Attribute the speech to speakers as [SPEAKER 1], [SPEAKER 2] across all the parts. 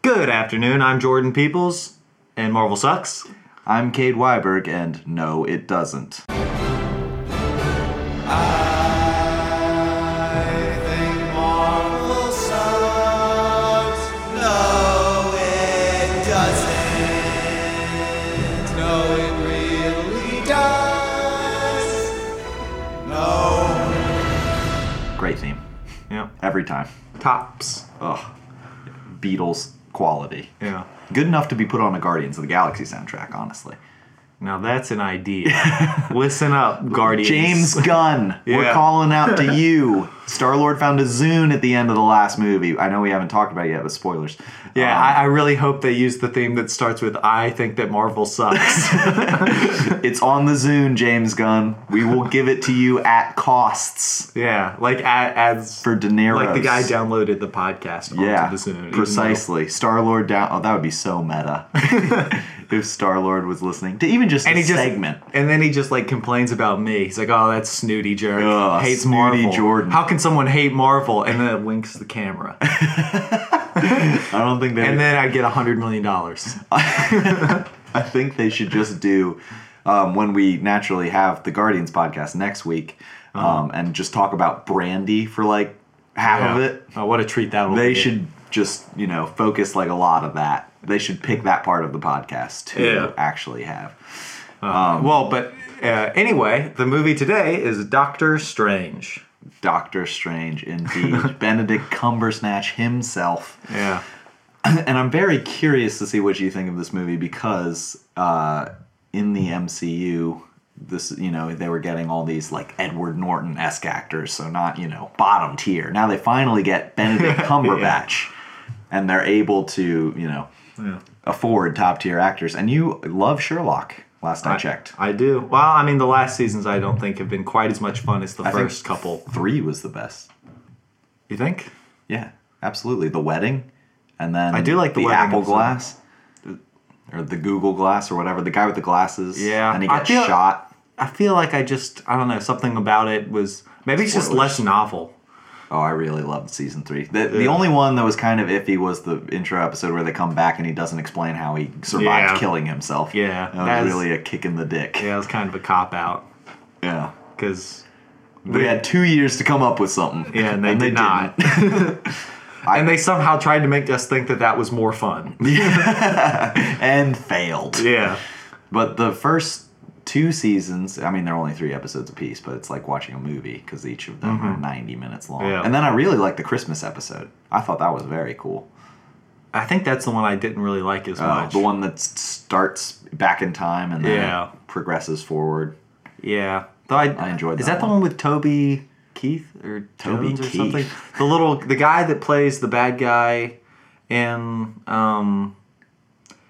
[SPEAKER 1] Good afternoon. I'm Jordan Peoples, and Marvel sucks.
[SPEAKER 2] I'm Cade Weiberg, and no, it doesn't. Great theme.
[SPEAKER 1] Yeah.
[SPEAKER 2] Every time.
[SPEAKER 1] Tops.
[SPEAKER 2] Ugh. Beatles quality.
[SPEAKER 1] Yeah.
[SPEAKER 2] Good enough to be put on a Guardians of the Galaxy soundtrack, honestly.
[SPEAKER 1] Now that's an idea. Listen up, Guardians.
[SPEAKER 2] James Gunn, we're
[SPEAKER 1] Yeah.
[SPEAKER 2] calling out to you. Star Lord found a Zune at the end of the last movie. I know we haven't talked about it yet, but spoilers.
[SPEAKER 1] Yeah,
[SPEAKER 2] Um,
[SPEAKER 1] I, I really hope they use the theme that starts with "I think that Marvel sucks."
[SPEAKER 2] it's on the Zune, James Gunn. We will give it to you at costs
[SPEAKER 1] yeah, like a- as
[SPEAKER 2] for Daenerys.
[SPEAKER 1] like the guy downloaded the podcast. Onto
[SPEAKER 2] Yeah,
[SPEAKER 1] the Zoom, even though-
[SPEAKER 2] precisely. Star Lord down. Oh, that would be so meta. if Star Lord was listening to even just
[SPEAKER 1] And
[SPEAKER 2] a
[SPEAKER 1] he just
[SPEAKER 2] segment.
[SPEAKER 1] and then he just like complains about me. He's like, "Oh, that's snooty jerk.
[SPEAKER 2] Ugh,
[SPEAKER 1] Hates
[SPEAKER 2] snooty
[SPEAKER 1] Marvel.
[SPEAKER 2] Jordan."
[SPEAKER 1] How can someone hate Marvel?" And then it winks the camera,
[SPEAKER 2] I don't think they.
[SPEAKER 1] and then I get a hundred million dollars.
[SPEAKER 2] I think they should just do um, when we naturally have the Guardians podcast next week,
[SPEAKER 1] Uh-huh.
[SPEAKER 2] um, and just talk about Brandy for like half of it.
[SPEAKER 1] Oh, what a treat that will
[SPEAKER 2] They
[SPEAKER 1] be.
[SPEAKER 2] should just you know focus like a lot of that. They should pick that part of the podcast to
[SPEAKER 1] Yeah.
[SPEAKER 2] actually have.
[SPEAKER 1] Well, but uh, anyway, the movie today is Doctor Strange.
[SPEAKER 2] Doctor Strange, indeed, Benedict Cumbersnatch himself.
[SPEAKER 1] Yeah.
[SPEAKER 2] and I'm very curious to see what you think of this movie because uh, in the MCU, this you know they were getting all these like Edward Norton esque actors, so not you know bottom tier. Now they finally get Benedict Cumberbatch, and they're able to you know afford top tier actors. And you love Sherlock. Last I, checked,
[SPEAKER 1] I do. Well, I mean, the last seasons I don't think have been quite as much fun as the
[SPEAKER 2] think-
[SPEAKER 1] first couple.
[SPEAKER 2] three was the best.
[SPEAKER 1] You think?
[SPEAKER 2] Yeah, absolutely. The wedding, and then
[SPEAKER 1] I do like the wedding
[SPEAKER 2] apple
[SPEAKER 1] episode.
[SPEAKER 2] glass, or the Google glass, or whatever. The guy with the glasses.
[SPEAKER 1] Yeah,
[SPEAKER 2] and he
[SPEAKER 1] I
[SPEAKER 2] gets
[SPEAKER 1] feel-
[SPEAKER 2] shot.
[SPEAKER 1] I feel like I just, I don't know, something about it was maybe it's just
[SPEAKER 2] Spoilers.
[SPEAKER 1] less novel.
[SPEAKER 2] Oh, I really loved season three. The, the
[SPEAKER 1] Yeah.
[SPEAKER 2] only one that was kind of iffy was the intro episode where they come back and he doesn't explain how he survived
[SPEAKER 1] Yeah.
[SPEAKER 2] killing himself.
[SPEAKER 1] Yeah,
[SPEAKER 2] that
[SPEAKER 1] that's-
[SPEAKER 2] was really a kick in the dick.
[SPEAKER 1] Yeah, it was kind of a cop out
[SPEAKER 2] Yeah.
[SPEAKER 1] because
[SPEAKER 2] we had two years to come up with something.
[SPEAKER 1] yeah, and they did not.
[SPEAKER 2] didn't.
[SPEAKER 1] and they somehow tried to make us think that that was more fun.
[SPEAKER 2] and failed.
[SPEAKER 1] Yeah,
[SPEAKER 2] But the first two seasons, I mean, they're only three episodes apiece, but it's like watching a movie because each of them are 90 minutes long.
[SPEAKER 1] Mm-hmm. Yeah.
[SPEAKER 2] And then I really liked the Christmas episode. I thought that was very cool.
[SPEAKER 1] I think that's the one I didn't really like as
[SPEAKER 2] Uh,
[SPEAKER 1] much.
[SPEAKER 2] the one that s- starts back in time and then
[SPEAKER 1] Yeah.
[SPEAKER 2] progresses forward.
[SPEAKER 1] Yeah, though I,
[SPEAKER 2] I enjoyed
[SPEAKER 1] Is
[SPEAKER 2] that
[SPEAKER 1] that the
[SPEAKER 2] one.
[SPEAKER 1] one with Toby Keith or
[SPEAKER 2] Toby
[SPEAKER 1] Toby or
[SPEAKER 2] Keith.
[SPEAKER 1] something? The little the guy that plays the bad guy in um,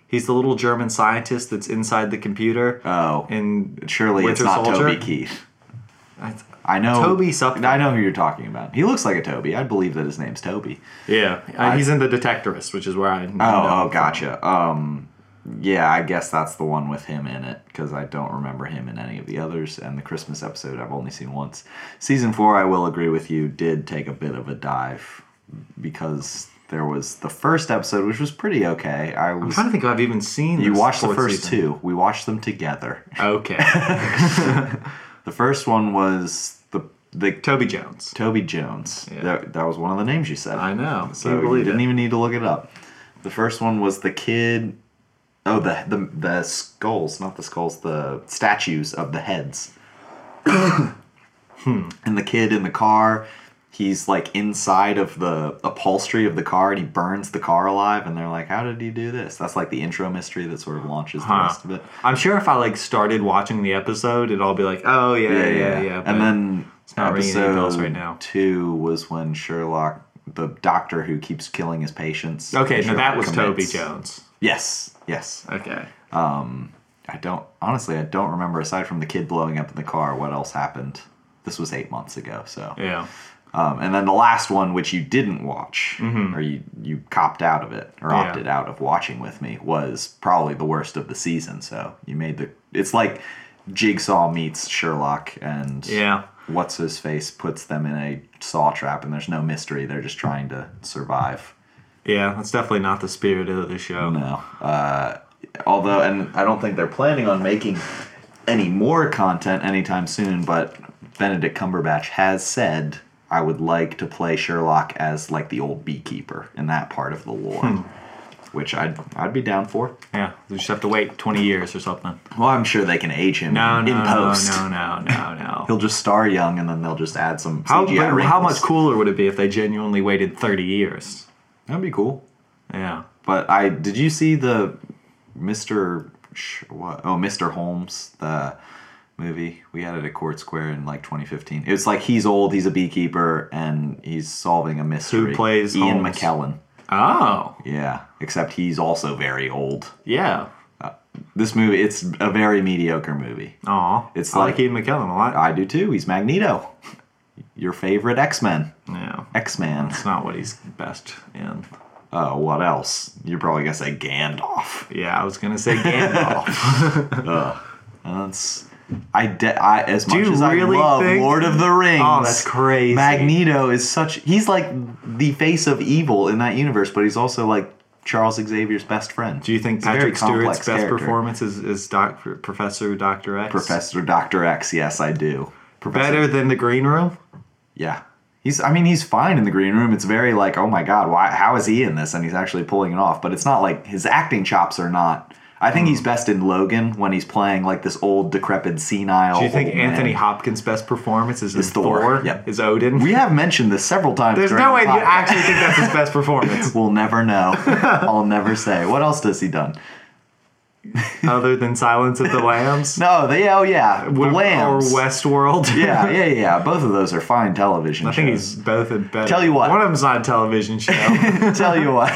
[SPEAKER 1] he's the little German scientist that's inside the computer.
[SPEAKER 2] Oh,
[SPEAKER 1] and
[SPEAKER 2] surely it's
[SPEAKER 1] Winter
[SPEAKER 2] not
[SPEAKER 1] Soldier?
[SPEAKER 2] Toby Keith.
[SPEAKER 1] I-
[SPEAKER 2] I know
[SPEAKER 1] Toby something.
[SPEAKER 2] I know who you're talking about. He looks like a Toby. I believe that his name's Toby.
[SPEAKER 1] yeah,
[SPEAKER 2] I-
[SPEAKER 1] he's in the Detectorist, which is where I.
[SPEAKER 2] Oh, oh, gotcha. Um, yeah, I guess that's the one with him in it because I don't remember him in any of the others. And the Christmas episode I've only seen once. Season four, I will agree with you, did take a bit of a dive because there was the first episode, which was pretty okay. I
[SPEAKER 1] I'm
[SPEAKER 2] was.
[SPEAKER 1] trying to think if I've even seen.
[SPEAKER 2] You
[SPEAKER 1] this
[SPEAKER 2] watched the
[SPEAKER 1] fourth
[SPEAKER 2] first
[SPEAKER 1] season.
[SPEAKER 2] two. We watched them together.
[SPEAKER 1] Okay,
[SPEAKER 2] The first one was the the
[SPEAKER 1] Toby Jones.
[SPEAKER 2] Toby Jones.
[SPEAKER 1] Yeah.
[SPEAKER 2] That, that was one of the names you said.
[SPEAKER 1] I know. Can
[SPEAKER 2] So
[SPEAKER 1] you
[SPEAKER 2] you
[SPEAKER 1] believe
[SPEAKER 2] didn't
[SPEAKER 1] it?
[SPEAKER 2] even need to look it up. The first one was the kid. Oh, the the the skulls, not the skulls, the statues of the heads.
[SPEAKER 1] Hmm.
[SPEAKER 2] And the kid in the car, he's like inside of the upholstery of the car, and he burns the car alive. And they're like, "How did he do this?" That's like the intro mystery that sort of launches the
[SPEAKER 1] Huh.
[SPEAKER 2] rest of it.
[SPEAKER 1] I'm sure if I like started watching the episode, it'd all be like, oh yeah, yeah, yeah. but-
[SPEAKER 2] and then
[SPEAKER 1] not ringing any
[SPEAKER 2] episode
[SPEAKER 1] bells right now.
[SPEAKER 2] two was when Sherlock, the doctor who keeps killing his patients.
[SPEAKER 1] okay,
[SPEAKER 2] Sherlock
[SPEAKER 1] no, that was Toby
[SPEAKER 2] commits-
[SPEAKER 1] Jones.
[SPEAKER 2] Yes, yes.
[SPEAKER 1] Okay.
[SPEAKER 2] I don't honestly. I don't remember aside from the kid blowing up in the car. What else happened? This was eight months ago. So,
[SPEAKER 1] Yeah.
[SPEAKER 2] um, and then the last one, which you didn't watch, or you you copped out of it or
[SPEAKER 1] Mm-hmm. Yeah.
[SPEAKER 2] opted out of watching with me, was probably the worst of the season. So you made the. It's like Jigsaw meets Sherlock, and
[SPEAKER 1] Yeah.
[SPEAKER 2] what's his face puts them in a saw trap, and there's no mystery. They're just trying to survive.
[SPEAKER 1] Yeah, that's definitely not the spirit of the show.
[SPEAKER 2] No. Uh, although, and I don't think they're planning on making any more content anytime soon, but Benedict Cumberbatch has said, I would like to play Sherlock as like the old beekeeper in that part of the lore.
[SPEAKER 1] Hmm.
[SPEAKER 2] Which I'd I'd be down for.
[SPEAKER 1] Yeah, we just have to wait 20 years or something.
[SPEAKER 2] Well, I'm sure they can age him
[SPEAKER 1] No,
[SPEAKER 2] in
[SPEAKER 1] no,
[SPEAKER 2] post.
[SPEAKER 1] no, no, no, no.
[SPEAKER 2] He'll just star young, and then they'll just add some
[SPEAKER 1] how,
[SPEAKER 2] CGI
[SPEAKER 1] but how
[SPEAKER 2] wrinkles.
[SPEAKER 1] much cooler would it be if they genuinely waited 30 years?
[SPEAKER 2] That'd be cool.
[SPEAKER 1] Yeah.
[SPEAKER 2] But I did you see the Mr. Sh- what? Oh, Mr. Holmes the movie we had it at Court Square in like 2015. It was like he's old, he's a beekeeper, and he's solving a mystery.
[SPEAKER 1] plays
[SPEAKER 2] Ian
[SPEAKER 1] Holmes?
[SPEAKER 2] McKellen?
[SPEAKER 1] Oh,
[SPEAKER 2] Yeah, except he's also very old.
[SPEAKER 1] yeah.
[SPEAKER 2] This movie, it's a very mediocre movie.
[SPEAKER 1] Aw.
[SPEAKER 2] It's
[SPEAKER 1] I like,
[SPEAKER 2] like-
[SPEAKER 1] Ian McKellen a lot.
[SPEAKER 2] I do too. He's Magneto, your favorite X Men.
[SPEAKER 1] yeah.
[SPEAKER 2] X Man.
[SPEAKER 1] It's not what he's best in.
[SPEAKER 2] Uh, what else? You're probably gonna say Gandalf.
[SPEAKER 1] Yeah, I was going to say Gandalf.
[SPEAKER 2] That's I de- I as much
[SPEAKER 1] you
[SPEAKER 2] as
[SPEAKER 1] really
[SPEAKER 2] I love
[SPEAKER 1] think-
[SPEAKER 2] Lord of the Rings.
[SPEAKER 1] Oh, that's crazy.
[SPEAKER 2] Magneto is such he's like the face of evil in that universe, but he's also like Charles Xavier's best friend.
[SPEAKER 1] Do you think
[SPEAKER 2] a very
[SPEAKER 1] Patrick Stewart's
[SPEAKER 2] complex
[SPEAKER 1] best
[SPEAKER 2] character.
[SPEAKER 1] performance is, is doc, Professor Dr. X?
[SPEAKER 2] Professor Doctor X? Yes, I do. Professor,
[SPEAKER 1] Better than The Green Room?
[SPEAKER 2] yeah. He's I mean he's fine in the green room. It's very like oh my god, why how is he in this? And he's actually pulling it off. But it's not like his acting chops are not. I
[SPEAKER 1] Hmm.
[SPEAKER 2] think he's best in Logan when he's playing like this old decrepit senile.
[SPEAKER 1] Do you think
[SPEAKER 2] old Oh, man.
[SPEAKER 1] Anthony Hopkins' best performance is, in
[SPEAKER 2] Thor,
[SPEAKER 1] Thor?
[SPEAKER 2] yep.
[SPEAKER 1] Is Odin?
[SPEAKER 2] We have mentioned this several times.
[SPEAKER 1] There's
[SPEAKER 2] during
[SPEAKER 1] no
[SPEAKER 2] the
[SPEAKER 1] way you
[SPEAKER 2] podcast.
[SPEAKER 1] actually think that's his best performance,
[SPEAKER 2] We'll never know. I'll never say. What else does he done?
[SPEAKER 1] other than Silence of the Lambs,
[SPEAKER 2] No, they. Oh yeah, the
[SPEAKER 1] Or-
[SPEAKER 2] lambs.
[SPEAKER 1] or Westworld.
[SPEAKER 2] yeah, yeah, yeah. Both of those are fine television.
[SPEAKER 1] I think
[SPEAKER 2] shows.
[SPEAKER 1] he's both in better.
[SPEAKER 2] Tell you what.
[SPEAKER 1] one of them's not a television show.
[SPEAKER 2] tell you what.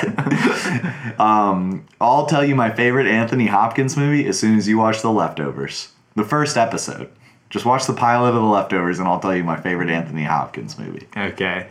[SPEAKER 2] um, I'll tell you my favorite Anthony Hopkins movie as soon as you watch The Leftovers. The first episode. Just watch the pilot of The Leftovers, and I'll tell you my favorite Anthony Hopkins movie.
[SPEAKER 1] okay,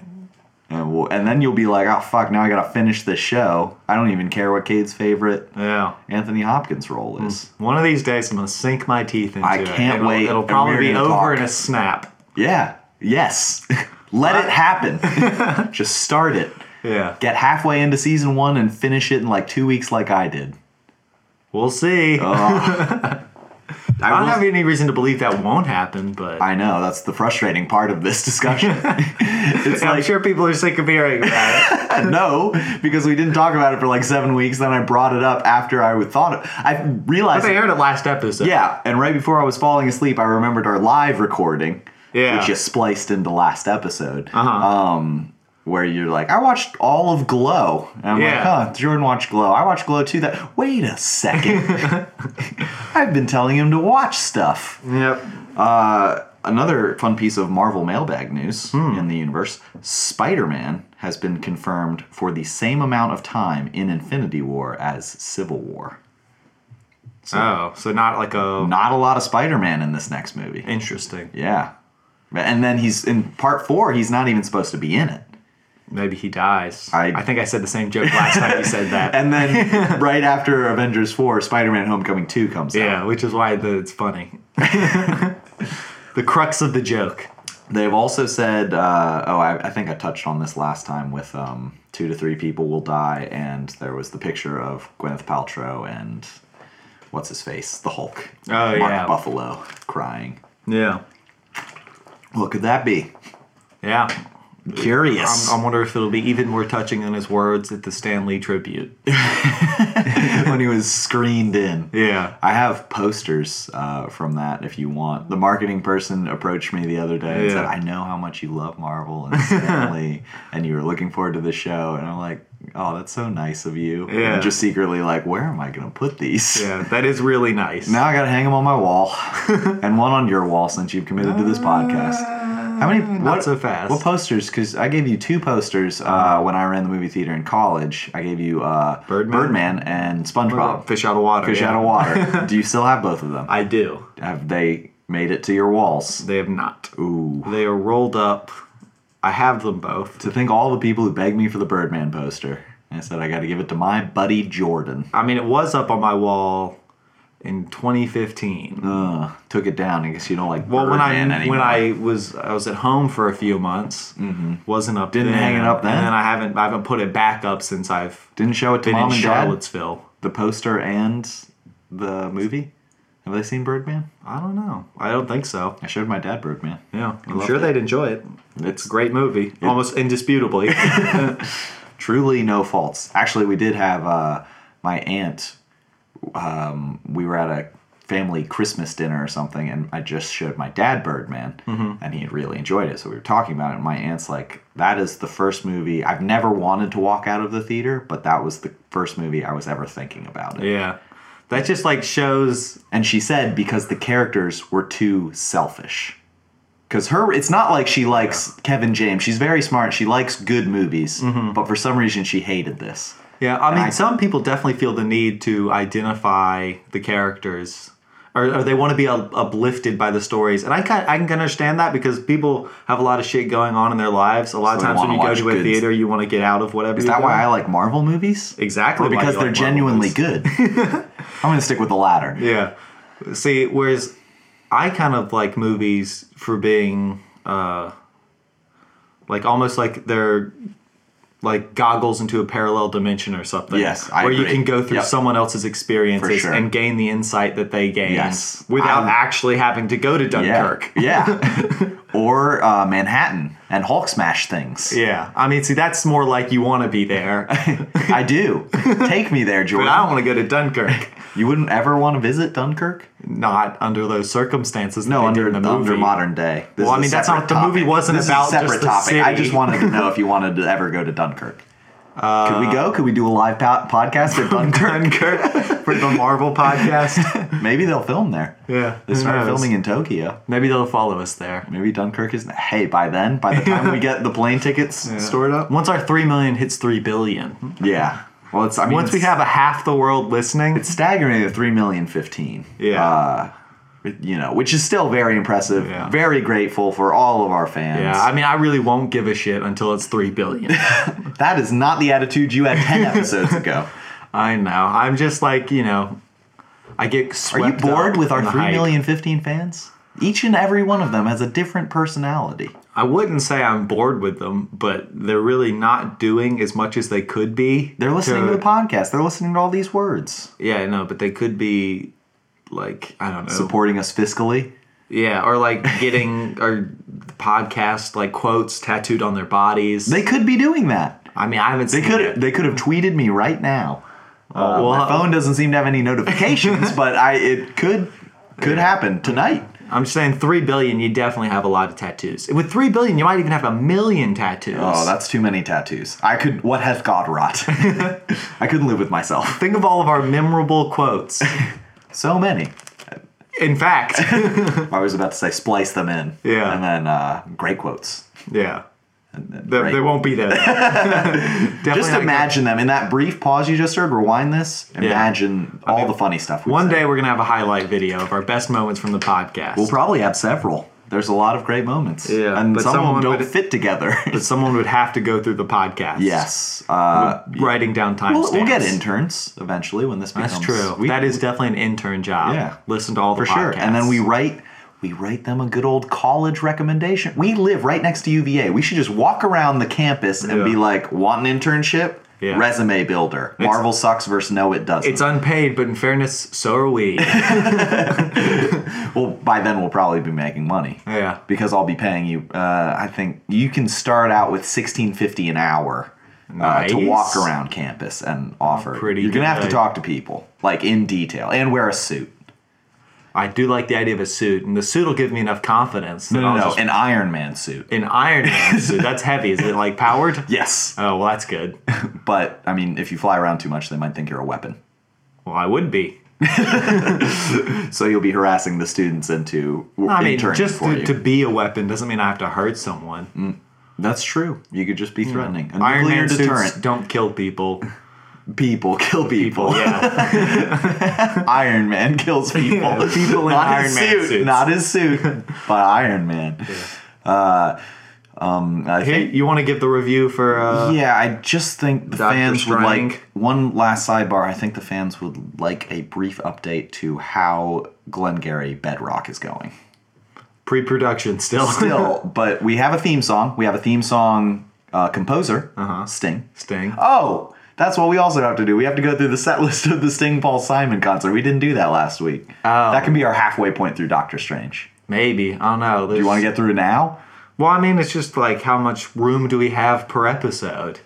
[SPEAKER 2] And, we'll, and then you'll be like, oh fuck, now I gotta finish this show. I don't even care what Cade's favorite
[SPEAKER 1] yeah.
[SPEAKER 2] Anthony Hopkins role is.
[SPEAKER 1] One of these days, I'm gonna sink my teeth into
[SPEAKER 2] I
[SPEAKER 1] it.
[SPEAKER 2] can't
[SPEAKER 1] It'll-
[SPEAKER 2] wait,
[SPEAKER 1] It'll
[SPEAKER 2] and
[SPEAKER 1] probably
[SPEAKER 2] we're
[SPEAKER 1] be
[SPEAKER 2] gonna
[SPEAKER 1] over
[SPEAKER 2] talk.
[SPEAKER 1] in a snap.
[SPEAKER 2] Yeah. Yes. Let it happen. Just start it.
[SPEAKER 1] Yeah,
[SPEAKER 2] Get halfway into season one and finish it in like two weeks, like I did.
[SPEAKER 1] we'll see.
[SPEAKER 2] I,
[SPEAKER 1] I
[SPEAKER 2] will-
[SPEAKER 1] don't have any reason to believe that won't happen, but
[SPEAKER 2] I know that's the frustrating part of this discussion. it's
[SPEAKER 1] I'm
[SPEAKER 2] like
[SPEAKER 1] sure people are sick of hearing about it.
[SPEAKER 2] no, because we didn't talk about it for like seven weeks. Then I brought it up after I would thought it. I realized,
[SPEAKER 1] they heard it last episode.
[SPEAKER 2] yeah, and right before I was falling asleep, I remembered our live recording,
[SPEAKER 1] Yeah.
[SPEAKER 2] which you spliced into last episode.
[SPEAKER 1] Uh-huh.
[SPEAKER 2] where you're like, I watched all of Glow. And I'm
[SPEAKER 1] Yeah.
[SPEAKER 2] like, huh, Jordan watched Glow. I watched Glow too. That wait a second. I've been telling him to watch stuff.
[SPEAKER 1] yep.
[SPEAKER 2] Uh, another fun piece of Marvel mailbag news
[SPEAKER 1] Hmm.
[SPEAKER 2] in the universe: Spider-Man has been confirmed for the same amount of time in Infinity War as Civil War.
[SPEAKER 1] Oh, so not like a
[SPEAKER 2] Not a lot of Spider-Man in this next movie.
[SPEAKER 1] interesting.
[SPEAKER 2] Yeah. And then he's in part four. He's not even supposed to be in it.
[SPEAKER 1] Maybe he dies.
[SPEAKER 2] I-
[SPEAKER 1] I, think I said the same joke last time you said that.
[SPEAKER 2] And then right after Avengers 4, Spider Man Homecoming 2 comes out.
[SPEAKER 1] yeah, which is why the, it's funny. the crux of the joke.
[SPEAKER 2] They've also said, uh, oh, I, I think I touched on this last time with um, two to three people will die, and there was the picture of Gwyneth Paltrow and what's his face? The Hulk.
[SPEAKER 1] Oh,
[SPEAKER 2] Mark
[SPEAKER 1] yeah.
[SPEAKER 2] Buffalo crying.
[SPEAKER 1] Yeah.
[SPEAKER 2] What could that be?
[SPEAKER 1] Yeah.
[SPEAKER 2] Curious.
[SPEAKER 1] I'm, I wonder if it'll be even more touching than his words at the Stan Lee tribute.
[SPEAKER 2] when he was screened in.
[SPEAKER 1] Yeah.
[SPEAKER 2] I have posters uh, from that if you want. The marketing person approached me the other day and said,
[SPEAKER 1] Yeah.
[SPEAKER 2] I know how much you love Marvel and Stanley, and you were looking forward to the show. And I'm like, oh, that's so nice of you. And
[SPEAKER 1] Yeah.
[SPEAKER 2] just secretly, like, where am I going to put these?
[SPEAKER 1] Yeah, that is really nice.
[SPEAKER 2] Now I got to hang them on my wall and one on your wall since you've committed to this podcast. How many?
[SPEAKER 1] Ah, Not so fast.
[SPEAKER 2] What posters? Because I gave you two posters uh, when I ran the movie theater in college. I gave you uh,
[SPEAKER 1] Birdman?
[SPEAKER 2] Birdman and
[SPEAKER 1] Well,
[SPEAKER 2] SpongeBob.
[SPEAKER 1] Fish out of water.
[SPEAKER 2] Fish
[SPEAKER 1] yeah.
[SPEAKER 2] out of water. Do you still have both of them?
[SPEAKER 1] I do.
[SPEAKER 2] Have they made it to your walls?
[SPEAKER 1] They have not.
[SPEAKER 2] Ooh.
[SPEAKER 1] They are rolled up. I have them both.
[SPEAKER 2] To think all the people who begged me for the Birdman poster. I said I got to give it to my buddy Jordan.
[SPEAKER 1] I mean, it was up on my wall in 2015.
[SPEAKER 2] Ugh, took it down. I guess you don't like.
[SPEAKER 1] Well, when I
[SPEAKER 2] Birdman anymore. Mm-hmm.
[SPEAKER 1] when I was I was at home for a few months, wasn't up.
[SPEAKER 2] Didn't
[SPEAKER 1] then,
[SPEAKER 2] hang it up then?
[SPEAKER 1] and then I haven't I haven't put it back up since I've
[SPEAKER 2] didn't show it to
[SPEAKER 1] been
[SPEAKER 2] mom
[SPEAKER 1] in
[SPEAKER 2] and dad.
[SPEAKER 1] Charlottesville.
[SPEAKER 2] The poster and the movie. Have they seen Birdman?
[SPEAKER 1] I don't know. I don't think so.
[SPEAKER 2] I showed my dad Birdman.
[SPEAKER 1] Yeah, I'm
[SPEAKER 2] loved
[SPEAKER 1] sure
[SPEAKER 2] it.
[SPEAKER 1] they'd enjoy it. It's a great movie, almost indisputably.
[SPEAKER 2] truly no faults. Actually, we did have uh, my aunt. Um, we were at a family Christmas dinner or something, and I just showed my dad Birdman, and he had really enjoyed it. So we were talking about it, and my aunt's like, "That is the first movie I've never wanted to walk out of the theater, but that was the first movie I was ever thinking about it."
[SPEAKER 1] yeah, that just like shows.
[SPEAKER 2] And she said because the characters were too selfish. Because her, it's not like she likes Kevin James. She's very smart. She likes good movies, but for some reason she hated this.
[SPEAKER 1] Yeah, I mean,
[SPEAKER 2] I-
[SPEAKER 1] some people definitely feel the need to identify the characters. Or, or they want to be up- uplifted by the stories, and I can I can understand that because people have a lot of shit going on in their lives. A lot of
[SPEAKER 2] So they
[SPEAKER 1] times when you
[SPEAKER 2] wanna
[SPEAKER 1] go
[SPEAKER 2] watch
[SPEAKER 1] to a
[SPEAKER 2] good-
[SPEAKER 1] theater, you want to get out of whatever.
[SPEAKER 2] Is that why I like Marvel movies?
[SPEAKER 1] Exactly
[SPEAKER 2] Or
[SPEAKER 1] why
[SPEAKER 2] because
[SPEAKER 1] you
[SPEAKER 2] they're
[SPEAKER 1] like Marvel
[SPEAKER 2] genuinely
[SPEAKER 1] movies.
[SPEAKER 2] good. I'm gonna stick with the latter.
[SPEAKER 1] Yeah. See, whereas I kind of like movies for being uh like almost like they're like goggles into a parallel dimension or something.
[SPEAKER 2] Yes, I
[SPEAKER 1] where you
[SPEAKER 2] agree.
[SPEAKER 1] can go through
[SPEAKER 2] Yep.
[SPEAKER 1] someone else's experiences
[SPEAKER 2] sure.
[SPEAKER 1] and gain the insight that they gained
[SPEAKER 2] Yes.
[SPEAKER 1] without
[SPEAKER 2] I'm-
[SPEAKER 1] actually having to go to Dunkirk.
[SPEAKER 2] Yeah. yeah. or uh, Manhattan and Hulk smash things.
[SPEAKER 1] Yeah. I mean, see, that's more like you want to be there,
[SPEAKER 2] I do. Take me there,
[SPEAKER 1] but I
[SPEAKER 2] Jordan.
[SPEAKER 1] don't want to go to Dunkirk.
[SPEAKER 2] You wouldn't ever want to visit Dunkirk?
[SPEAKER 1] Not under those circumstances. that
[SPEAKER 2] No,
[SPEAKER 1] they
[SPEAKER 2] under
[SPEAKER 1] did in the
[SPEAKER 2] under
[SPEAKER 1] movie.
[SPEAKER 2] modern day. This
[SPEAKER 1] Well,
[SPEAKER 2] is
[SPEAKER 1] I
[SPEAKER 2] a
[SPEAKER 1] mean, that's not-
[SPEAKER 2] separate
[SPEAKER 1] the movie wasn't
[SPEAKER 2] This is a
[SPEAKER 1] about just
[SPEAKER 2] separate
[SPEAKER 1] the
[SPEAKER 2] topic. I just
[SPEAKER 1] city.
[SPEAKER 2] wanted to know if you wanted to ever go to Dunkirk. could
[SPEAKER 1] Uh,
[SPEAKER 2] we go? Could we do a live po- podcast at Dunkirk?
[SPEAKER 1] Dunkirk for the Marvel podcast.
[SPEAKER 2] Maybe they'll film there.
[SPEAKER 1] Yeah,
[SPEAKER 2] They
[SPEAKER 1] who
[SPEAKER 2] start
[SPEAKER 1] knows?
[SPEAKER 2] filming in Tokyo.
[SPEAKER 1] Maybe they'll follow us there.
[SPEAKER 2] Maybe Dunkirk is. Hey, by then, by the time we get the plane tickets stored up.
[SPEAKER 1] Once our three million hits three billion,
[SPEAKER 2] Yeah. Well, it's. I mean,
[SPEAKER 1] once we
[SPEAKER 2] it's-
[SPEAKER 1] have a half the world listening,
[SPEAKER 2] it's staggering at three million fifteen.
[SPEAKER 1] Yeah.
[SPEAKER 2] Uh, you know, which is still very impressive.
[SPEAKER 1] Yeah.
[SPEAKER 2] Very grateful for all of our fans.
[SPEAKER 1] yeah. I mean, I really won't give a shit until it's three billion.
[SPEAKER 2] that is not the attitude you had ten episodes ago.
[SPEAKER 1] I know. I'm just like you know, I get.
[SPEAKER 2] Are you
[SPEAKER 1] Swept
[SPEAKER 2] bored
[SPEAKER 1] up
[SPEAKER 2] with our
[SPEAKER 1] in the
[SPEAKER 2] three
[SPEAKER 1] hype.
[SPEAKER 2] million fifteen fans? Each and every one of them has a different personality.
[SPEAKER 1] I wouldn't say I'm bored with them, but they're really not doing as much as they could be.
[SPEAKER 2] They're listening to the podcast. They're listening to all these words,
[SPEAKER 1] Yeah, no, but they could be like I don't know.
[SPEAKER 2] supporting us fiscally.
[SPEAKER 1] Yeah, or like getting or podcast like quotes tattooed on their bodies.
[SPEAKER 2] They could be doing that.
[SPEAKER 1] I mean, I haven't.
[SPEAKER 2] They
[SPEAKER 1] seen
[SPEAKER 2] could
[SPEAKER 1] it.
[SPEAKER 2] they could have tweeted me right now. Uh,
[SPEAKER 1] well,
[SPEAKER 2] my phone doesn't seem to have any notifications, but I it could could happen tonight.
[SPEAKER 1] I'm just saying, three billion. You definitely have a lot of tattoos. With three billion, you might even have a million tattoos.
[SPEAKER 2] Oh, that's too many tattoos. I could what hath God wrought? I couldn't live with myself.
[SPEAKER 1] Think of all of our memorable quotes.
[SPEAKER 2] So many.
[SPEAKER 1] In fact,
[SPEAKER 2] I was about to say splice them in.
[SPEAKER 1] Yeah.
[SPEAKER 2] And then uh, great quotes.
[SPEAKER 1] yeah, they,
[SPEAKER 2] Great.
[SPEAKER 1] they won't be there. Definitely
[SPEAKER 2] Just
[SPEAKER 1] not-
[SPEAKER 2] imagine them in that brief pause you just heard. Rewind this. Imagine all the funny stuff. we've
[SPEAKER 1] One
[SPEAKER 2] said.
[SPEAKER 1] day we're gonna have a highlight video of our best moments from the podcast.
[SPEAKER 2] we'll probably have several. There's a lot of great moments.
[SPEAKER 1] Yeah,
[SPEAKER 2] and
[SPEAKER 1] but
[SPEAKER 2] some of them
[SPEAKER 1] someone
[SPEAKER 2] don't
[SPEAKER 1] would-
[SPEAKER 2] fit together.
[SPEAKER 1] but someone would have to go through the podcast.
[SPEAKER 2] yes. Uh,
[SPEAKER 1] writing down time.
[SPEAKER 2] We'll, we'll get interns eventually when this becomes
[SPEAKER 1] That's true.
[SPEAKER 2] Um, we-
[SPEAKER 1] that is definitely an intern job.
[SPEAKER 2] Yeah.
[SPEAKER 1] Listen to all the
[SPEAKER 2] for sure. And then we write we write them a good old college recommendation. We live right next to UVA. We should just walk around the campus and
[SPEAKER 1] Yeah.
[SPEAKER 2] be like, want an internship?
[SPEAKER 1] Yeah.
[SPEAKER 2] Resume builder. Marvel sucks versus no, it doesn't.
[SPEAKER 1] It's unpaid, but in fairness, so are we.
[SPEAKER 2] well, by then we'll probably be making money.
[SPEAKER 1] yeah.
[SPEAKER 2] Because I'll be paying you. Uh, I think you can start out with sixteen fifty an hour uh,
[SPEAKER 1] Nice.
[SPEAKER 2] to walk around campus and offer.
[SPEAKER 1] Pretty
[SPEAKER 2] You're gonna have to
[SPEAKER 1] good.
[SPEAKER 2] talk to people like in detail and wear a suit.
[SPEAKER 1] I do like the idea of a suit, and the suit will give me enough confidence. That
[SPEAKER 2] No,
[SPEAKER 1] I'll
[SPEAKER 2] no,
[SPEAKER 1] just-
[SPEAKER 2] an Iron Man suit.
[SPEAKER 1] an Iron Man suit. That's heavy. Is it like powered?
[SPEAKER 2] Yes,
[SPEAKER 1] Oh well, that's good.
[SPEAKER 2] but I mean, if you fly around too much, they might think you're a weapon.
[SPEAKER 1] Well, I would be.
[SPEAKER 2] So you'll be harassing the students into w-
[SPEAKER 1] I mean,
[SPEAKER 2] interning
[SPEAKER 1] just
[SPEAKER 2] for
[SPEAKER 1] to,
[SPEAKER 2] you.
[SPEAKER 1] to be a weapon doesn't mean I have to hurt someone.
[SPEAKER 2] That's true. You could just be threatening. A
[SPEAKER 1] Iron
[SPEAKER 2] nuclear
[SPEAKER 1] Man
[SPEAKER 2] deterrent.
[SPEAKER 1] suits don't kill people.
[SPEAKER 2] People kill people.
[SPEAKER 1] Yeah,
[SPEAKER 2] Iron Man kills people.
[SPEAKER 1] Yeah, people in
[SPEAKER 2] not
[SPEAKER 1] Iron
[SPEAKER 2] his
[SPEAKER 1] Man
[SPEAKER 2] suit,
[SPEAKER 1] suits.
[SPEAKER 2] Not his suit, but Iron Man. Uh, Um, I
[SPEAKER 1] Hey,
[SPEAKER 2] think,
[SPEAKER 1] you want to give the review for? Uh,
[SPEAKER 2] yeah, I just think the
[SPEAKER 1] Dr.
[SPEAKER 2] fans would
[SPEAKER 1] Strange.
[SPEAKER 2] like one last sidebar. I think the fans would like a brief update to how Glengarry Bedrock is going.
[SPEAKER 1] Pre-production still.
[SPEAKER 2] Still, but we have a theme song. We have a theme song uh, composer,
[SPEAKER 1] Uh-huh.
[SPEAKER 2] Sting.
[SPEAKER 1] Sting.
[SPEAKER 2] Oh, that's what we also have to do. We have to go through the set list of the Sting Paul Simon concert. We didn't do that last week.
[SPEAKER 1] Oh.
[SPEAKER 2] That can be our halfway point through Doctor Strange.
[SPEAKER 1] Maybe I don't know.
[SPEAKER 2] Do you want to get through now?
[SPEAKER 1] Well, I mean, it's just like how much room do we have per episode?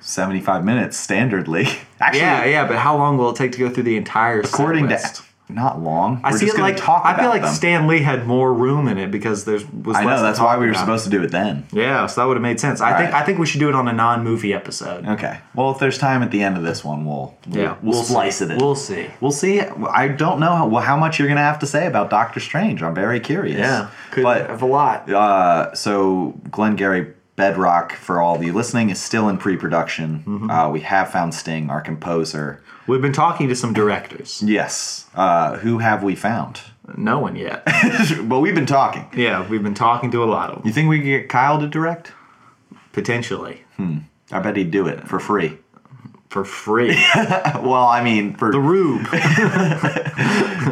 [SPEAKER 2] 75 minutes standardly. Actually,
[SPEAKER 1] yeah, yeah, but how long will it take to go through the entire? set
[SPEAKER 2] according
[SPEAKER 1] list?
[SPEAKER 2] to not long.
[SPEAKER 1] I
[SPEAKER 2] we're
[SPEAKER 1] see
[SPEAKER 2] just
[SPEAKER 1] it
[SPEAKER 2] gonna
[SPEAKER 1] like
[SPEAKER 2] talk
[SPEAKER 1] I feel
[SPEAKER 2] about
[SPEAKER 1] like
[SPEAKER 2] them.
[SPEAKER 1] Stan Lee had more room in it because there was. less
[SPEAKER 2] I know
[SPEAKER 1] to
[SPEAKER 2] that's why we were
[SPEAKER 1] talk about.
[SPEAKER 2] supposed to do it then.
[SPEAKER 1] Yeah, so that would have made sense. I think
[SPEAKER 2] right.
[SPEAKER 1] I think we should do it on a non-movie episode.
[SPEAKER 2] Okay. Well, if there's time at the end of this one, we'll we'll,
[SPEAKER 1] Yeah,
[SPEAKER 2] we'll,
[SPEAKER 1] we'll
[SPEAKER 2] slice
[SPEAKER 1] see.
[SPEAKER 2] it in.
[SPEAKER 1] We'll see.
[SPEAKER 2] We'll see. I don't know how, how much you're gonna have to say about Doctor Strange. I'm very curious.
[SPEAKER 1] could
[SPEAKER 2] but
[SPEAKER 1] have a lot.
[SPEAKER 2] uh, so Glengarry Bedrock, for all of you listening, is still in pre-production.
[SPEAKER 1] Mm-hmm.
[SPEAKER 2] Uh, we have found Sting, our composer.
[SPEAKER 1] We've been talking to some directors.
[SPEAKER 2] Yes. Uh, who have we found?
[SPEAKER 1] No one yet.
[SPEAKER 2] well, we've been talking.
[SPEAKER 1] yeah, we've been talking to a lot of them
[SPEAKER 2] You think we could get Kyle to direct?
[SPEAKER 1] potentially
[SPEAKER 2] I bet he'd do it for free.
[SPEAKER 1] for free.
[SPEAKER 2] Well, I mean, for
[SPEAKER 1] the Rube.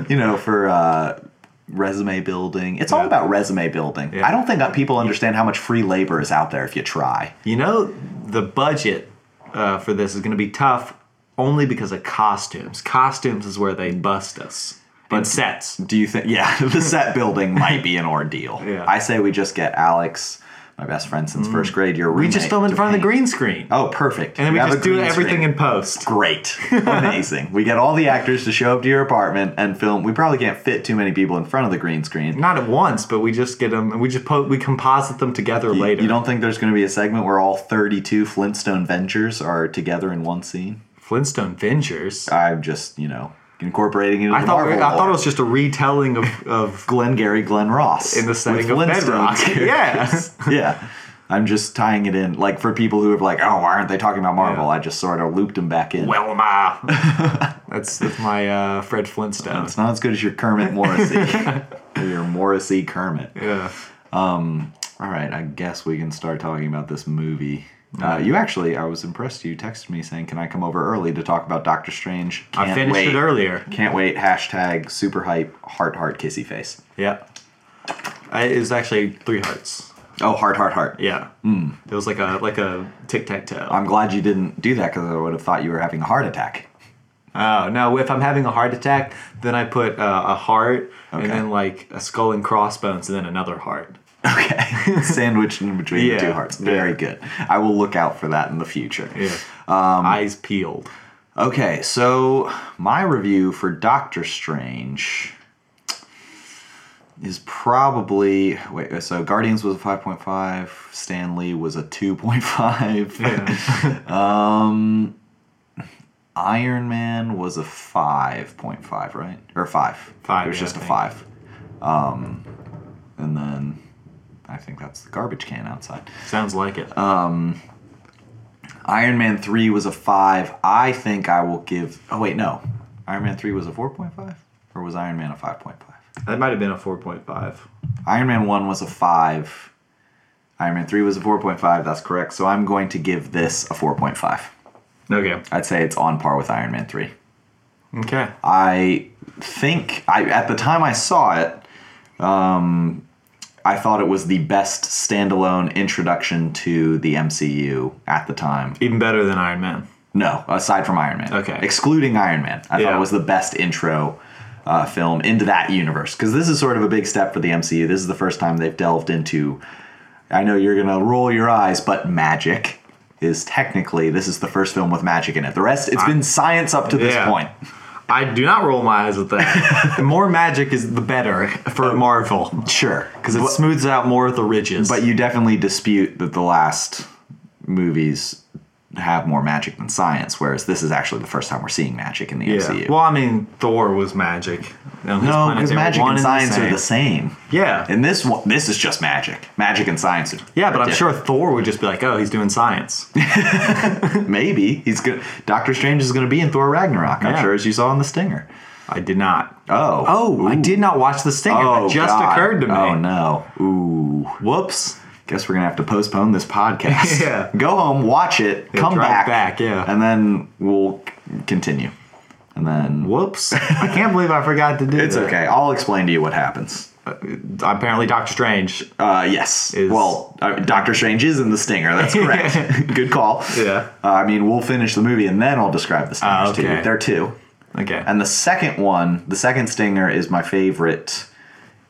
[SPEAKER 2] you know, for uh, resume building. It's all
[SPEAKER 1] Yeah.
[SPEAKER 2] about resume building.
[SPEAKER 1] Yeah.
[SPEAKER 2] I don't think that people understand how much free labor is out there if you try.
[SPEAKER 1] You know, the budget uh, for this is going to be tough only because of costumes. Costumes is where they bust us. But sets.
[SPEAKER 2] Do you think? Yeah, the set building might be an ordeal.
[SPEAKER 1] Yeah. Mm.
[SPEAKER 2] I say we just get Alex, my best friend since first grade. Your
[SPEAKER 1] We just film in front of the green screen.
[SPEAKER 2] Oh, perfect.
[SPEAKER 1] and then we
[SPEAKER 2] have a
[SPEAKER 1] just do
[SPEAKER 2] green
[SPEAKER 1] everything
[SPEAKER 2] screen.
[SPEAKER 1] in post.
[SPEAKER 2] Great. Amazing. we get all the actors to show up to your apartment and film. We probably can't fit too many people in front of the green screen.
[SPEAKER 1] Not at once, but we just get them and we just po- we composite them together later.
[SPEAKER 2] You don't think there's going to be a segment where all 32 Flintstone Ventures are together in one scene?
[SPEAKER 1] Flintstone Ventures.
[SPEAKER 2] I'm just, you know, incorporating it into
[SPEAKER 1] I thought
[SPEAKER 2] Uh, Marvel
[SPEAKER 1] I thought it
[SPEAKER 2] lore.
[SPEAKER 1] was just a retelling of, of
[SPEAKER 2] Glenn Gary, Glenn Ross
[SPEAKER 1] in the setting
[SPEAKER 2] with
[SPEAKER 1] of
[SPEAKER 2] Flintstones
[SPEAKER 1] Bedrock.
[SPEAKER 2] characters.
[SPEAKER 1] Yeah.
[SPEAKER 2] yeah. I'm just tying it in, like for people who are like, "Oh, why aren't they talking about Marvel?"
[SPEAKER 1] Yeah.
[SPEAKER 2] I just sort of looped them back in.
[SPEAKER 1] Well, ma. That's that's my uh, Fred Flintstone.
[SPEAKER 2] it's not as good as your Kermit Morrissey, or your Morrissey Kermit.
[SPEAKER 1] Yeah.
[SPEAKER 2] All right, I guess we can start talking about this movie. Uh, you actually, I was impressed. You texted me saying, "Can I come over early to talk about Doctor Strange?"
[SPEAKER 1] I finished
[SPEAKER 2] wait.
[SPEAKER 1] it earlier.
[SPEAKER 2] Can't wait. Hashtag super hype. Heart heart kissy face.
[SPEAKER 1] Yeah. I, it was actually three hearts.
[SPEAKER 2] Oh, heart heart heart.
[SPEAKER 1] Yeah. It was like a like a tic tac toe.
[SPEAKER 2] I'm glad you didn't do that because I would have thought you were having a heart attack.
[SPEAKER 1] Oh no! If I'm having a heart attack, then I put uh, a heart
[SPEAKER 2] Okay.
[SPEAKER 1] and then like a skull and crossbones and then another heart.
[SPEAKER 2] Okay. Sandwiched in between
[SPEAKER 1] Yeah,
[SPEAKER 2] the two hearts. Very
[SPEAKER 1] yeah.
[SPEAKER 2] good. I will look out for that in the future.
[SPEAKER 1] Yeah. Um, Eyes peeled.
[SPEAKER 2] Okay, so my review for Doctor Strange is probably wait so Guardians was a 5.5, Stanley was a 2.5. Iron Man was a 5.5, right? Or 5.
[SPEAKER 1] Five,
[SPEAKER 2] It was
[SPEAKER 1] yeah,
[SPEAKER 2] just
[SPEAKER 1] I
[SPEAKER 2] a
[SPEAKER 1] think.
[SPEAKER 2] 5. Um, and then I think that's the garbage can outside.
[SPEAKER 1] Sounds like it.
[SPEAKER 2] Iron Man 3 was a 5. I think I will give. Oh, wait, no. Iron Man 3 was a 4.5? Or was Iron Man a 5.5?
[SPEAKER 1] that might have been a four point five.
[SPEAKER 2] Iron Man 1 was a 5. Iron Man 3 was a 4.5. That's correct. So I'm going to give this a 4.5.
[SPEAKER 1] Okay.
[SPEAKER 2] I'd say it's on par with Iron Man 3.
[SPEAKER 1] Okay.
[SPEAKER 2] I think I at the time I saw it, um, I thought it was the best standalone introduction to the MCU at the time.
[SPEAKER 1] Even better than Iron Man.
[SPEAKER 2] No, aside from Iron Man.
[SPEAKER 1] Okay.
[SPEAKER 2] Excluding Iron Man, I thought
[SPEAKER 1] Yeah.
[SPEAKER 2] it was the best intro uh, film into that universe because this is sort of a big step for the MCU. This is the first time they've delved into. I know you're gonna roll your eyes, but magic is technically this is the first film with magic in it. The rest, it's been science up to this
[SPEAKER 1] Yeah.
[SPEAKER 2] point.
[SPEAKER 1] I do not roll my eyes at that. the more magic is the better for Marvel
[SPEAKER 2] Sure,
[SPEAKER 1] because it smooths out more of the ridges.
[SPEAKER 2] But you definitely dispute that the last movies have more magic than science, whereas this is actually the first time we're seeing magic in the MCU.
[SPEAKER 1] Well, I mean, Thor was magic. On his
[SPEAKER 2] no,
[SPEAKER 1] planet,
[SPEAKER 2] because
[SPEAKER 1] they were
[SPEAKER 2] magic
[SPEAKER 1] one
[SPEAKER 2] and science are the same.
[SPEAKER 1] Yeah.
[SPEAKER 2] And this one, this is just magic. Magic and science. Are
[SPEAKER 1] yeah, but I'm sure
[SPEAKER 2] different.
[SPEAKER 1] Thor would just be like, "Oh, he's doing science."
[SPEAKER 2] maybe he's gonna. Doctor Strange is gonna be in Thor Ragnarok. I'm
[SPEAKER 1] Yeah.
[SPEAKER 2] sure, as you saw in the Stinger.
[SPEAKER 1] I did not.
[SPEAKER 2] Oh.
[SPEAKER 1] Oh, I did not watch the stinger.
[SPEAKER 2] Oh,
[SPEAKER 1] that just
[SPEAKER 2] God.
[SPEAKER 1] occurred to me.
[SPEAKER 2] Oh no. Ooh.
[SPEAKER 1] Whoops.
[SPEAKER 2] guess we're gonna have to postpone this podcast.
[SPEAKER 1] Yeah.
[SPEAKER 2] Go home, watch it, come
[SPEAKER 1] drive
[SPEAKER 2] back,
[SPEAKER 1] back, yeah.
[SPEAKER 2] and then we'll c- continue. And then
[SPEAKER 1] Whoops! I can't believe I forgot to do.
[SPEAKER 2] it's
[SPEAKER 1] that.
[SPEAKER 2] okay. I'll explain to you what happens.
[SPEAKER 1] Apparently, Doctor Strange.
[SPEAKER 2] Uh, yes.
[SPEAKER 1] Is-
[SPEAKER 2] well, uh, Doctor Strange is in the stinger. That's correct. Good call.
[SPEAKER 1] Yeah.
[SPEAKER 2] Uh, I mean, we'll finish the movie and then I'll describe the stingers
[SPEAKER 1] Ah,
[SPEAKER 2] to
[SPEAKER 1] okay.
[SPEAKER 2] you. There are two.
[SPEAKER 1] Okay.
[SPEAKER 2] And the second one, the second stinger is my favorite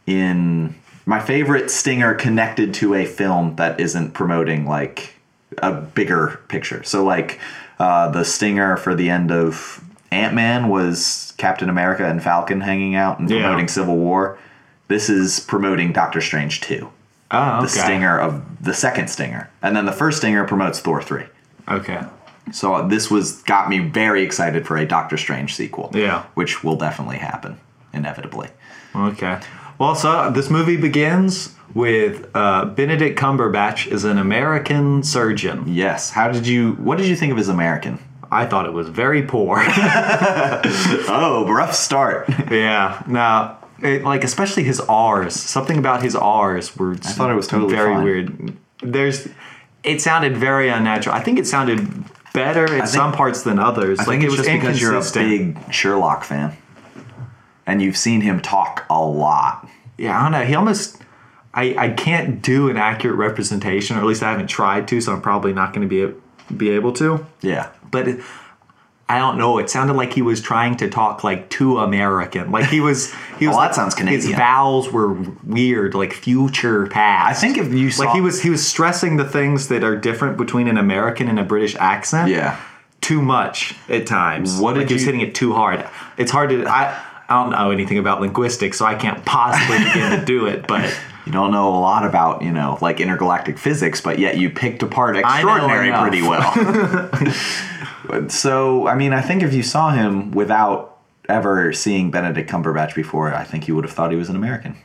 [SPEAKER 2] in my favorite stinger connected to a film that isn't promoting like a bigger picture. So like uh, the stinger for the end of Ant Man was Captain America and Falcon hanging out and
[SPEAKER 1] Yeah.
[SPEAKER 2] promoting Civil War. This is promoting Doctor Strange two,
[SPEAKER 1] oh, okay.
[SPEAKER 2] the stinger of the second stinger, and then the first stinger promotes Thor three.
[SPEAKER 1] Okay.
[SPEAKER 2] So this was got me very excited for a Doctor Strange sequel.
[SPEAKER 1] Yeah.
[SPEAKER 2] Which will definitely happen, inevitably.
[SPEAKER 1] Okay. Well, so this movie begins with uh, Benedict Cumberbatch is an American surgeon.
[SPEAKER 2] Yes. How did you what did you think of his American?
[SPEAKER 1] I thought it was very poor.
[SPEAKER 2] Oh, rough start. I
[SPEAKER 1] yeah. Now, it, like especially his R's. Something about his R's were. I
[SPEAKER 2] thought it was totally
[SPEAKER 1] very
[SPEAKER 2] fine.
[SPEAKER 1] weird. There's. It sounded very unnatural. I think it sounded better in some parts than others. I like
[SPEAKER 2] think
[SPEAKER 1] it
[SPEAKER 2] it's
[SPEAKER 1] was
[SPEAKER 2] just because you're a
[SPEAKER 1] inconsistent.
[SPEAKER 2] big Sherlock fan. And you've seen him talk a lot.
[SPEAKER 1] yeah, I don't know. He almost. I, I can't do an accurate representation, or at least I haven't tried to, so I'm probably not going to be be able to.
[SPEAKER 2] Yeah.
[SPEAKER 1] But it, I don't know. It sounded like he was trying to talk like too American. Like he was. He was.
[SPEAKER 2] Well, that
[SPEAKER 1] like-
[SPEAKER 2] sounds
[SPEAKER 1] His
[SPEAKER 2] Canadian.
[SPEAKER 1] vowels were weird, like future past.
[SPEAKER 2] I think if you saw
[SPEAKER 1] like he was he was stressing the things that are different between an American and a British accent.
[SPEAKER 2] Yeah.
[SPEAKER 1] Too much at times.
[SPEAKER 2] What
[SPEAKER 1] like
[SPEAKER 2] did
[SPEAKER 1] he was
[SPEAKER 2] you-
[SPEAKER 1] hitting it too hard. It's hard to. I I don't know anything about linguistics, so I can't possibly begin to do it. But
[SPEAKER 2] You don't know a lot about, you know, like intergalactic physics, but yet you picked apart
[SPEAKER 1] know
[SPEAKER 2] extraordinary
[SPEAKER 1] enough.
[SPEAKER 2] pretty well. But so, I mean, I think if you saw him without ever seeing Benedict Cumberbatch before, I think you would have thought he was an American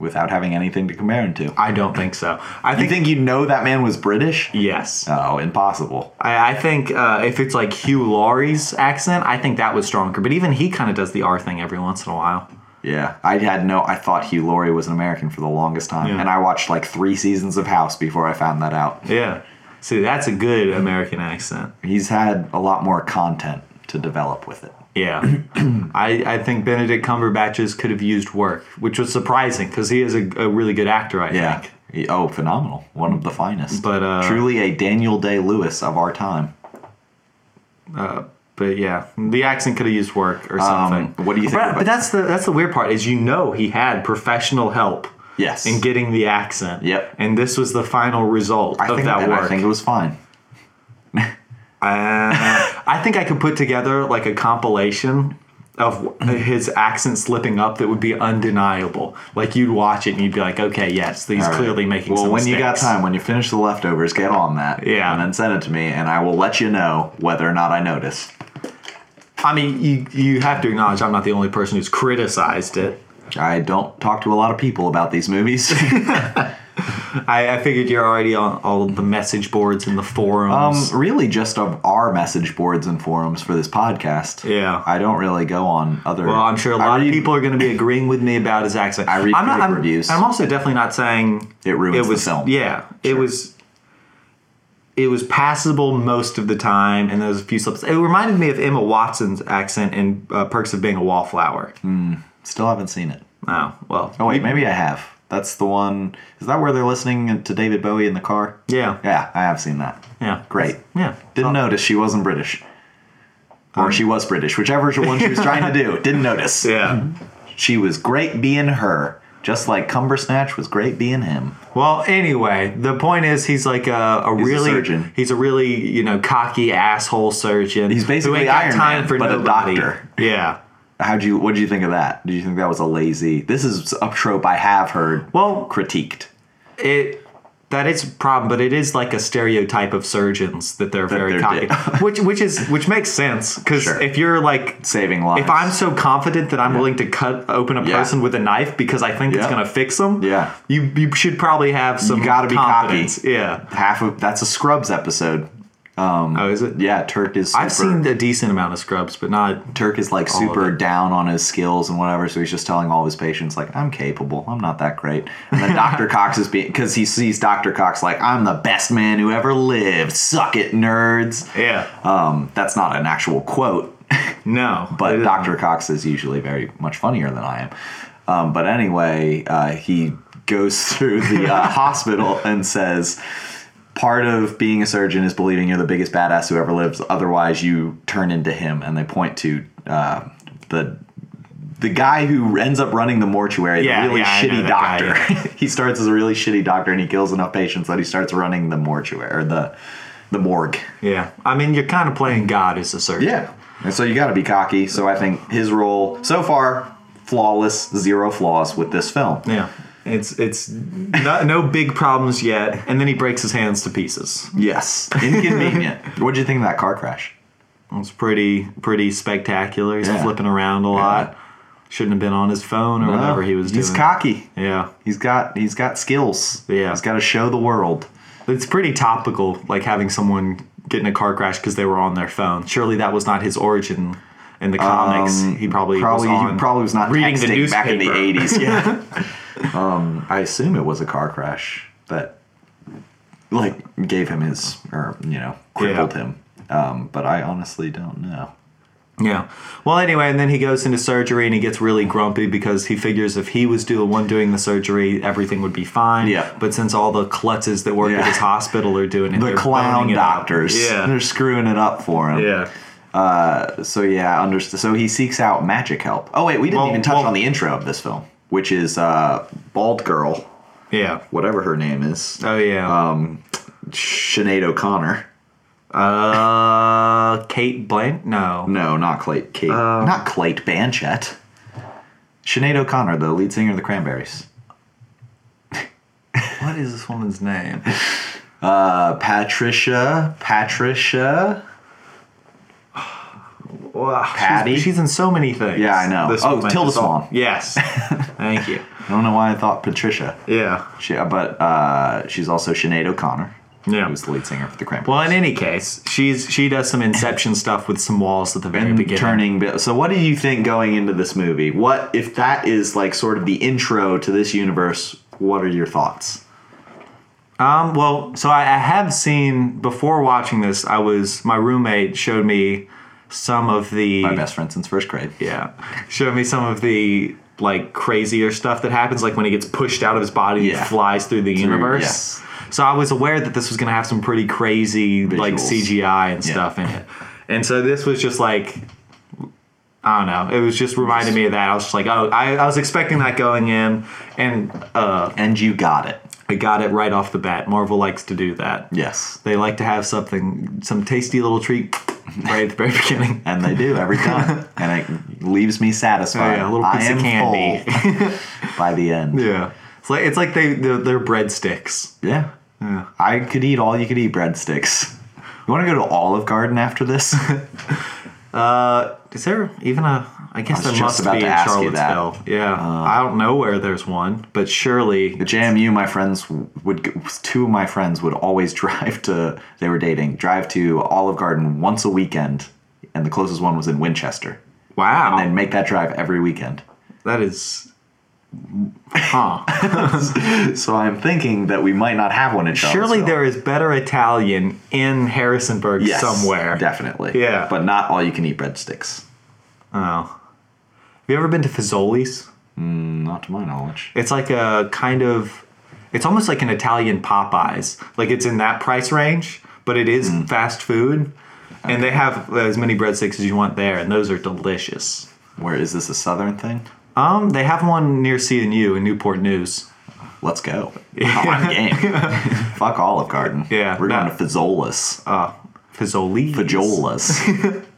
[SPEAKER 2] without having anything to compare him to.
[SPEAKER 1] I don't think so. I
[SPEAKER 2] You
[SPEAKER 1] think.
[SPEAKER 2] think you know that man was British?
[SPEAKER 1] Yes,
[SPEAKER 2] Oh, impossible.
[SPEAKER 1] I, I think uh, if it's like Hugh Laurie's accent, I think that was stronger. But even he kind of does the R thing every once in a while.
[SPEAKER 2] Yeah, I had no. I thought Hugh Laurie was an American for the longest time,
[SPEAKER 1] Yeah.
[SPEAKER 2] and I watched like three seasons of House before I found that out.
[SPEAKER 1] Yeah. See, that's a good American accent.
[SPEAKER 2] He's had a lot more content to develop with it.
[SPEAKER 1] Yeah. I, I think Benedict Cumberbatch's could have used work, which was surprising because he is a, a really good actor, I
[SPEAKER 2] Yeah.
[SPEAKER 1] think.
[SPEAKER 2] He- Oh, phenomenal. One of the finest.
[SPEAKER 1] But, uh,
[SPEAKER 2] truly a Daniel Day Lewis of our time.
[SPEAKER 1] But yeah, the accent could have used work
[SPEAKER 2] Um,
[SPEAKER 1] or something.
[SPEAKER 2] what do you think
[SPEAKER 1] But,
[SPEAKER 2] about-
[SPEAKER 1] but that's the that's the weird part is you know he had professional help
[SPEAKER 2] Yes.
[SPEAKER 1] in getting the accent.
[SPEAKER 2] Yep.
[SPEAKER 1] And this was the final result
[SPEAKER 2] I
[SPEAKER 1] of
[SPEAKER 2] think
[SPEAKER 1] that
[SPEAKER 2] and
[SPEAKER 1] work.
[SPEAKER 2] I think it was fine.
[SPEAKER 1] Uh, I think I could put together like a compilation of
[SPEAKER 2] Mm-hmm.
[SPEAKER 1] his accent slipping up that would be undeniable. Like you'd watch it and you'd be like, okay, yes, he's
[SPEAKER 2] All right.
[SPEAKER 1] clearly making.
[SPEAKER 2] Well,
[SPEAKER 1] some
[SPEAKER 2] when you got
[SPEAKER 1] mistakes.
[SPEAKER 2] time, when you finish the leftovers, get on that.
[SPEAKER 1] Yeah.
[SPEAKER 2] And then send it to me, and I will let you know whether or not I notice.
[SPEAKER 1] I mean, you you have to acknowledge I'm not the only person who's criticized it.
[SPEAKER 2] I don't talk to a lot of people about these movies.
[SPEAKER 1] I, I figured you're already on all the message boards and the
[SPEAKER 2] um,
[SPEAKER 1] forums.
[SPEAKER 2] really, just of our message boards and forums for this podcast.
[SPEAKER 1] Yeah.
[SPEAKER 2] I don't really go on other.
[SPEAKER 1] well, I'm sure a
[SPEAKER 2] I
[SPEAKER 1] lot
[SPEAKER 2] read-
[SPEAKER 1] of people are going to be agreeing with me about his accent.
[SPEAKER 2] I read
[SPEAKER 1] I'm not,
[SPEAKER 2] critic
[SPEAKER 1] I'm,
[SPEAKER 2] reviews.
[SPEAKER 1] I'm also definitely not saying
[SPEAKER 2] It ruins the
[SPEAKER 1] was,
[SPEAKER 2] film.
[SPEAKER 1] Yeah, it
[SPEAKER 2] Sure.
[SPEAKER 1] was. It was passable most of the time, and there was a few slips. It reminded me of Emma Watson's accent in uh, Perks of Being a Wallflower.
[SPEAKER 2] Mm. Still haven't seen it.
[SPEAKER 1] Oh well.
[SPEAKER 2] Oh wait, maybe I have. That's the one. Is that where they're listening to David Bowie in the car?
[SPEAKER 1] Yeah.
[SPEAKER 2] Yeah, I have seen that.
[SPEAKER 1] Yeah.
[SPEAKER 2] Great.
[SPEAKER 1] Yeah.
[SPEAKER 2] Didn't notice she wasn't British. Or she was British, whichever one she was trying to do. Didn't notice.
[SPEAKER 1] Um. Yeah.
[SPEAKER 2] She was great being her, just like Cumbersnatch was great being him.
[SPEAKER 1] Well, anyway, the point is he's like a, a
[SPEAKER 2] a
[SPEAKER 1] really
[SPEAKER 2] surgeon.
[SPEAKER 1] he's a really you know cocky asshole surgeon.
[SPEAKER 2] He's basically
[SPEAKER 1] who ain't got
[SPEAKER 2] Iron
[SPEAKER 1] time
[SPEAKER 2] Man,
[SPEAKER 1] for
[SPEAKER 2] but a
[SPEAKER 1] nobody.
[SPEAKER 2] doctor.
[SPEAKER 1] Yeah.
[SPEAKER 2] How'd you? What did you think of that? Did you think that was a lazy? This is a trope I have heard
[SPEAKER 1] Well,
[SPEAKER 2] critiqued.
[SPEAKER 1] it that is a problem, but it is like a stereotype of surgeons that they're very
[SPEAKER 2] they're
[SPEAKER 1] cocky,
[SPEAKER 2] dick.
[SPEAKER 1] which which is which makes sense because
[SPEAKER 2] Sure.
[SPEAKER 1] if you're like
[SPEAKER 2] Saving lives.
[SPEAKER 1] if I'm so confident that I'm willing to cut open a
[SPEAKER 2] Yeah.
[SPEAKER 1] person with a knife because I think it's
[SPEAKER 2] Yeah.
[SPEAKER 1] gonna fix them,
[SPEAKER 2] Yeah.
[SPEAKER 1] you you should probably have some.
[SPEAKER 2] gotta be cocky.
[SPEAKER 1] confidence. Yeah,
[SPEAKER 2] half of that's a Scrubs episode.
[SPEAKER 1] oh, is it?
[SPEAKER 2] Um, Yeah, Turk is. Super,
[SPEAKER 1] I've seen a decent amount of Scrubs, but not.
[SPEAKER 2] Turk is like
[SPEAKER 1] of
[SPEAKER 2] super
[SPEAKER 1] it.
[SPEAKER 2] down on his skills and whatever, so he's just telling all of his patients like, "I'm capable. I'm not that great." And then Doctor Cox is being because he sees Doctor Cox like, "I'm the best man who ever lived. Suck it, nerds."
[SPEAKER 1] Yeah.
[SPEAKER 2] Um, that's not an actual quote,
[SPEAKER 1] No.
[SPEAKER 2] but
[SPEAKER 1] It-
[SPEAKER 2] Dr. Cox is usually very much funnier than I am. Um, but anyway, uh, he goes through the uh, hospital and says, Part of being a surgeon is believing you're the biggest badass who ever lives. Otherwise, you turn into him. And they point to uh, the the guy who ends up running the mortuary,
[SPEAKER 1] Yeah,
[SPEAKER 2] the really
[SPEAKER 1] yeah, I know
[SPEAKER 2] shitty
[SPEAKER 1] that guy,
[SPEAKER 2] doctor. he starts as a really shitty doctor, and he kills enough patients that he starts running the mortuary or the the morgue.
[SPEAKER 1] Yeah. I mean, you're kind of playing God as a surgeon.
[SPEAKER 2] Yeah. And so you got to be cocky. So I think his role so far flawless, zero flaws with this film.
[SPEAKER 1] Yeah. It's it's no, no big problems yet, and then he breaks his hands to pieces.
[SPEAKER 2] Yes. Inconvenient. what do you think of that car crash?
[SPEAKER 1] It's pretty pretty spectacular. He's
[SPEAKER 2] Yeah.
[SPEAKER 1] flipping around a lot. Shouldn't have been on his phone or whatever he was
[SPEAKER 2] Oh, he's
[SPEAKER 1] doing.
[SPEAKER 2] cocky.
[SPEAKER 1] yeah,
[SPEAKER 2] He's got he's got skills.
[SPEAKER 1] Yeah.
[SPEAKER 2] He's got to show the world.
[SPEAKER 1] it's pretty topical. Like having someone get in a car crash because they were on their phone. Surely that was not his origin in the comics.
[SPEAKER 2] Um,
[SPEAKER 1] he probably
[SPEAKER 2] Probably
[SPEAKER 1] was on
[SPEAKER 2] he probably was not
[SPEAKER 1] reading the
[SPEAKER 2] texting back in the
[SPEAKER 1] newspaper.
[SPEAKER 2] 80s. Yeah. um, I assume it was a car crash that like gave him his or you know crippled
[SPEAKER 1] Yeah.
[SPEAKER 2] him. Um, but I honestly don't know.
[SPEAKER 1] Yeah. Well, anyway, and then he goes into surgery and he gets really grumpy because he figures if he was do- the one doing the surgery, everything would be fine.
[SPEAKER 2] Yeah.
[SPEAKER 1] But since all the klutzes that work
[SPEAKER 2] Yeah.
[SPEAKER 1] at his hospital are doing it,
[SPEAKER 2] the
[SPEAKER 1] they're
[SPEAKER 2] clown
[SPEAKER 1] boning it up.
[SPEAKER 2] doctors.
[SPEAKER 1] Yeah.
[SPEAKER 2] They're screwing it up for him.
[SPEAKER 1] Yeah.
[SPEAKER 2] So yeah, understood. So he seeks out magic help. Oh wait, we didn't
[SPEAKER 1] Well,
[SPEAKER 2] even touch
[SPEAKER 1] well-
[SPEAKER 2] on the intro of this film, which is uh, bald girl,
[SPEAKER 1] Yeah.
[SPEAKER 2] whatever her name is,
[SPEAKER 1] Oh yeah.
[SPEAKER 2] um, Sinead O'Connor.
[SPEAKER 1] uh, Kate Blank? No.
[SPEAKER 2] No, not Clayt. Kate.
[SPEAKER 1] Um,
[SPEAKER 2] not Clayt Banchett. Sinead O'Connor, the lead singer of the Cranberries.
[SPEAKER 1] What is this woman's name?
[SPEAKER 2] Uh, Patricia. Patricia.
[SPEAKER 1] Wow.
[SPEAKER 2] Patty?
[SPEAKER 1] She's, she's in so many things.
[SPEAKER 2] Yeah, I know. Oh,
[SPEAKER 1] woman
[SPEAKER 2] Tilda
[SPEAKER 1] is all-
[SPEAKER 2] Swan.
[SPEAKER 1] Yes. Thank you.
[SPEAKER 2] I don't know why I thought Patricia.
[SPEAKER 1] Yeah.
[SPEAKER 2] She, but uh, she's also Sinead O'Connor.
[SPEAKER 1] Yeah.
[SPEAKER 2] Who's the lead singer for the Cranberries.
[SPEAKER 1] Well, in any case, she's she does some inception stuff with some walls at the very
[SPEAKER 2] and
[SPEAKER 1] beginning.
[SPEAKER 2] turning bi- so what do you think going into this movie what if that is like sort of the intro to this universe what are your thoughts
[SPEAKER 1] Um, well, so I, I have seen before watching this. I was my roommate showed me some of the
[SPEAKER 2] my best friend since first grade
[SPEAKER 1] yeah showed me some of the like crazier stuff that happens, like when he gets pushed out of his body
[SPEAKER 2] Yeah.
[SPEAKER 1] and flies through the universe.
[SPEAKER 2] yes.
[SPEAKER 1] So I was aware that this was gonna have some pretty crazy like
[SPEAKER 2] Visuals.
[SPEAKER 1] CGI and
[SPEAKER 2] Yeah.
[SPEAKER 1] stuff in it, and so this was just like. I don't know. It was just reminded me of that. I was just like, oh, I, I was expecting that going in, and uh,
[SPEAKER 2] and you got it
[SPEAKER 1] I got it right off the bat. Marvel likes to do that.
[SPEAKER 2] yes
[SPEAKER 1] They like to have something, some tasty little treat right at the very beginning.
[SPEAKER 2] and they do every time and it leaves me satisfied
[SPEAKER 1] Oh, yeah, a little piece
[SPEAKER 2] I
[SPEAKER 1] of
[SPEAKER 2] am
[SPEAKER 1] candy.
[SPEAKER 2] full by the end
[SPEAKER 1] Yeah, it's like it's like they they're, they're breadsticks.
[SPEAKER 2] yeah. i could eat all you could eat breadsticks you want to go to olive garden after this
[SPEAKER 1] Is there even a? I guess
[SPEAKER 2] was
[SPEAKER 1] there
[SPEAKER 2] just
[SPEAKER 1] must
[SPEAKER 2] about
[SPEAKER 1] be
[SPEAKER 2] to
[SPEAKER 1] in
[SPEAKER 2] ask you that. Uh,
[SPEAKER 1] Charlottesville. Yeah, I don't know where there's one, but surely.
[SPEAKER 2] The JMU, my friends would g- two of my friends would always drive to. They were dating, drive to Olive Garden once a weekend, and the closest one was in Winchester,
[SPEAKER 1] Wow,
[SPEAKER 2] and make that drive every weekend.
[SPEAKER 1] that is. Huh.
[SPEAKER 2] So I'm thinking that we might not have one in Charlottesville.
[SPEAKER 1] Surely there is better Italian in Harrisonburg
[SPEAKER 2] Yes,
[SPEAKER 1] somewhere.
[SPEAKER 2] definitely,
[SPEAKER 1] Yeah.
[SPEAKER 2] but not all you can eat breadsticks.
[SPEAKER 1] Oh. Have you ever been to Fazoli's?
[SPEAKER 2] Not to my knowledge.
[SPEAKER 1] It's like a kind of, it's almost like an Italian Popeyes. Like it's in that price range, but it
[SPEAKER 2] Hmm.
[SPEAKER 1] is fast food, and they have uh, as many breadsticks as you want there, and those are delicious.
[SPEAKER 2] Where is this a southern thing?
[SPEAKER 1] Um, they have one near CNU in Newport News.
[SPEAKER 2] Let's go. Oh, I'm game. Fuck Olive Garden.
[SPEAKER 1] Yeah,
[SPEAKER 2] we're going
[SPEAKER 1] no.
[SPEAKER 2] to Fazoli's.
[SPEAKER 1] Fazoli.
[SPEAKER 2] Fajola's.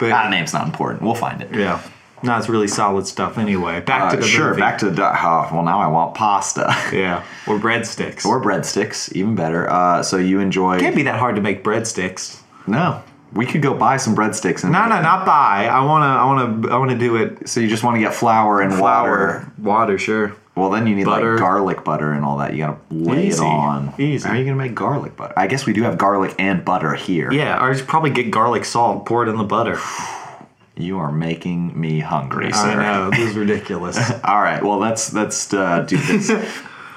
[SPEAKER 1] But,
[SPEAKER 2] that name's not important. We'll find it.
[SPEAKER 1] yeah, no, it's really solid stuff. Anyway, back to
[SPEAKER 2] Uh,
[SPEAKER 1] the
[SPEAKER 2] sure,
[SPEAKER 1] movie.
[SPEAKER 2] back to the. Uh, well, now I want pasta
[SPEAKER 1] yeah, or breadsticks.
[SPEAKER 2] or breadsticks, even better. Uh, so you enjoy?
[SPEAKER 1] can't be that hard to make breadsticks.
[SPEAKER 2] No, we could go buy some breadsticks and.
[SPEAKER 1] No, no, not buy. I wanna, I wanna, I wanna do it.
[SPEAKER 2] So you just want to get flour and water.
[SPEAKER 1] water, sure.
[SPEAKER 2] Well, then you need
[SPEAKER 1] Butter.
[SPEAKER 2] like garlic butter and all that. You gotta lay
[SPEAKER 1] Easy.
[SPEAKER 2] it on.
[SPEAKER 1] Easy.
[SPEAKER 2] How are you gonna make garlic butter? I guess we do have garlic and butter here.
[SPEAKER 1] Yeah, or just probably get garlic salt, pour it in the butter.
[SPEAKER 2] You are making me hungry, sir.
[SPEAKER 1] I know this is ridiculous.
[SPEAKER 2] All right. Well, let's let's uh, do this.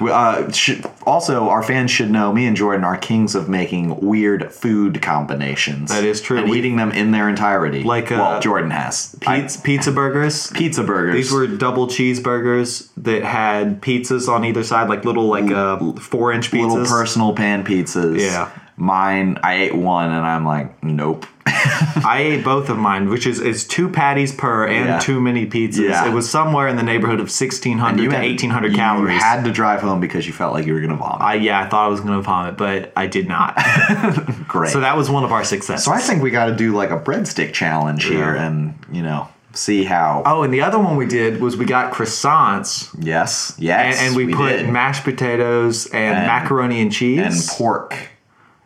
[SPEAKER 2] We- Uh, sh- also, our fans should know me and Jordan are kings of making weird food combinations.
[SPEAKER 1] That is true.
[SPEAKER 2] And
[SPEAKER 1] We-
[SPEAKER 2] eating them in their entirety.
[SPEAKER 1] Like, uh,
[SPEAKER 2] well, Jordan has
[SPEAKER 1] Pizza, pizza burgers.
[SPEAKER 2] pizza burgers.
[SPEAKER 1] These were double cheeseburgers that had pizzas on either side, like little like uh, four inch pizzas.
[SPEAKER 2] little personal pan pizzas.
[SPEAKER 1] Yeah.
[SPEAKER 2] Mine, I ate one and I'm like, nope.
[SPEAKER 1] I ate both of mine, which is is two patties per and
[SPEAKER 2] Yeah.
[SPEAKER 1] too many pizzas.
[SPEAKER 2] Yeah.
[SPEAKER 1] It was somewhere in the neighborhood of sixteen hundred to
[SPEAKER 2] had-
[SPEAKER 1] eighteen hundred
[SPEAKER 2] you
[SPEAKER 1] calories.
[SPEAKER 2] had to drive home because you felt like you were gonna vomit.
[SPEAKER 1] I, yeah, I thought I was gonna vomit, but I did not.
[SPEAKER 2] Great.
[SPEAKER 1] so that was one of our successes.
[SPEAKER 2] So I think we got to do like a breadstick challenge here,
[SPEAKER 1] Yeah.
[SPEAKER 2] and you know, see how.
[SPEAKER 1] oh, and the other one we did was we got croissants
[SPEAKER 2] Yes,
[SPEAKER 1] and,
[SPEAKER 2] yes,
[SPEAKER 1] and we, put
[SPEAKER 2] did.
[SPEAKER 1] mashed potatoes and,
[SPEAKER 2] And-
[SPEAKER 1] macaroni and cheese
[SPEAKER 2] and pork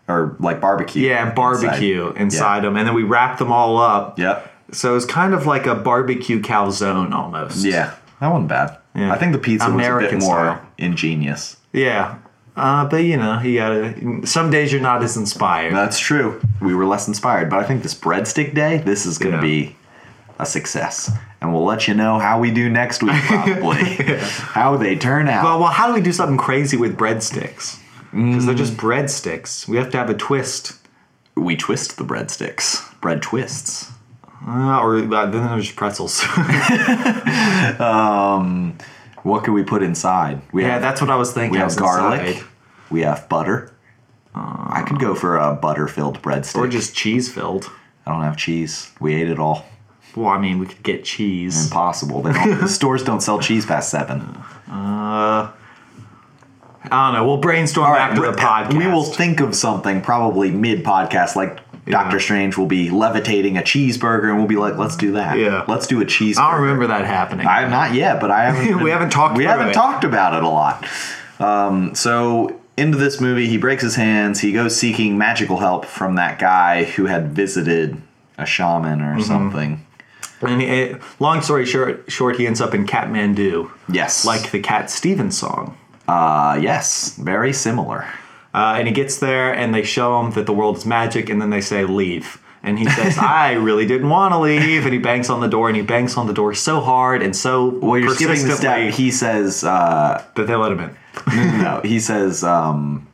[SPEAKER 2] or like barbecue.
[SPEAKER 1] Yeah, and barbecue inside,
[SPEAKER 2] Yeah.
[SPEAKER 1] them, and then we wrapped them all up.
[SPEAKER 2] Yep.
[SPEAKER 1] So it's kind of like a barbecue calzone almost.
[SPEAKER 2] Yeah, that wasn't bad.
[SPEAKER 1] Yeah.
[SPEAKER 2] I think the pizza
[SPEAKER 1] American
[SPEAKER 2] was a bit more
[SPEAKER 1] style.
[SPEAKER 2] ingenious.
[SPEAKER 1] Yeah. Uh, but you know, you gotta. Some days you're not as inspired.
[SPEAKER 2] That's true. We were less inspired, but I think this breadstick day, this is going
[SPEAKER 1] Yeah.
[SPEAKER 2] to be a success, and we'll let you know how we do next week, probably how they turn out.
[SPEAKER 1] Oh, Well, well, how do we do something crazy with breadsticks? Because they're
[SPEAKER 2] Mm.
[SPEAKER 1] just breadsticks. We have to have a twist,
[SPEAKER 2] we twist the breadsticks, bread twists.
[SPEAKER 1] uh, or uh, then there's pretzels.
[SPEAKER 2] What could we put inside? We
[SPEAKER 1] yeah,
[SPEAKER 2] have-
[SPEAKER 1] that's what I was thinking.
[SPEAKER 2] We
[SPEAKER 1] I
[SPEAKER 2] have
[SPEAKER 1] was
[SPEAKER 2] garlic.
[SPEAKER 1] inside.
[SPEAKER 2] We have butter. I could go for a butter-filled breadstick.
[SPEAKER 1] or just cheese filled.
[SPEAKER 2] I don't have cheese. We ate it all.
[SPEAKER 1] Well, I mean, we could get
[SPEAKER 2] Mm.
[SPEAKER 1] cheese.
[SPEAKER 2] Impossible. They don't, the stores don't sell cheese past seven.
[SPEAKER 1] I don't know. We'll brainstorm after the podcast.
[SPEAKER 2] We will think of something probably mid-podcast, like. Doctor Strange will be levitating a cheeseburger, and we'll be like, "Let's do that.
[SPEAKER 1] Yeah.
[SPEAKER 2] let's do a cheeseburger."
[SPEAKER 1] I don't remember that happening.
[SPEAKER 2] I not yet, but I haven't.
[SPEAKER 1] We haven't talked
[SPEAKER 2] We
[SPEAKER 1] through
[SPEAKER 2] haven't
[SPEAKER 1] it.
[SPEAKER 2] talked about it a lot. Um, so into this movie, he breaks his hands. He goes seeking magical help from that guy who had visited a shaman or something.
[SPEAKER 1] And it, long story short, short, he ends up in Kathmandu,
[SPEAKER 2] Yes,
[SPEAKER 1] like the Cat Stevens song.
[SPEAKER 2] uh, yes, very similar.
[SPEAKER 1] Uh, and he gets there, and they show him that the world is magic, and then they say leave. And he says, "I really didn't want to leave." And he bangs on the door, and he bangs on the door so hard and so
[SPEAKER 2] Well, you're skipping the
[SPEAKER 1] persistently
[SPEAKER 2] step. He says, uh,
[SPEAKER 1] that they let him in.
[SPEAKER 2] no, no, no. he says, um,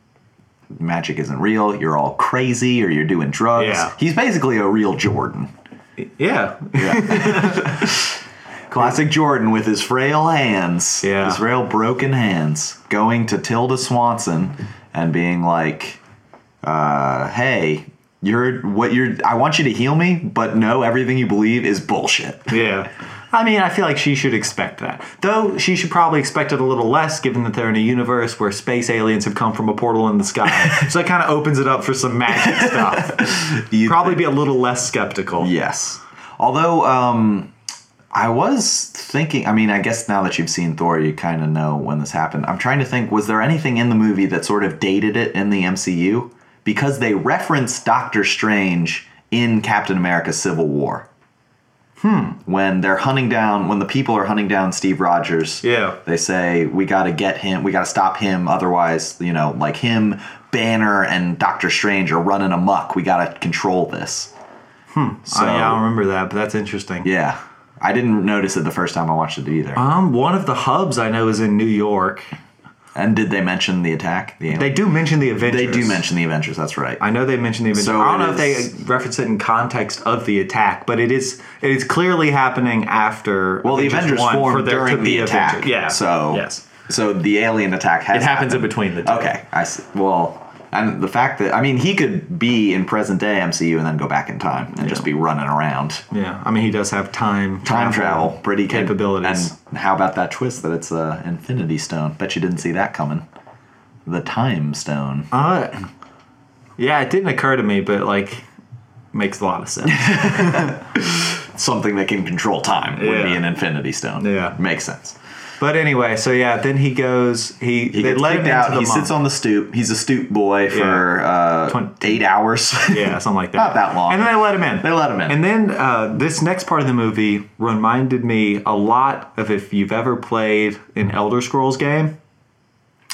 [SPEAKER 2] magic isn't real. You're all crazy, or you're doing drugs.
[SPEAKER 1] Yeah.
[SPEAKER 2] He's basically a real Jordan.
[SPEAKER 1] Yeah,
[SPEAKER 2] Classic Jordan with his frail hands,
[SPEAKER 1] Yeah.
[SPEAKER 2] his frail broken hands, going to Tilda Swanson and being like, uh, "Hey, you're what you're. I want you to heal me, but no, everything you believe is bullshit."
[SPEAKER 1] yeah. I mean, I feel like she should expect that, though. She should probably expect it a little less, given that they're in a universe where space aliens have come from a portal in the sky. so that kind of opens it up for some magic stuff.
[SPEAKER 2] You-
[SPEAKER 1] Probably be a little less skeptical.
[SPEAKER 2] yes. Although, um, I was thinking. I mean, I guess now that you've seen Thor, you kind of know when this happened. I'm trying to think. Was there anything in the movie that sort of dated it in the MCU because they referenced Doctor Strange in Captain America: Civil War? Hmm. when they're hunting down when the people are hunting down Steve Rogers.
[SPEAKER 1] Yeah.
[SPEAKER 2] They say we got to get him, we got to stop him otherwise, you know, like him, Banner and Doctor Strange are running amok. We got to control this. Hmm. So
[SPEAKER 1] I, yeah, I don't remember that, but that's interesting.
[SPEAKER 2] yeah. I didn't notice it the first time I watched it either.
[SPEAKER 1] Um, one of the hubs I know is in New York.
[SPEAKER 2] and did they mention the attack? The
[SPEAKER 1] They
[SPEAKER 2] alien-
[SPEAKER 1] do mention the Avengers.
[SPEAKER 2] they do mention the Avengers, that's right.
[SPEAKER 1] I know they mention the Avengers.
[SPEAKER 2] So
[SPEAKER 1] I don't
[SPEAKER 2] it
[SPEAKER 1] know if they
[SPEAKER 2] is-
[SPEAKER 1] reference it in context of the attack, but it is it is clearly happening after.
[SPEAKER 2] well, the Avengers
[SPEAKER 1] 1
[SPEAKER 2] formed
[SPEAKER 1] there to
[SPEAKER 2] during
[SPEAKER 1] be
[SPEAKER 2] the attack.
[SPEAKER 1] Avengers. Yeah.
[SPEAKER 2] So
[SPEAKER 1] yes,
[SPEAKER 2] So the alien attack has
[SPEAKER 1] it happens in
[SPEAKER 2] happened.
[SPEAKER 1] between the two.
[SPEAKER 2] Okay, I see. well, and the fact that I mean he could be in present day MCU and then go back in time and just be running around.
[SPEAKER 1] Yeah, I mean he does have time
[SPEAKER 2] Time travel, pretty cap-
[SPEAKER 1] capabilities.
[SPEAKER 2] And how about that twist that it's a Infinity Stone? Bet you didn't see that coming. The Time Stone.
[SPEAKER 1] uh, yeah, it didn't occur to me, but like makes a lot of sense.
[SPEAKER 2] Something that can control time would be
[SPEAKER 1] Yeah.
[SPEAKER 2] an Infinity Stone.
[SPEAKER 1] Yeah.
[SPEAKER 2] makes sense.
[SPEAKER 1] But anyway, so yeah, then he goes. He,
[SPEAKER 2] He
[SPEAKER 1] they
[SPEAKER 2] gets
[SPEAKER 1] let him
[SPEAKER 2] kicked
[SPEAKER 1] into
[SPEAKER 2] out.
[SPEAKER 1] the
[SPEAKER 2] He
[SPEAKER 1] mom.
[SPEAKER 2] sits on the stoop. He's a stoop boy for uh,
[SPEAKER 1] Twen-
[SPEAKER 2] eight hours.
[SPEAKER 1] yeah, something like that.
[SPEAKER 2] Not that long.
[SPEAKER 1] And then they let him in.
[SPEAKER 2] They let him in.
[SPEAKER 1] And then uh, this next part of the movie reminded me a lot of if you've ever played an Elder Scrolls game,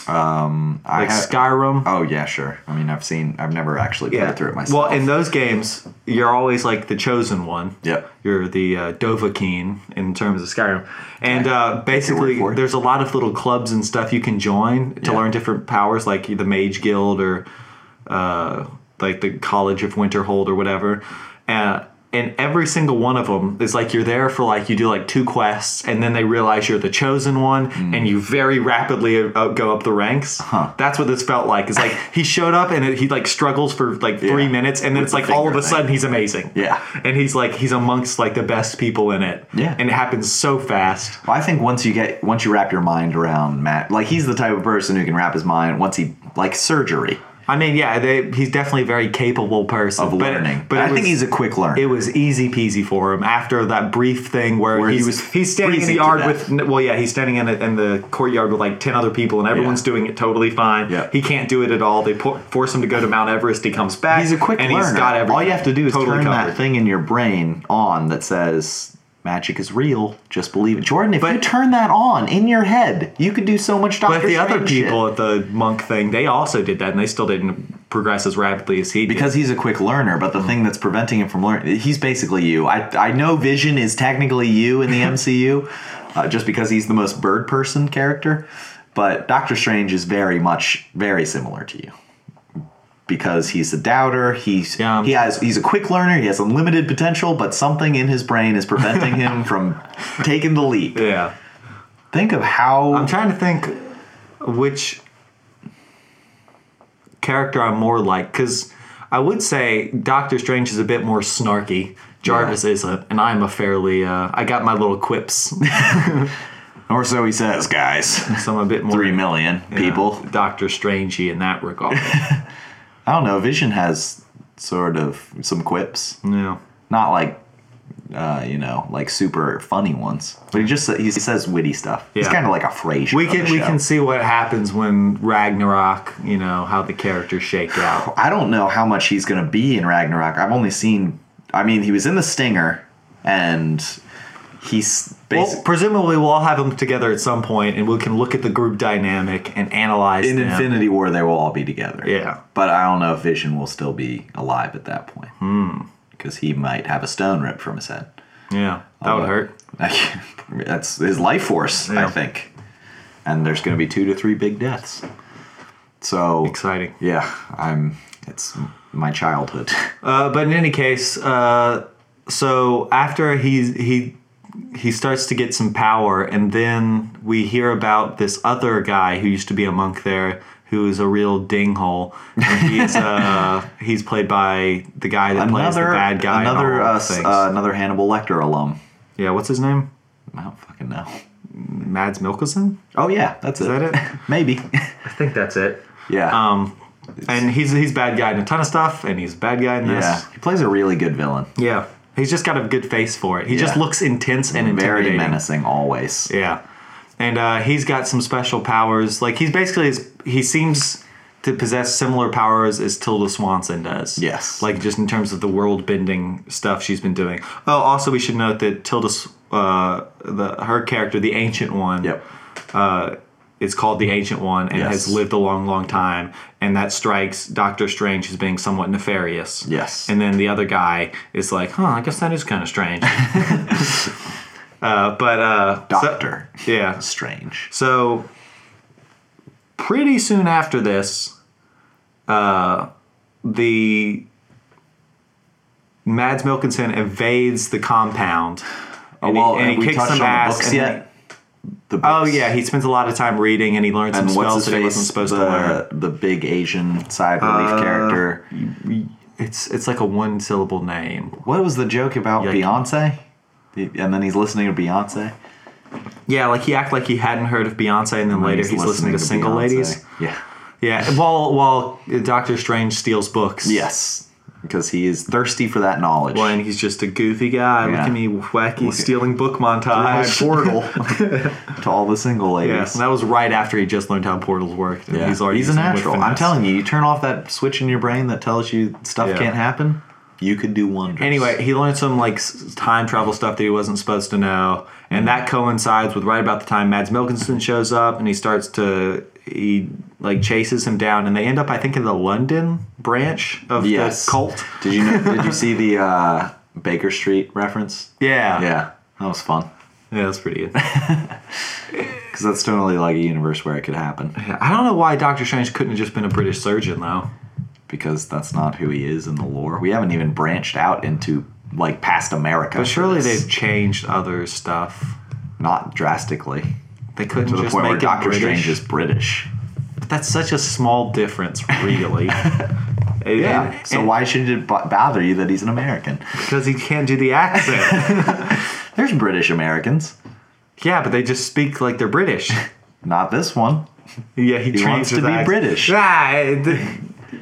[SPEAKER 2] I
[SPEAKER 1] like
[SPEAKER 2] ha-
[SPEAKER 1] Skyrim.
[SPEAKER 2] Oh yeah, sure. I mean, I've seen. I've never actually played through it myself.
[SPEAKER 1] Well, in those games, you're always like the chosen one.
[SPEAKER 2] Yep.
[SPEAKER 1] You're the uh, Dovahkiin in terms of Skyrim, and uh, basically,
[SPEAKER 2] for it.
[SPEAKER 1] there's a lot of little clubs and stuff you can join to
[SPEAKER 2] Yeah.
[SPEAKER 1] learn different powers, like the Mage Guild or uh, like the College of Winterhold or whatever. Uh, and every single one of them is like you're there for like you do like two quests, and then they realize you're the chosen one,
[SPEAKER 2] Hmm.
[SPEAKER 1] and you very rapidly uh, go up the ranks.
[SPEAKER 2] Uh-huh.
[SPEAKER 1] That's what this felt like. It's like he showed up and it, he like struggles for like three
[SPEAKER 2] Yeah.
[SPEAKER 1] minutes, and then it's
[SPEAKER 2] With the
[SPEAKER 1] like all of
[SPEAKER 2] finger
[SPEAKER 1] a
[SPEAKER 2] thing.
[SPEAKER 1] sudden he's amazing.
[SPEAKER 2] Yeah.
[SPEAKER 1] and he's like he's amongst like the best people in it.
[SPEAKER 2] Yeah.
[SPEAKER 1] and it happens so fast.
[SPEAKER 2] Well, I think once you get once you wrap your mind around Matt, like he's the type of person who can wrap his mind once he like surgery
[SPEAKER 1] I mean, yeah, they, he's definitely a very capable person
[SPEAKER 2] of
[SPEAKER 1] but-
[SPEAKER 2] learning.
[SPEAKER 1] But,
[SPEAKER 2] I
[SPEAKER 1] it was-
[SPEAKER 2] think he's a quick learner.
[SPEAKER 1] it was easy peasy for him after that brief thing where,
[SPEAKER 2] Where he
[SPEAKER 1] he's,
[SPEAKER 2] was
[SPEAKER 1] he's standing in the
[SPEAKER 2] freezing to
[SPEAKER 1] yard
[SPEAKER 2] death.
[SPEAKER 1] with well yeah he's standing in, a, in the courtyard with like 10 other people and everyone's doing it totally fine
[SPEAKER 2] Yeah.
[SPEAKER 1] he can't do it at all they po- force him to go to mount everest he comes back
[SPEAKER 2] he's a quick
[SPEAKER 1] and
[SPEAKER 2] learner.
[SPEAKER 1] he's got everything
[SPEAKER 2] All you have to do is
[SPEAKER 1] totally
[SPEAKER 2] turn
[SPEAKER 1] covered.
[SPEAKER 2] that thing in your brain on that says magic is real. Just believe it, Jordan. If you turn that on in your head, you could do so much. Doctor
[SPEAKER 1] but the other
[SPEAKER 2] Strange shit.
[SPEAKER 1] people at the monk thing they also did that and they still didn't progress as rapidly as he did
[SPEAKER 2] because he's a quick learner but the
[SPEAKER 1] Mm.
[SPEAKER 2] thing that's preventing him from learning he's basically you i, I know vision is technically you in the mcu uh, just because he's the most bird person character but doctor strange is very much very similar to you because he's a doubter he's
[SPEAKER 1] Yeah, I'm-
[SPEAKER 2] he has he's a quick learner he has unlimited potential but something in his brain is preventing him from taking the leap
[SPEAKER 1] yeah
[SPEAKER 2] think of how
[SPEAKER 1] i'm trying to think which character i'm more like because i would say doctor strange is a bit more snarky jarvis isn't and i'm a fairly uh, i got my little quips
[SPEAKER 2] or so he says guys
[SPEAKER 1] so i'm a bit more uh,
[SPEAKER 2] 3 million people
[SPEAKER 1] doctor strangey in that regard
[SPEAKER 2] i don't know vision has sort of some quips
[SPEAKER 1] yeah
[SPEAKER 2] not like uh, you know like super funny ones but he just he says witty stuff he's
[SPEAKER 1] Yeah.
[SPEAKER 2] kind of like a Frasier
[SPEAKER 1] we
[SPEAKER 2] of
[SPEAKER 1] can
[SPEAKER 2] the
[SPEAKER 1] we
[SPEAKER 2] show.
[SPEAKER 1] can see what happens when ragnarok you know how the characters shake out
[SPEAKER 2] I don't know how much he's gonna be in Ragnarok I've only seen I mean he was in the Stinger and he's
[SPEAKER 1] well,
[SPEAKER 2] basically
[SPEAKER 1] presumably we'll all have them together at some point and we can look at the group dynamic and analyze
[SPEAKER 2] in
[SPEAKER 1] them.
[SPEAKER 2] Infinity War they will all be together
[SPEAKER 1] Yeah.
[SPEAKER 2] but I don't know if Vision will still be alive at that point
[SPEAKER 1] Hmm.
[SPEAKER 2] because he might have a stone ripped from his head
[SPEAKER 1] yeah that
[SPEAKER 2] Oh.
[SPEAKER 1] would hurt
[SPEAKER 2] that's his life force I
[SPEAKER 1] Yeah.
[SPEAKER 2] think and there's gonna be two to three big deaths so
[SPEAKER 1] exciting
[SPEAKER 2] Yeah, I'm. It's my childhood.
[SPEAKER 1] Uh, but in any case, uh, so after he he he starts to get some power, and then we hear about this other guy who used to be a monk there, who is a real dinghole. And he's uh, he's played by the guy that plays the bad guy. in
[SPEAKER 2] Another
[SPEAKER 1] all
[SPEAKER 2] uh,
[SPEAKER 1] the
[SPEAKER 2] s-
[SPEAKER 1] things.
[SPEAKER 2] uh, another Hannibal Lecter alum.
[SPEAKER 1] yeah, what's his name?
[SPEAKER 2] I don't fucking know.
[SPEAKER 1] Mads Mikkelsen.
[SPEAKER 2] Oh yeah, that's
[SPEAKER 1] Is
[SPEAKER 2] it.
[SPEAKER 1] that it?
[SPEAKER 2] Maybe.
[SPEAKER 1] I think that's it.
[SPEAKER 2] yeah.
[SPEAKER 1] Um, and he's he's bad guy in a ton of stuff, and he's a bad guy in this.
[SPEAKER 2] yeah. He plays a really good villain.
[SPEAKER 1] Yeah. He's just got a good face for it. He just
[SPEAKER 2] Yeah.
[SPEAKER 1] looks intense and intimidating.
[SPEAKER 2] Very menacing always.
[SPEAKER 1] Yeah. And uh, he's got some special powers. Like he's basically is, he seems to possess similar powers as Tilda Swanson does.
[SPEAKER 2] Yes.
[SPEAKER 1] Like just in terms of the world bending stuff she's been doing. Oh, also we should note that Tilda S- uh, the her character, the ancient one,
[SPEAKER 2] Yep.
[SPEAKER 1] uh, is called the Ancient One and
[SPEAKER 2] Yes.
[SPEAKER 1] has lived a long, long time. And that strikes Doctor Strange as being somewhat nefarious.
[SPEAKER 2] Yes.
[SPEAKER 1] And then the other guy is like, huh, I guess that is kind of strange. uh, but, uh, so-
[SPEAKER 2] Doctor
[SPEAKER 1] yeah.
[SPEAKER 2] Strange.
[SPEAKER 1] So, pretty soon after this, uh, the Mads Milkinson evades the compound.
[SPEAKER 2] Oh,
[SPEAKER 1] and he-
[SPEAKER 2] well,
[SPEAKER 1] and he
[SPEAKER 2] have we
[SPEAKER 1] kicks
[SPEAKER 2] touched
[SPEAKER 1] some
[SPEAKER 2] on
[SPEAKER 1] ass
[SPEAKER 2] the books
[SPEAKER 1] and then
[SPEAKER 2] yet? The
[SPEAKER 1] Oh
[SPEAKER 2] books.
[SPEAKER 1] yeah, he spends a lot of time reading and he learns some
[SPEAKER 2] And what's
[SPEAKER 1] spells
[SPEAKER 2] his
[SPEAKER 1] that he wasn't
[SPEAKER 2] face?
[SPEAKER 1] supposed
[SPEAKER 2] the,
[SPEAKER 1] to Uh, learn.
[SPEAKER 2] the big Asian side relief character.
[SPEAKER 1] It's it's like a one syllable name.
[SPEAKER 2] What was the joke about
[SPEAKER 1] Yeah.
[SPEAKER 2] Beyonce? The- And then he's listening to Beyonce.
[SPEAKER 1] Yeah, like he act like he hadn't heard of Beyonce, and then later he's, listening, to, single
[SPEAKER 2] Beyonce.
[SPEAKER 1] ladies.
[SPEAKER 2] Yeah.
[SPEAKER 1] Yeah, while while Doctor Strange steals books.
[SPEAKER 2] Yes. because he is thirsty for that knowledge.
[SPEAKER 1] Well, and he's just a goofy guy. Look
[SPEAKER 2] Yeah.
[SPEAKER 1] at me, wacky,
[SPEAKER 2] Look at-
[SPEAKER 1] stealing book
[SPEAKER 2] My
[SPEAKER 1] montage.
[SPEAKER 2] portal to all the single
[SPEAKER 1] Yeah,
[SPEAKER 2] ladies.
[SPEAKER 1] and that was right after he just learned how portals worked. And
[SPEAKER 2] Yeah.
[SPEAKER 1] He's already
[SPEAKER 2] a
[SPEAKER 1] using them with
[SPEAKER 2] natural. I'm
[SPEAKER 1] finesse.
[SPEAKER 2] telling you, you turn off that switch in your brain that tells you stuff
[SPEAKER 1] Yeah.
[SPEAKER 2] can't happen, you could do wonders.
[SPEAKER 1] Anyway, he learned some like s- time travel stuff that he wasn't supposed to know,
[SPEAKER 2] Mm-hmm.
[SPEAKER 1] and that coincides with right about the time Mads Milkinson shows up, and he starts to he like chases him down, and they end up I think in the London branch of
[SPEAKER 2] Yes.
[SPEAKER 1] the cult.
[SPEAKER 2] did you know, did you see the uh, Baker Street reference?
[SPEAKER 1] Yeah,
[SPEAKER 2] Yeah, that was fun
[SPEAKER 1] yeah, that's pretty good.
[SPEAKER 2] because that's totally like a universe where it could happen
[SPEAKER 1] Yeah, I don't know why Doctor Strange couldn't have just been a British surgeon though.
[SPEAKER 2] because that's not who he is in the lore. We haven't even branched out into like past America.
[SPEAKER 1] But
[SPEAKER 2] for
[SPEAKER 1] surely
[SPEAKER 2] this.
[SPEAKER 1] they've changed other stuff.
[SPEAKER 2] not drastically
[SPEAKER 1] They couldn't
[SPEAKER 2] to the
[SPEAKER 1] just
[SPEAKER 2] point
[SPEAKER 1] make
[SPEAKER 2] where
[SPEAKER 1] it
[SPEAKER 2] Doctor
[SPEAKER 1] British.
[SPEAKER 2] Strange is British.
[SPEAKER 1] That's such a small difference, really.
[SPEAKER 2] Yeah. so why should it bo- bother you that he's an American?
[SPEAKER 1] Because he can't do the accent.
[SPEAKER 2] There's British Americans.
[SPEAKER 1] yeah, but they just speak like they're British.
[SPEAKER 2] Not this one.
[SPEAKER 1] Yeah, he, trains
[SPEAKER 2] wants to
[SPEAKER 1] with
[SPEAKER 2] be
[SPEAKER 1] accent.
[SPEAKER 2] British.
[SPEAKER 1] Ah, it,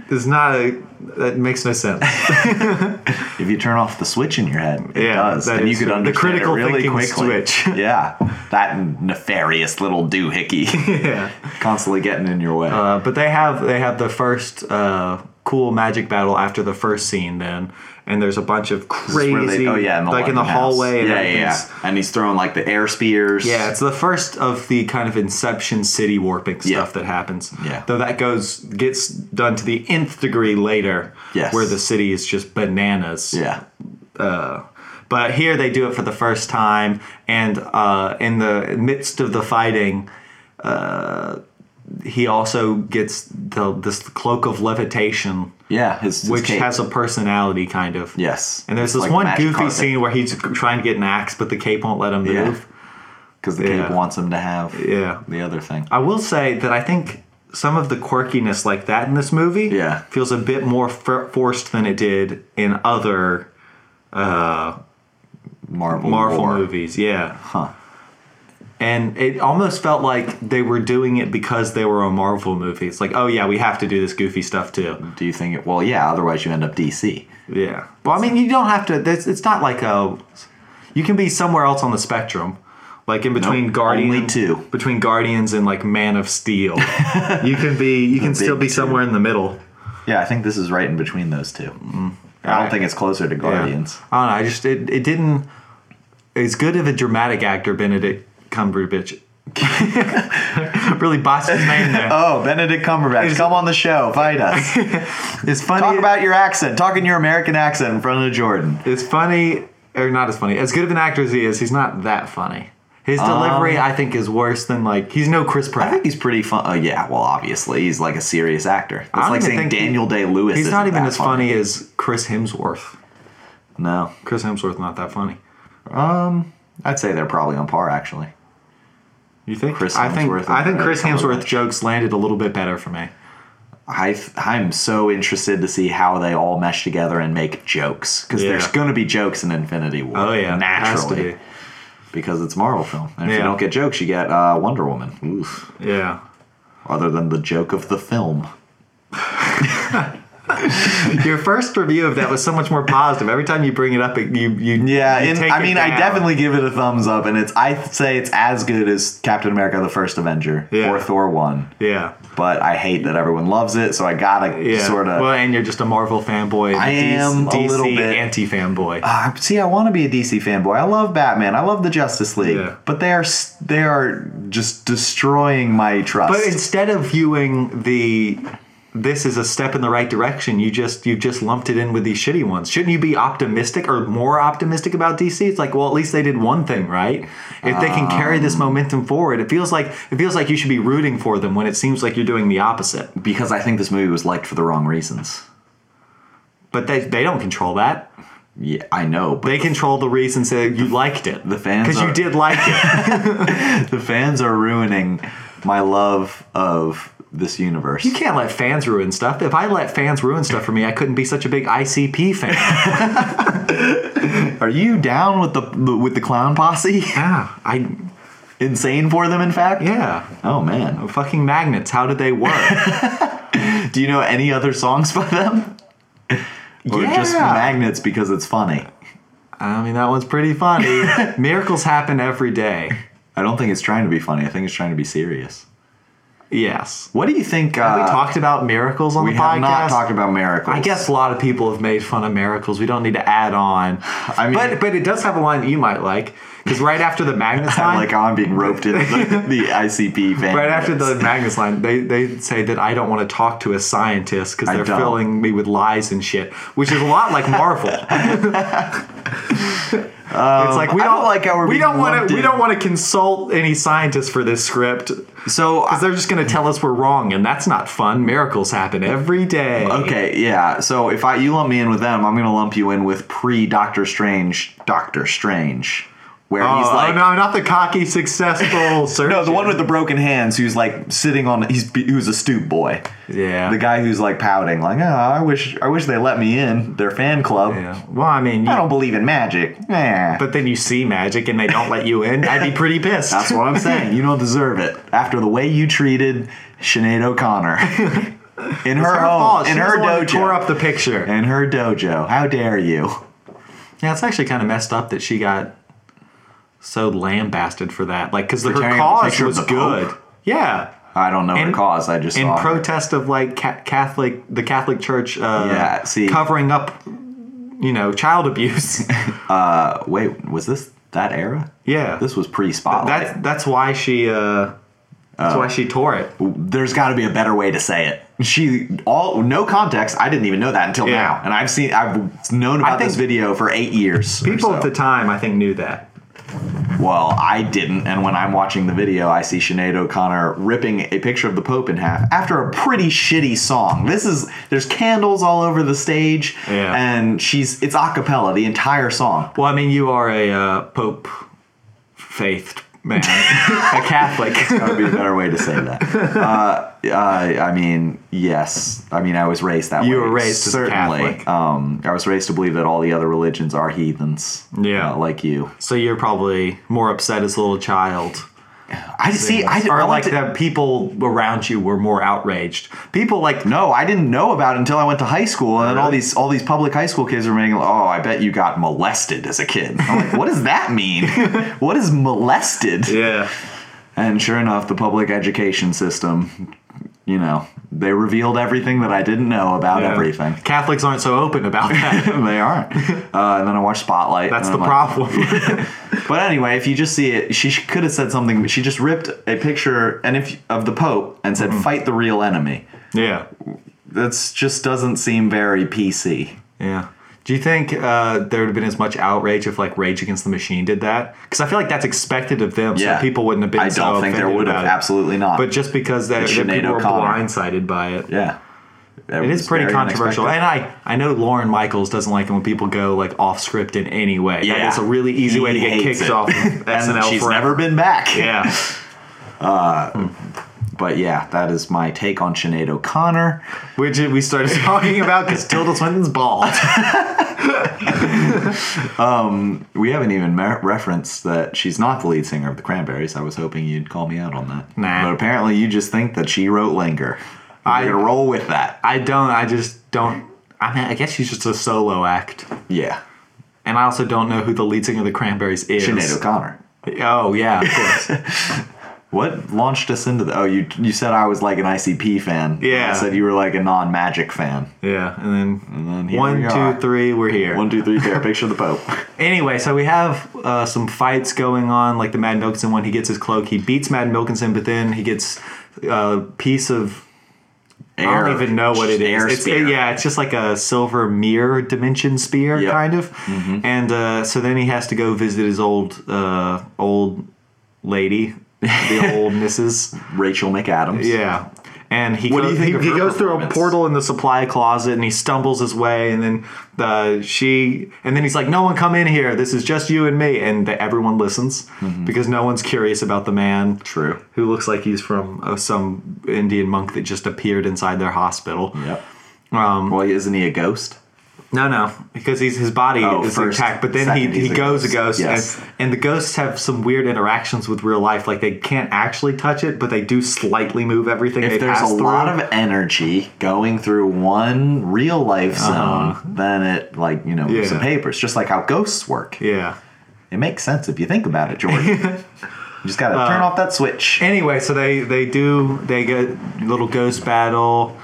[SPEAKER 1] it's not a. That makes no sense.
[SPEAKER 2] If you turn off the switch in your head, it
[SPEAKER 1] Yeah,
[SPEAKER 2] does.
[SPEAKER 1] that
[SPEAKER 2] and you
[SPEAKER 1] is
[SPEAKER 2] could
[SPEAKER 1] true. The
[SPEAKER 2] understand
[SPEAKER 1] critical
[SPEAKER 2] it really
[SPEAKER 1] thinking
[SPEAKER 2] quickly.
[SPEAKER 1] switch.
[SPEAKER 2] yeah, that nefarious little doohickey
[SPEAKER 1] yeah.
[SPEAKER 2] constantly getting in your way.
[SPEAKER 1] Uh, but they have they have the first uh, cool magic battle after the first scene then, and there's a bunch of
[SPEAKER 2] It's
[SPEAKER 1] crazy.
[SPEAKER 2] where they- oh yeah, in the
[SPEAKER 1] like in the
[SPEAKER 2] London house.
[SPEAKER 1] hallway. And
[SPEAKER 2] Yeah, yeah,
[SPEAKER 1] everything's-
[SPEAKER 2] yeah. And he's throwing like the air spears.
[SPEAKER 1] Yeah, it's the first of the kind of Inception city warping stuff
[SPEAKER 2] Yeah.
[SPEAKER 1] that happens.
[SPEAKER 2] Yeah.
[SPEAKER 1] Though that goes gets done to the nth degree later.
[SPEAKER 2] Yes.
[SPEAKER 1] Where the city is just bananas.
[SPEAKER 2] yeah.
[SPEAKER 1] Uh, but here they do it for the first time, and uh, in the midst of the fighting, uh, he also gets the, this cloak of levitation,
[SPEAKER 2] Yeah, his, his
[SPEAKER 1] which
[SPEAKER 2] cape.
[SPEAKER 1] has a personality kind of.
[SPEAKER 2] yes,
[SPEAKER 1] And there's this one goofy scene where he's trying to get an axe, but the cape won't let him
[SPEAKER 2] Yeah.
[SPEAKER 1] move.
[SPEAKER 2] because the
[SPEAKER 1] Yeah.
[SPEAKER 2] cape wants him to have
[SPEAKER 1] yeah. Uh,
[SPEAKER 2] the other thing.
[SPEAKER 1] I will say that I think some of the quirkiness like that in this movie
[SPEAKER 2] Yeah.
[SPEAKER 1] feels a bit more for- forced than it did in other
[SPEAKER 2] Marvel
[SPEAKER 1] Marvel
[SPEAKER 2] War.
[SPEAKER 1] movies. Yeah.
[SPEAKER 2] Huh.
[SPEAKER 1] And it almost felt like they were doing it because they were a Marvel movie. It's like, oh yeah, we have to do this goofy stuff too.
[SPEAKER 2] Do you think it? Well, yeah. Otherwise, you end up DC.
[SPEAKER 1] Yeah. Well, I mean, you don't have to. It's, it's not like a. You can be somewhere else on the spectrum, like in between
[SPEAKER 2] Nope, only
[SPEAKER 1] Guardians.
[SPEAKER 2] two.
[SPEAKER 1] Between Guardians and like Man of Steel, you can be. You can still
[SPEAKER 2] big
[SPEAKER 1] be
[SPEAKER 2] two.
[SPEAKER 1] somewhere in the middle.
[SPEAKER 2] Yeah, I think this is right in between those two. Mm. I don't
[SPEAKER 1] Alright.
[SPEAKER 2] think it's closer to
[SPEAKER 1] Yeah.
[SPEAKER 2] Guardians.
[SPEAKER 1] I don't know. I just it, it didn't. As good of a dramatic actor, Benedict Cumberbatch. really botched his name there.
[SPEAKER 2] Oh, Benedict Cumberbatch,
[SPEAKER 1] Is-
[SPEAKER 2] come on the show, fight us.
[SPEAKER 1] It's funny.
[SPEAKER 2] Talk about your accent. Talk in your American accent in front of Jordan.
[SPEAKER 1] it's funny or not as funny. As good of an actor as he is, he's not that funny. His delivery, I think, is worse than like he's no Chris
[SPEAKER 2] Um, I
[SPEAKER 1] Pratt.
[SPEAKER 2] think he's pretty fun. Oh yeah, well obviously he's like a serious actor. It's
[SPEAKER 1] don't even
[SPEAKER 2] like saying
[SPEAKER 1] think he-
[SPEAKER 2] Daniel Day Lewis.
[SPEAKER 1] He's not even as funny as Chris Hemsworth.
[SPEAKER 2] No,
[SPEAKER 1] Chris Hemsworth not that funny.
[SPEAKER 2] I'd say they're probably on par actually.
[SPEAKER 1] You think?
[SPEAKER 2] Chris
[SPEAKER 1] I think
[SPEAKER 2] Hemsworth
[SPEAKER 1] I think
[SPEAKER 2] and
[SPEAKER 1] Chris
[SPEAKER 2] Benedict
[SPEAKER 1] Hemsworth jokes landed a little bit better for me.
[SPEAKER 2] I th- I'm so interested to see how they all mesh together and make jokes because
[SPEAKER 1] Yeah.
[SPEAKER 2] there's going to be jokes in Infinity War.
[SPEAKER 1] Oh yeah, has to
[SPEAKER 2] naturally because it's a Marvel film. And if you
[SPEAKER 1] Yeah.
[SPEAKER 2] don't get jokes, you get uh, Wonder Woman. Oof.
[SPEAKER 1] be. Yeah.
[SPEAKER 2] Other than the joke of the film.
[SPEAKER 1] Your first review of that was so much more positive. Every time you bring it up, it, you you
[SPEAKER 2] Yeah,
[SPEAKER 1] you
[SPEAKER 2] and
[SPEAKER 1] take
[SPEAKER 2] I
[SPEAKER 1] it
[SPEAKER 2] mean, I
[SPEAKER 1] down.
[SPEAKER 2] definitely give it a thumbs up, and it's I say it's as good as Captain America: The First Avenger
[SPEAKER 1] Yeah.
[SPEAKER 2] or Thor One.
[SPEAKER 1] yeah
[SPEAKER 2] But I hate that everyone loves it, so I gotta
[SPEAKER 1] yeah
[SPEAKER 2] sort of.
[SPEAKER 1] well, and you're just a Marvel fanboy.
[SPEAKER 2] I am a little bit.
[SPEAKER 1] anti fanboy.
[SPEAKER 2] Ah, see, I want to be a DC fanboy. I love Batman. I love the Justice League,
[SPEAKER 1] Yeah.
[SPEAKER 2] but they are s- they are just destroying my trust.
[SPEAKER 1] But instead of viewing the this is a step in the right direction, you just you just lumped it in with these shitty ones. Shouldn't you be optimistic or more optimistic about DC? It's like, well, at least they did one thing right. If they can carry
[SPEAKER 2] Um.
[SPEAKER 1] this momentum forward, it feels like it feels like you should be rooting for them when it seems like you're doing the opposite.
[SPEAKER 2] because I think this movie was liked for the wrong reasons.
[SPEAKER 1] But they they don't control that.
[SPEAKER 2] Yeah, I know, but
[SPEAKER 1] They control the reasons that you liked it.
[SPEAKER 2] the fans
[SPEAKER 1] because you
[SPEAKER 2] are-
[SPEAKER 1] did like it.
[SPEAKER 2] the fans are ruining my love of this universe.
[SPEAKER 1] You can't let fans ruin stuff. If I let fans ruin stuff for me, I couldn't be such a big ICP fan.
[SPEAKER 2] Are you down with the, the with the clown posse?
[SPEAKER 1] yeah, I
[SPEAKER 2] Insane for them, in fact.
[SPEAKER 1] yeah.
[SPEAKER 2] Oh man.
[SPEAKER 1] Fucking magnets. How did they work?
[SPEAKER 2] Do you know any other songs by them? or just
[SPEAKER 1] Yeah.
[SPEAKER 2] magnets because it's funny.
[SPEAKER 1] I mean, that one's pretty funny. Miracles happen every day.
[SPEAKER 2] I don't think it's trying to be funny. I think it's trying to be serious.
[SPEAKER 1] Yes.
[SPEAKER 2] What do you think?
[SPEAKER 1] Have
[SPEAKER 2] uh,
[SPEAKER 1] we talked about miracles on
[SPEAKER 2] we
[SPEAKER 1] the podcast?
[SPEAKER 2] have not talked about miracles.
[SPEAKER 1] I guess a lot of people have made fun of miracles. We don't need to add on.
[SPEAKER 2] I mean-
[SPEAKER 1] but but it does have a line that you might like because right after the Magnus line,
[SPEAKER 2] I'm like I'm being roped into the, the ICP fan.
[SPEAKER 1] right after the
[SPEAKER 2] base.
[SPEAKER 1] Magnus line, they they say that I don't want to talk to a scientist because
[SPEAKER 2] I
[SPEAKER 1] they're
[SPEAKER 2] don't.
[SPEAKER 1] filling me with lies and shit, which is a lot like Marvel. it's like we
[SPEAKER 2] I
[SPEAKER 1] don't,
[SPEAKER 2] don't like how we're
[SPEAKER 1] we
[SPEAKER 2] being
[SPEAKER 1] don't want
[SPEAKER 2] lumped
[SPEAKER 1] to we
[SPEAKER 2] in.
[SPEAKER 1] don't want to consult any scientists for this script because
[SPEAKER 2] so I-
[SPEAKER 1] they're just going to tell us we're wrong and that's not fun. Miracles happen every day.
[SPEAKER 2] okay, yeah. So if I you lump me in with them, I'm gonna lump you in with pre Doctor Strange, Doctor Strange, where he's
[SPEAKER 1] oh,
[SPEAKER 2] like
[SPEAKER 1] oh, no, not the cocky, successful surgeon.
[SPEAKER 2] No, the one with the broken hands who's like sitting on he's who's a stoop boy.
[SPEAKER 1] Yeah.
[SPEAKER 2] The guy who's like pouting, like, oh, I wish I wish they let me in their fan club.
[SPEAKER 1] Yeah. Well, I mean,
[SPEAKER 2] I
[SPEAKER 1] you,
[SPEAKER 2] don't believe in magic. Nah.
[SPEAKER 1] but then you see magic and they don't let you in. I'd be pretty pissed.
[SPEAKER 2] that's what I'm saying. You don't deserve it. After the way you treated Sinead O'Connor. in her,
[SPEAKER 1] her
[SPEAKER 2] home.
[SPEAKER 1] fault.
[SPEAKER 2] In
[SPEAKER 1] She was
[SPEAKER 2] her
[SPEAKER 1] the one who
[SPEAKER 2] dojo.
[SPEAKER 1] tore up the picture.
[SPEAKER 2] in her dojo. How dare you?
[SPEAKER 1] Yeah, it's actually kind of messed up that she got so lambasted for that. Like, because her
[SPEAKER 2] tearing up the
[SPEAKER 1] cause
[SPEAKER 2] picture of
[SPEAKER 1] was
[SPEAKER 2] the Pope?
[SPEAKER 1] good. Yeah.
[SPEAKER 2] I don't know her
[SPEAKER 1] In-
[SPEAKER 2] cause. I just
[SPEAKER 1] In
[SPEAKER 2] saw her.
[SPEAKER 1] protest of like ca- Catholic, the Catholic Church, uh,
[SPEAKER 2] Yeah, see-
[SPEAKER 1] covering up, you know, child abuse.
[SPEAKER 2] Uh, wait, was this that era?
[SPEAKER 1] yeah,
[SPEAKER 2] This was pre Spotlight.
[SPEAKER 1] that's that's why she uh, that's why she tore it.
[SPEAKER 2] there's got to be a better way to say it. She all no context. I didn't even know that until
[SPEAKER 1] Yeah.
[SPEAKER 2] now, and I've seen I've known about this
[SPEAKER 1] think
[SPEAKER 2] video for eight years. or
[SPEAKER 1] People
[SPEAKER 2] so.
[SPEAKER 1] at the time, I think, knew that.
[SPEAKER 2] well, I didn't, and when I'm watching the video, I see Sinead O'Connor ripping a picture of the Pope in half after a pretty shitty song. This is there's candles all over the stage,
[SPEAKER 1] Yeah.
[SPEAKER 2] and she's it's a cappella the entire song.
[SPEAKER 1] Well, I mean, you are a uh, Pope faithed man, a Catholic.
[SPEAKER 2] That would be a better way to say that. Uh, uh, I mean, yes. I mean, I was raised that way.
[SPEAKER 1] You were raised as Catholic.
[SPEAKER 2] Um, I was raised to believe that all the other religions are heathens.
[SPEAKER 1] Yeah.
[SPEAKER 2] uh, like you.
[SPEAKER 1] so you're probably more upset as a little child.
[SPEAKER 2] I see. I,
[SPEAKER 1] or
[SPEAKER 2] I
[SPEAKER 1] like
[SPEAKER 2] like that.
[SPEAKER 1] that people around you were more outraged. People like
[SPEAKER 2] No, I didn't know about it until I went to high school, and then all
[SPEAKER 1] Really?
[SPEAKER 2] these all these public high school kids were making. Like, oh, I bet you got molested as a kid. I'm like, what does that mean? what is molested?
[SPEAKER 1] yeah.
[SPEAKER 2] And sure enough, the public education system. You know, they revealed everything that I didn't know about everything.
[SPEAKER 1] Catholics aren't so open about that.
[SPEAKER 2] they aren't. Uh, and then I watched Spotlight.
[SPEAKER 1] That's
[SPEAKER 2] and
[SPEAKER 1] the
[SPEAKER 2] I'm like-
[SPEAKER 1] problem.
[SPEAKER 2] But anyway, if you just see it, she sh- could have said something. But she just ripped a picture and if of the Pope and
[SPEAKER 1] Mm-hmm.
[SPEAKER 2] said, "Fight the real enemy."
[SPEAKER 1] yeah.
[SPEAKER 2] That's just doesn't seem very PC.
[SPEAKER 1] Yeah. Do you think uh, there would have been as much outrage if like Rage Against the Machine did that? Because I feel like that's expected of them,
[SPEAKER 2] Yeah.
[SPEAKER 1] so people wouldn't have been.
[SPEAKER 2] I
[SPEAKER 1] so
[SPEAKER 2] don't think there
[SPEAKER 1] offended
[SPEAKER 2] would have.
[SPEAKER 1] about it.
[SPEAKER 2] Absolutely not.
[SPEAKER 1] But just because that, that
[SPEAKER 2] Sinead
[SPEAKER 1] people were
[SPEAKER 2] O'Connor.
[SPEAKER 1] blindsided by it,
[SPEAKER 2] yeah,
[SPEAKER 1] It is pretty controversial, and I I know Lauren Michaels doesn't like it when people go like off script in any way. that
[SPEAKER 2] Yeah.
[SPEAKER 1] is a really easy
[SPEAKER 2] He
[SPEAKER 1] way to get
[SPEAKER 2] hates
[SPEAKER 1] kicked
[SPEAKER 2] it.
[SPEAKER 1] off of
[SPEAKER 2] and
[SPEAKER 1] SNL
[SPEAKER 2] she's
[SPEAKER 1] forever.
[SPEAKER 2] never been back.
[SPEAKER 1] yeah,
[SPEAKER 2] But yeah, that is my take on Sinead O'Connor.
[SPEAKER 1] which we started talking about because Tilda Swinton's bald.
[SPEAKER 2] We haven't even mer- referenced that she's not the lead singer of the Cranberries. I was hoping you'd call me out on that.
[SPEAKER 1] Nah.
[SPEAKER 2] But apparently, you just think that she wrote "Linger."
[SPEAKER 1] I-
[SPEAKER 2] I'm gonna roll with that.
[SPEAKER 1] I don't. I just don't. I mean, I guess she's just a solo act,
[SPEAKER 2] Yeah,
[SPEAKER 1] and I also don't know who the lead singer of the Cranberries is.
[SPEAKER 2] Sinead O'Connor.
[SPEAKER 1] Oh yeah, of course.
[SPEAKER 2] What launched us into the? Oh, you you said I was like an ICP fan.
[SPEAKER 1] Yeah.
[SPEAKER 2] I said you were like a non-magic fan.
[SPEAKER 1] yeah, and then,
[SPEAKER 2] then here
[SPEAKER 1] one,
[SPEAKER 2] we
[SPEAKER 1] two,
[SPEAKER 2] are.
[SPEAKER 1] three, we're here.
[SPEAKER 2] One, two, three, fair. Picture the Pope.
[SPEAKER 1] Anyway, so we have uh, some fights going on, like the Mad Milkinson one. He gets his cloak. He beats Mad Milkinson, but then he gets a piece of I don't even know what it is.
[SPEAKER 2] Air
[SPEAKER 1] It's-
[SPEAKER 2] spear.
[SPEAKER 1] yeah, it's just like a silver mirror dimension spear,
[SPEAKER 2] Yep. Mm-hmm.
[SPEAKER 1] kind of. And uh, so then he has to go visit his old uh, old lady, the old Mrs.
[SPEAKER 2] Rachel McAdams.
[SPEAKER 1] Yeah. And he,
[SPEAKER 2] What do
[SPEAKER 1] goes,
[SPEAKER 2] you think
[SPEAKER 1] he,
[SPEAKER 2] of
[SPEAKER 1] he
[SPEAKER 2] her
[SPEAKER 1] goes through a
[SPEAKER 2] performance?
[SPEAKER 1] portal in the supply closet and he stumbles his way and then the she and then he's like, No one come in here, this is just you and me and the, everyone listens because no one's curious about the man
[SPEAKER 2] Mm-hmm. True.
[SPEAKER 1] who looks like he's from uh, some Indian monk that just appeared inside their hospital.
[SPEAKER 2] Yep. Um, well, isn't he a ghost?
[SPEAKER 1] No, no, because he's his body
[SPEAKER 2] Oh,
[SPEAKER 1] is
[SPEAKER 2] first,
[SPEAKER 1] intact, but then he,
[SPEAKER 2] second
[SPEAKER 1] he
[SPEAKER 2] he's a
[SPEAKER 1] goes a ghost,
[SPEAKER 2] ghost. Yes.
[SPEAKER 1] and, and the ghosts have some weird interactions with real life. Like they can't actually touch it, but they do slightly move everything. they
[SPEAKER 2] If there's a
[SPEAKER 1] pass through.
[SPEAKER 2] lot of energy going through one real life zone, then it like you know moves
[SPEAKER 1] Uh-huh. Yeah.
[SPEAKER 2] the papers, just like how ghosts work.
[SPEAKER 1] yeah.
[SPEAKER 2] It makes sense if you think about it, Jordan. you just gotta
[SPEAKER 1] Uh,
[SPEAKER 2] turn off that switch.
[SPEAKER 1] Anyway, so they they do they get little ghost battle.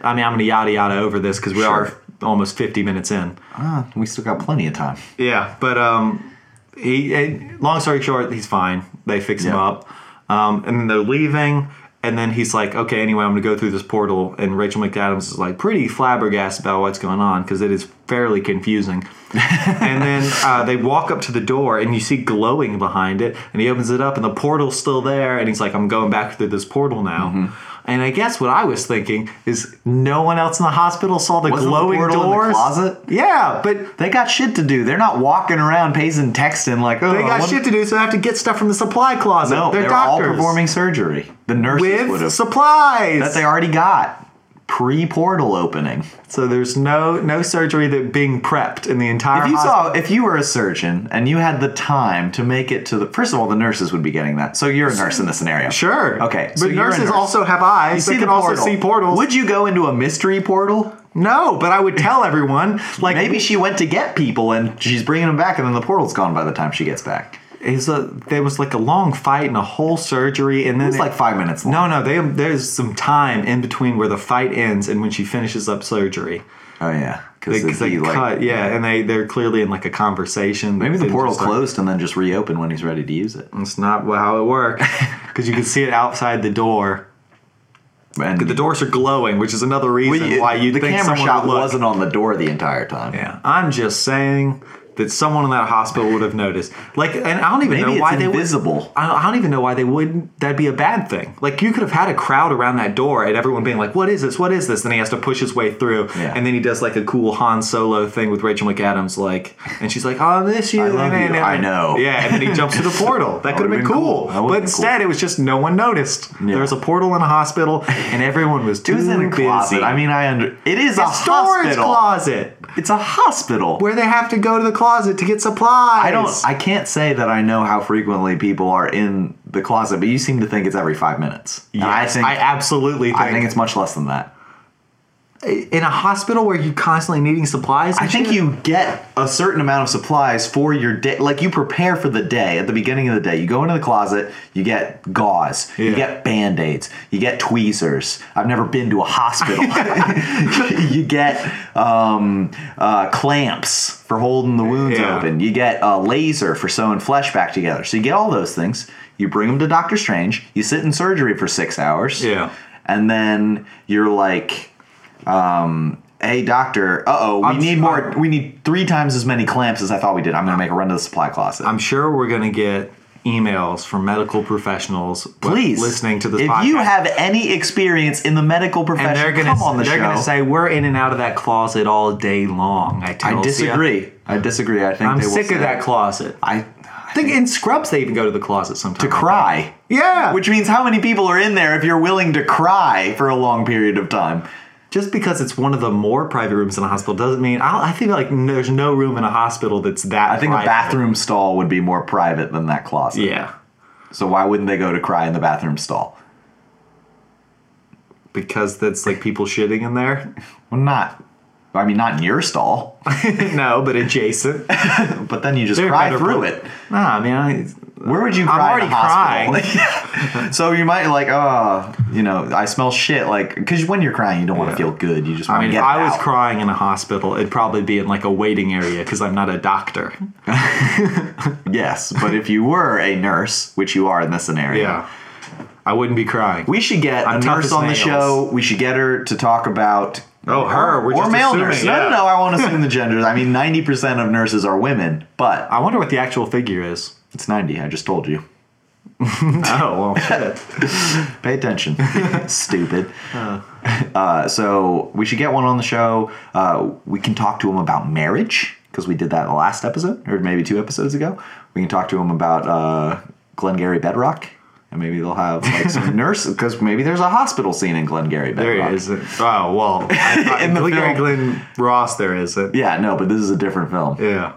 [SPEAKER 1] I mean, I'm gonna yada yada over this because we
[SPEAKER 2] Sure.
[SPEAKER 1] are almost 50 minutes in.
[SPEAKER 2] Ah, we still got plenty of time.
[SPEAKER 1] Yeah, but um, he. eh, long story short, he's fine. They fix him
[SPEAKER 2] Yeah.
[SPEAKER 1] up, um, and then they're leaving. And then he's like, "Okay, anyway, I'm gonna go through this portal." And Rachel McAdams is like, pretty flabbergasted about what's going on because it is fairly confusing. and then uh, they walk up to the door, and you see glowing behind it. And he opens it up, and the portal's still there. And he's like, "I'm going back through this portal now."
[SPEAKER 2] Mm-hmm.
[SPEAKER 1] And I guess what I was thinking is, no one else in the hospital saw the
[SPEAKER 2] Wasn't the
[SPEAKER 1] glowing
[SPEAKER 2] portal in the
[SPEAKER 1] doors.
[SPEAKER 2] closet?
[SPEAKER 1] Yeah, but
[SPEAKER 2] They got shit to do. They're not walking around pacing texting like oh
[SPEAKER 1] they
[SPEAKER 2] I
[SPEAKER 1] got
[SPEAKER 2] wonder-
[SPEAKER 1] shit to do, so they have to get stuff from the supply closet.
[SPEAKER 2] No,
[SPEAKER 1] they're,
[SPEAKER 2] they're,
[SPEAKER 1] doctors
[SPEAKER 2] all performing surgery. The nurses would
[SPEAKER 1] with
[SPEAKER 2] have
[SPEAKER 1] supplies.
[SPEAKER 2] that they already got pre portal opening.
[SPEAKER 1] so there's no no surgery that being prepped in the entire.
[SPEAKER 2] If you
[SPEAKER 1] hospital.
[SPEAKER 2] saw, if you were a surgeon and you had the time to make it to the, first of all, the nurses would be getting that. So you're a nurse in this scenario.
[SPEAKER 1] sure,
[SPEAKER 2] Okay,
[SPEAKER 1] but
[SPEAKER 2] so you're a
[SPEAKER 1] nurses
[SPEAKER 2] nurse.
[SPEAKER 1] also have eyes. they can also see portals.
[SPEAKER 2] Would you go into a mystery portal?
[SPEAKER 1] no, but I would tell everyone like
[SPEAKER 2] Maybe she went to get people and she's bringing them back, and then the portal's gone by the time she gets back.
[SPEAKER 1] it's a, there was like a long fight and a whole surgery, and then
[SPEAKER 2] It's like five minutes long.
[SPEAKER 1] No, no, they, there's some time in between where the fight ends and when she finishes up surgery.
[SPEAKER 2] Oh yeah,
[SPEAKER 1] They,
[SPEAKER 2] because
[SPEAKER 1] they cut, yeah, and they they're clearly in like a conversation.
[SPEAKER 2] Maybe the
[SPEAKER 1] They
[SPEAKER 2] portal
[SPEAKER 1] just aren't-
[SPEAKER 2] closed and then just reopened when he's ready to use it.
[SPEAKER 1] It's not wha- how it works because you can see it outside the door.
[SPEAKER 2] And
[SPEAKER 1] The doors are glowing, which is another reason
[SPEAKER 2] Well, you-
[SPEAKER 1] why you
[SPEAKER 2] the
[SPEAKER 1] think
[SPEAKER 2] camera
[SPEAKER 1] someone
[SPEAKER 2] shot
[SPEAKER 1] would look.
[SPEAKER 2] wasn't on the door the entire time.
[SPEAKER 1] Yeah, I'm just saying that someone in that hospital would have noticed. Like, and I don't even
[SPEAKER 2] Maybe
[SPEAKER 1] know
[SPEAKER 2] it's
[SPEAKER 1] why they would.
[SPEAKER 2] invisible.
[SPEAKER 1] I don't- I don't even know why they wouldn't. That'd be a bad thing. Like you could have had a crowd around that door and everyone being like, "What is this? What is this?" Then he has to push his way through,
[SPEAKER 2] Yeah.
[SPEAKER 1] and then he does like a cool Han Solo thing with Rachel McAdams, like, and she's like, "Oh, I miss you." I
[SPEAKER 2] love you. I know.
[SPEAKER 1] Yeah, and then he jumps to the portal. That could have
[SPEAKER 2] would've
[SPEAKER 1] been,
[SPEAKER 2] been
[SPEAKER 1] cool,
[SPEAKER 2] cool. That would've
[SPEAKER 1] but
[SPEAKER 2] been
[SPEAKER 1] instead it was just no one noticed. There was a portal in a hospital, and everyone was too
[SPEAKER 2] It was in a
[SPEAKER 1] busy.
[SPEAKER 2] closet. I mean, I under. It is a
[SPEAKER 1] a storage
[SPEAKER 2] hospital.
[SPEAKER 1] closet
[SPEAKER 2] It's a hospital.
[SPEAKER 1] where they have to go to the closet to get supplies.
[SPEAKER 2] I don't. I can't say that I know how frequently people are in the closet, but you seem to think it's every five minutes. And I think.
[SPEAKER 1] I
[SPEAKER 2] I,
[SPEAKER 1] absolutely think,
[SPEAKER 2] think it's much less than that.
[SPEAKER 1] in a hospital where you constantly needing supplies.
[SPEAKER 2] I
[SPEAKER 1] and
[SPEAKER 2] think
[SPEAKER 1] shit?
[SPEAKER 2] you get a certain amount of supplies for your day. Like you prepare for the day at the beginning of the day. You go into the closet. You get gauze.
[SPEAKER 1] Yeah.
[SPEAKER 2] You get band aids. You get tweezers. I've never been to a hospital. you get um, uh, clamps for holding the wounds
[SPEAKER 1] Yeah.
[SPEAKER 2] open. You get a laser for sewing flesh back together. So you get all those things. You bring them to Doctor Strange. You sit in surgery for six hours.
[SPEAKER 1] Yeah.
[SPEAKER 2] And then you're like, um, hey, doctor, uh oh, we
[SPEAKER 1] I'm-
[SPEAKER 2] need more.
[SPEAKER 1] I'm-
[SPEAKER 2] we need three times as many clamps as I thought we did. I'm going to make a run to the supply closet.
[SPEAKER 1] I'm sure we're gonna get emails from medical professionals. wh-
[SPEAKER 2] Please.
[SPEAKER 1] listening to this
[SPEAKER 2] If
[SPEAKER 1] podcast.
[SPEAKER 2] you have any experience in the medical profession,
[SPEAKER 1] and they're gonna
[SPEAKER 2] come on the
[SPEAKER 1] they're
[SPEAKER 2] show.
[SPEAKER 1] gonna say we're in and out of that closet all day long. I, tell
[SPEAKER 2] I
[SPEAKER 1] ya.
[SPEAKER 2] disagree. I disagree. I think
[SPEAKER 1] I'm
[SPEAKER 2] they will
[SPEAKER 1] sick
[SPEAKER 2] say-
[SPEAKER 1] of that closet. I
[SPEAKER 2] I
[SPEAKER 1] think in Scrubs they even go to the closet sometimes
[SPEAKER 2] to cry.
[SPEAKER 1] Yeah, which
[SPEAKER 2] Which means how many people are in there if you're willing to cry for a long period of time?
[SPEAKER 1] just because it's one of the more private rooms in a hospital doesn't mean I, I think like n- there's no room in a hospital that's that.
[SPEAKER 2] I think a
[SPEAKER 1] private.
[SPEAKER 2] bathroom stall would be more private than that closet.
[SPEAKER 1] Yeah,
[SPEAKER 2] So why wouldn't they go to cry in the bathroom stall?
[SPEAKER 1] because that's like people shitting in there.
[SPEAKER 2] Well, not. I mean, not in your stall,
[SPEAKER 1] no, but adjacent.
[SPEAKER 2] but then you just
[SPEAKER 1] They're
[SPEAKER 2] cry
[SPEAKER 1] better
[SPEAKER 2] through
[SPEAKER 1] pla-
[SPEAKER 2] it.
[SPEAKER 1] Nah, I mean, I,
[SPEAKER 2] Where would you cry?
[SPEAKER 1] already
[SPEAKER 2] in a hospital? so you might like, oh, you know, I smell shit. Like, because when you're crying, you don't want
[SPEAKER 1] Yeah.
[SPEAKER 2] to feel good. You just
[SPEAKER 1] I
[SPEAKER 2] want to
[SPEAKER 1] mean,
[SPEAKER 2] get
[SPEAKER 1] if
[SPEAKER 2] it
[SPEAKER 1] I was
[SPEAKER 2] out.
[SPEAKER 1] crying in a hospital, it'd probably be in like a waiting area because I'm not a doctor.
[SPEAKER 2] Yes, but if you were a nurse, which you are in this scenario,
[SPEAKER 1] Yeah, I wouldn't be crying.
[SPEAKER 2] we should get
[SPEAKER 1] I'm
[SPEAKER 2] a
[SPEAKER 1] tough
[SPEAKER 2] nurse
[SPEAKER 1] as
[SPEAKER 2] on the
[SPEAKER 1] nails.
[SPEAKER 2] show. We should get her to talk about.
[SPEAKER 1] Oh, her. We're
[SPEAKER 2] or
[SPEAKER 1] just
[SPEAKER 2] male
[SPEAKER 1] assuming,
[SPEAKER 2] nurse.
[SPEAKER 1] yeah.
[SPEAKER 2] No, no, no. I won't assume the genders. I mean, ninety percent of nurses are women, but
[SPEAKER 1] I wonder what the actual figure is.
[SPEAKER 2] it's ninety. I just told you.
[SPEAKER 1] Oh well, shit.
[SPEAKER 2] Pay attention, stupid. Uh, so we should get one on the show. Uh, we can talk to him about marriage because we did that in the last episode, or maybe two episodes ago. We can talk to him about uh, Glengarry Bedrock and maybe they'll have like some nurse because maybe there's a hospital scene in Glengarry Bad
[SPEAKER 1] There
[SPEAKER 2] Rock.
[SPEAKER 1] is. Oh well, I,
[SPEAKER 2] In
[SPEAKER 1] in
[SPEAKER 2] the
[SPEAKER 1] the
[SPEAKER 2] film.
[SPEAKER 1] Glenn Ross, there isn't.
[SPEAKER 2] Yeah, no, but this is a different film.
[SPEAKER 1] Yeah.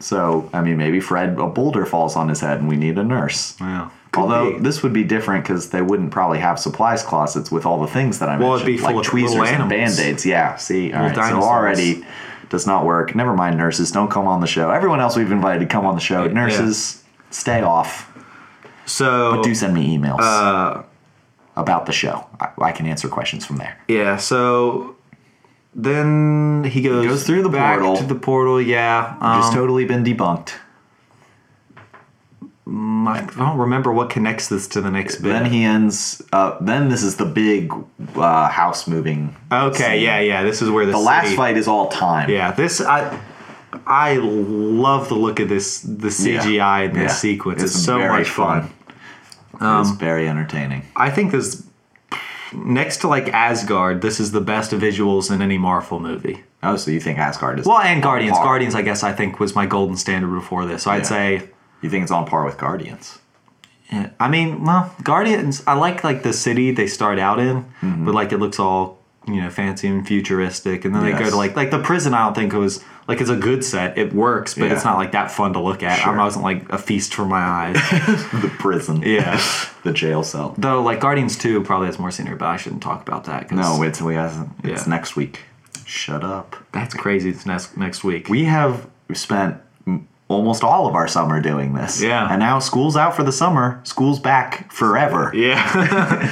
[SPEAKER 2] So, I mean, maybe Fred, a boulder falls on his head and we need a nurse.
[SPEAKER 1] Yeah.
[SPEAKER 2] Although
[SPEAKER 1] be.
[SPEAKER 2] this would be different because they wouldn't probably have supplies closets with all the things that I
[SPEAKER 1] Well, it'd
[SPEAKER 2] mentioned,
[SPEAKER 1] be full
[SPEAKER 2] like
[SPEAKER 1] of little
[SPEAKER 2] tweezers and
[SPEAKER 1] animals.
[SPEAKER 2] band aids. Yeah, see, all right, so
[SPEAKER 1] dinosaurs.
[SPEAKER 2] already does not work. Never mind, nurses, don't come on the show. Everyone else we've invited to come on the show, nurses, stay off.
[SPEAKER 1] So
[SPEAKER 2] Do send me emails
[SPEAKER 1] uh,
[SPEAKER 2] about the show. I, I can answer questions from there.
[SPEAKER 1] yeah. So then he goes,
[SPEAKER 2] goes through the
[SPEAKER 1] back
[SPEAKER 2] portal.
[SPEAKER 1] to the portal. Yeah. Um,
[SPEAKER 2] Just totally been debunked.
[SPEAKER 1] um, I don't remember what connects this to the next bit.
[SPEAKER 2] Then he ends. Uh, then this is the big uh, house moving.
[SPEAKER 1] okay.
[SPEAKER 2] scene.
[SPEAKER 1] Yeah. Yeah. This is where the
[SPEAKER 2] The last
[SPEAKER 1] city-
[SPEAKER 2] fight is all time.
[SPEAKER 1] Yeah. This I. I love the look of this, the
[SPEAKER 2] Yeah.
[SPEAKER 1] CGI in this
[SPEAKER 2] Yeah.
[SPEAKER 1] sequence. It's, so
[SPEAKER 2] very
[SPEAKER 1] much fun. Um,
[SPEAKER 2] it's very entertaining.
[SPEAKER 1] I think this, next to like Asgard, this is the best visuals in any Marvel movie.
[SPEAKER 2] Oh, so you think Asgard is?
[SPEAKER 1] Well, and Guardians.
[SPEAKER 2] par.
[SPEAKER 1] Guardians, I guess, I think was my golden standard before this. So I'd
[SPEAKER 2] Yeah.
[SPEAKER 1] say,
[SPEAKER 2] you think it's on par with Guardians?
[SPEAKER 1] eh, I mean, well, Guardians. I like like the city they start out in,
[SPEAKER 2] Mm-hmm.
[SPEAKER 1] but like it looks all you know fancy and futuristic, and then they go
[SPEAKER 2] Yes.
[SPEAKER 1] to like like the prison. I don't think it was like it's a good set. It works, but it's
[SPEAKER 2] Yeah.
[SPEAKER 1] not like that fun to look at.
[SPEAKER 2] Sure.
[SPEAKER 1] I wasn't like a feast for my eyes.
[SPEAKER 2] The prison.
[SPEAKER 1] yeah.
[SPEAKER 2] The jail cell.
[SPEAKER 1] Though, like Guardians Two probably has more scenery, but I shouldn't talk about that. 'cause
[SPEAKER 2] No, it's we hasn't. It's
[SPEAKER 1] Yeah.
[SPEAKER 2] next week. Shut up.
[SPEAKER 1] that's crazy. It's next next week.
[SPEAKER 2] We have spent m- almost all of our summer doing this.
[SPEAKER 1] Yeah.
[SPEAKER 2] And now school's out for the summer. School's back forever.
[SPEAKER 1] yeah.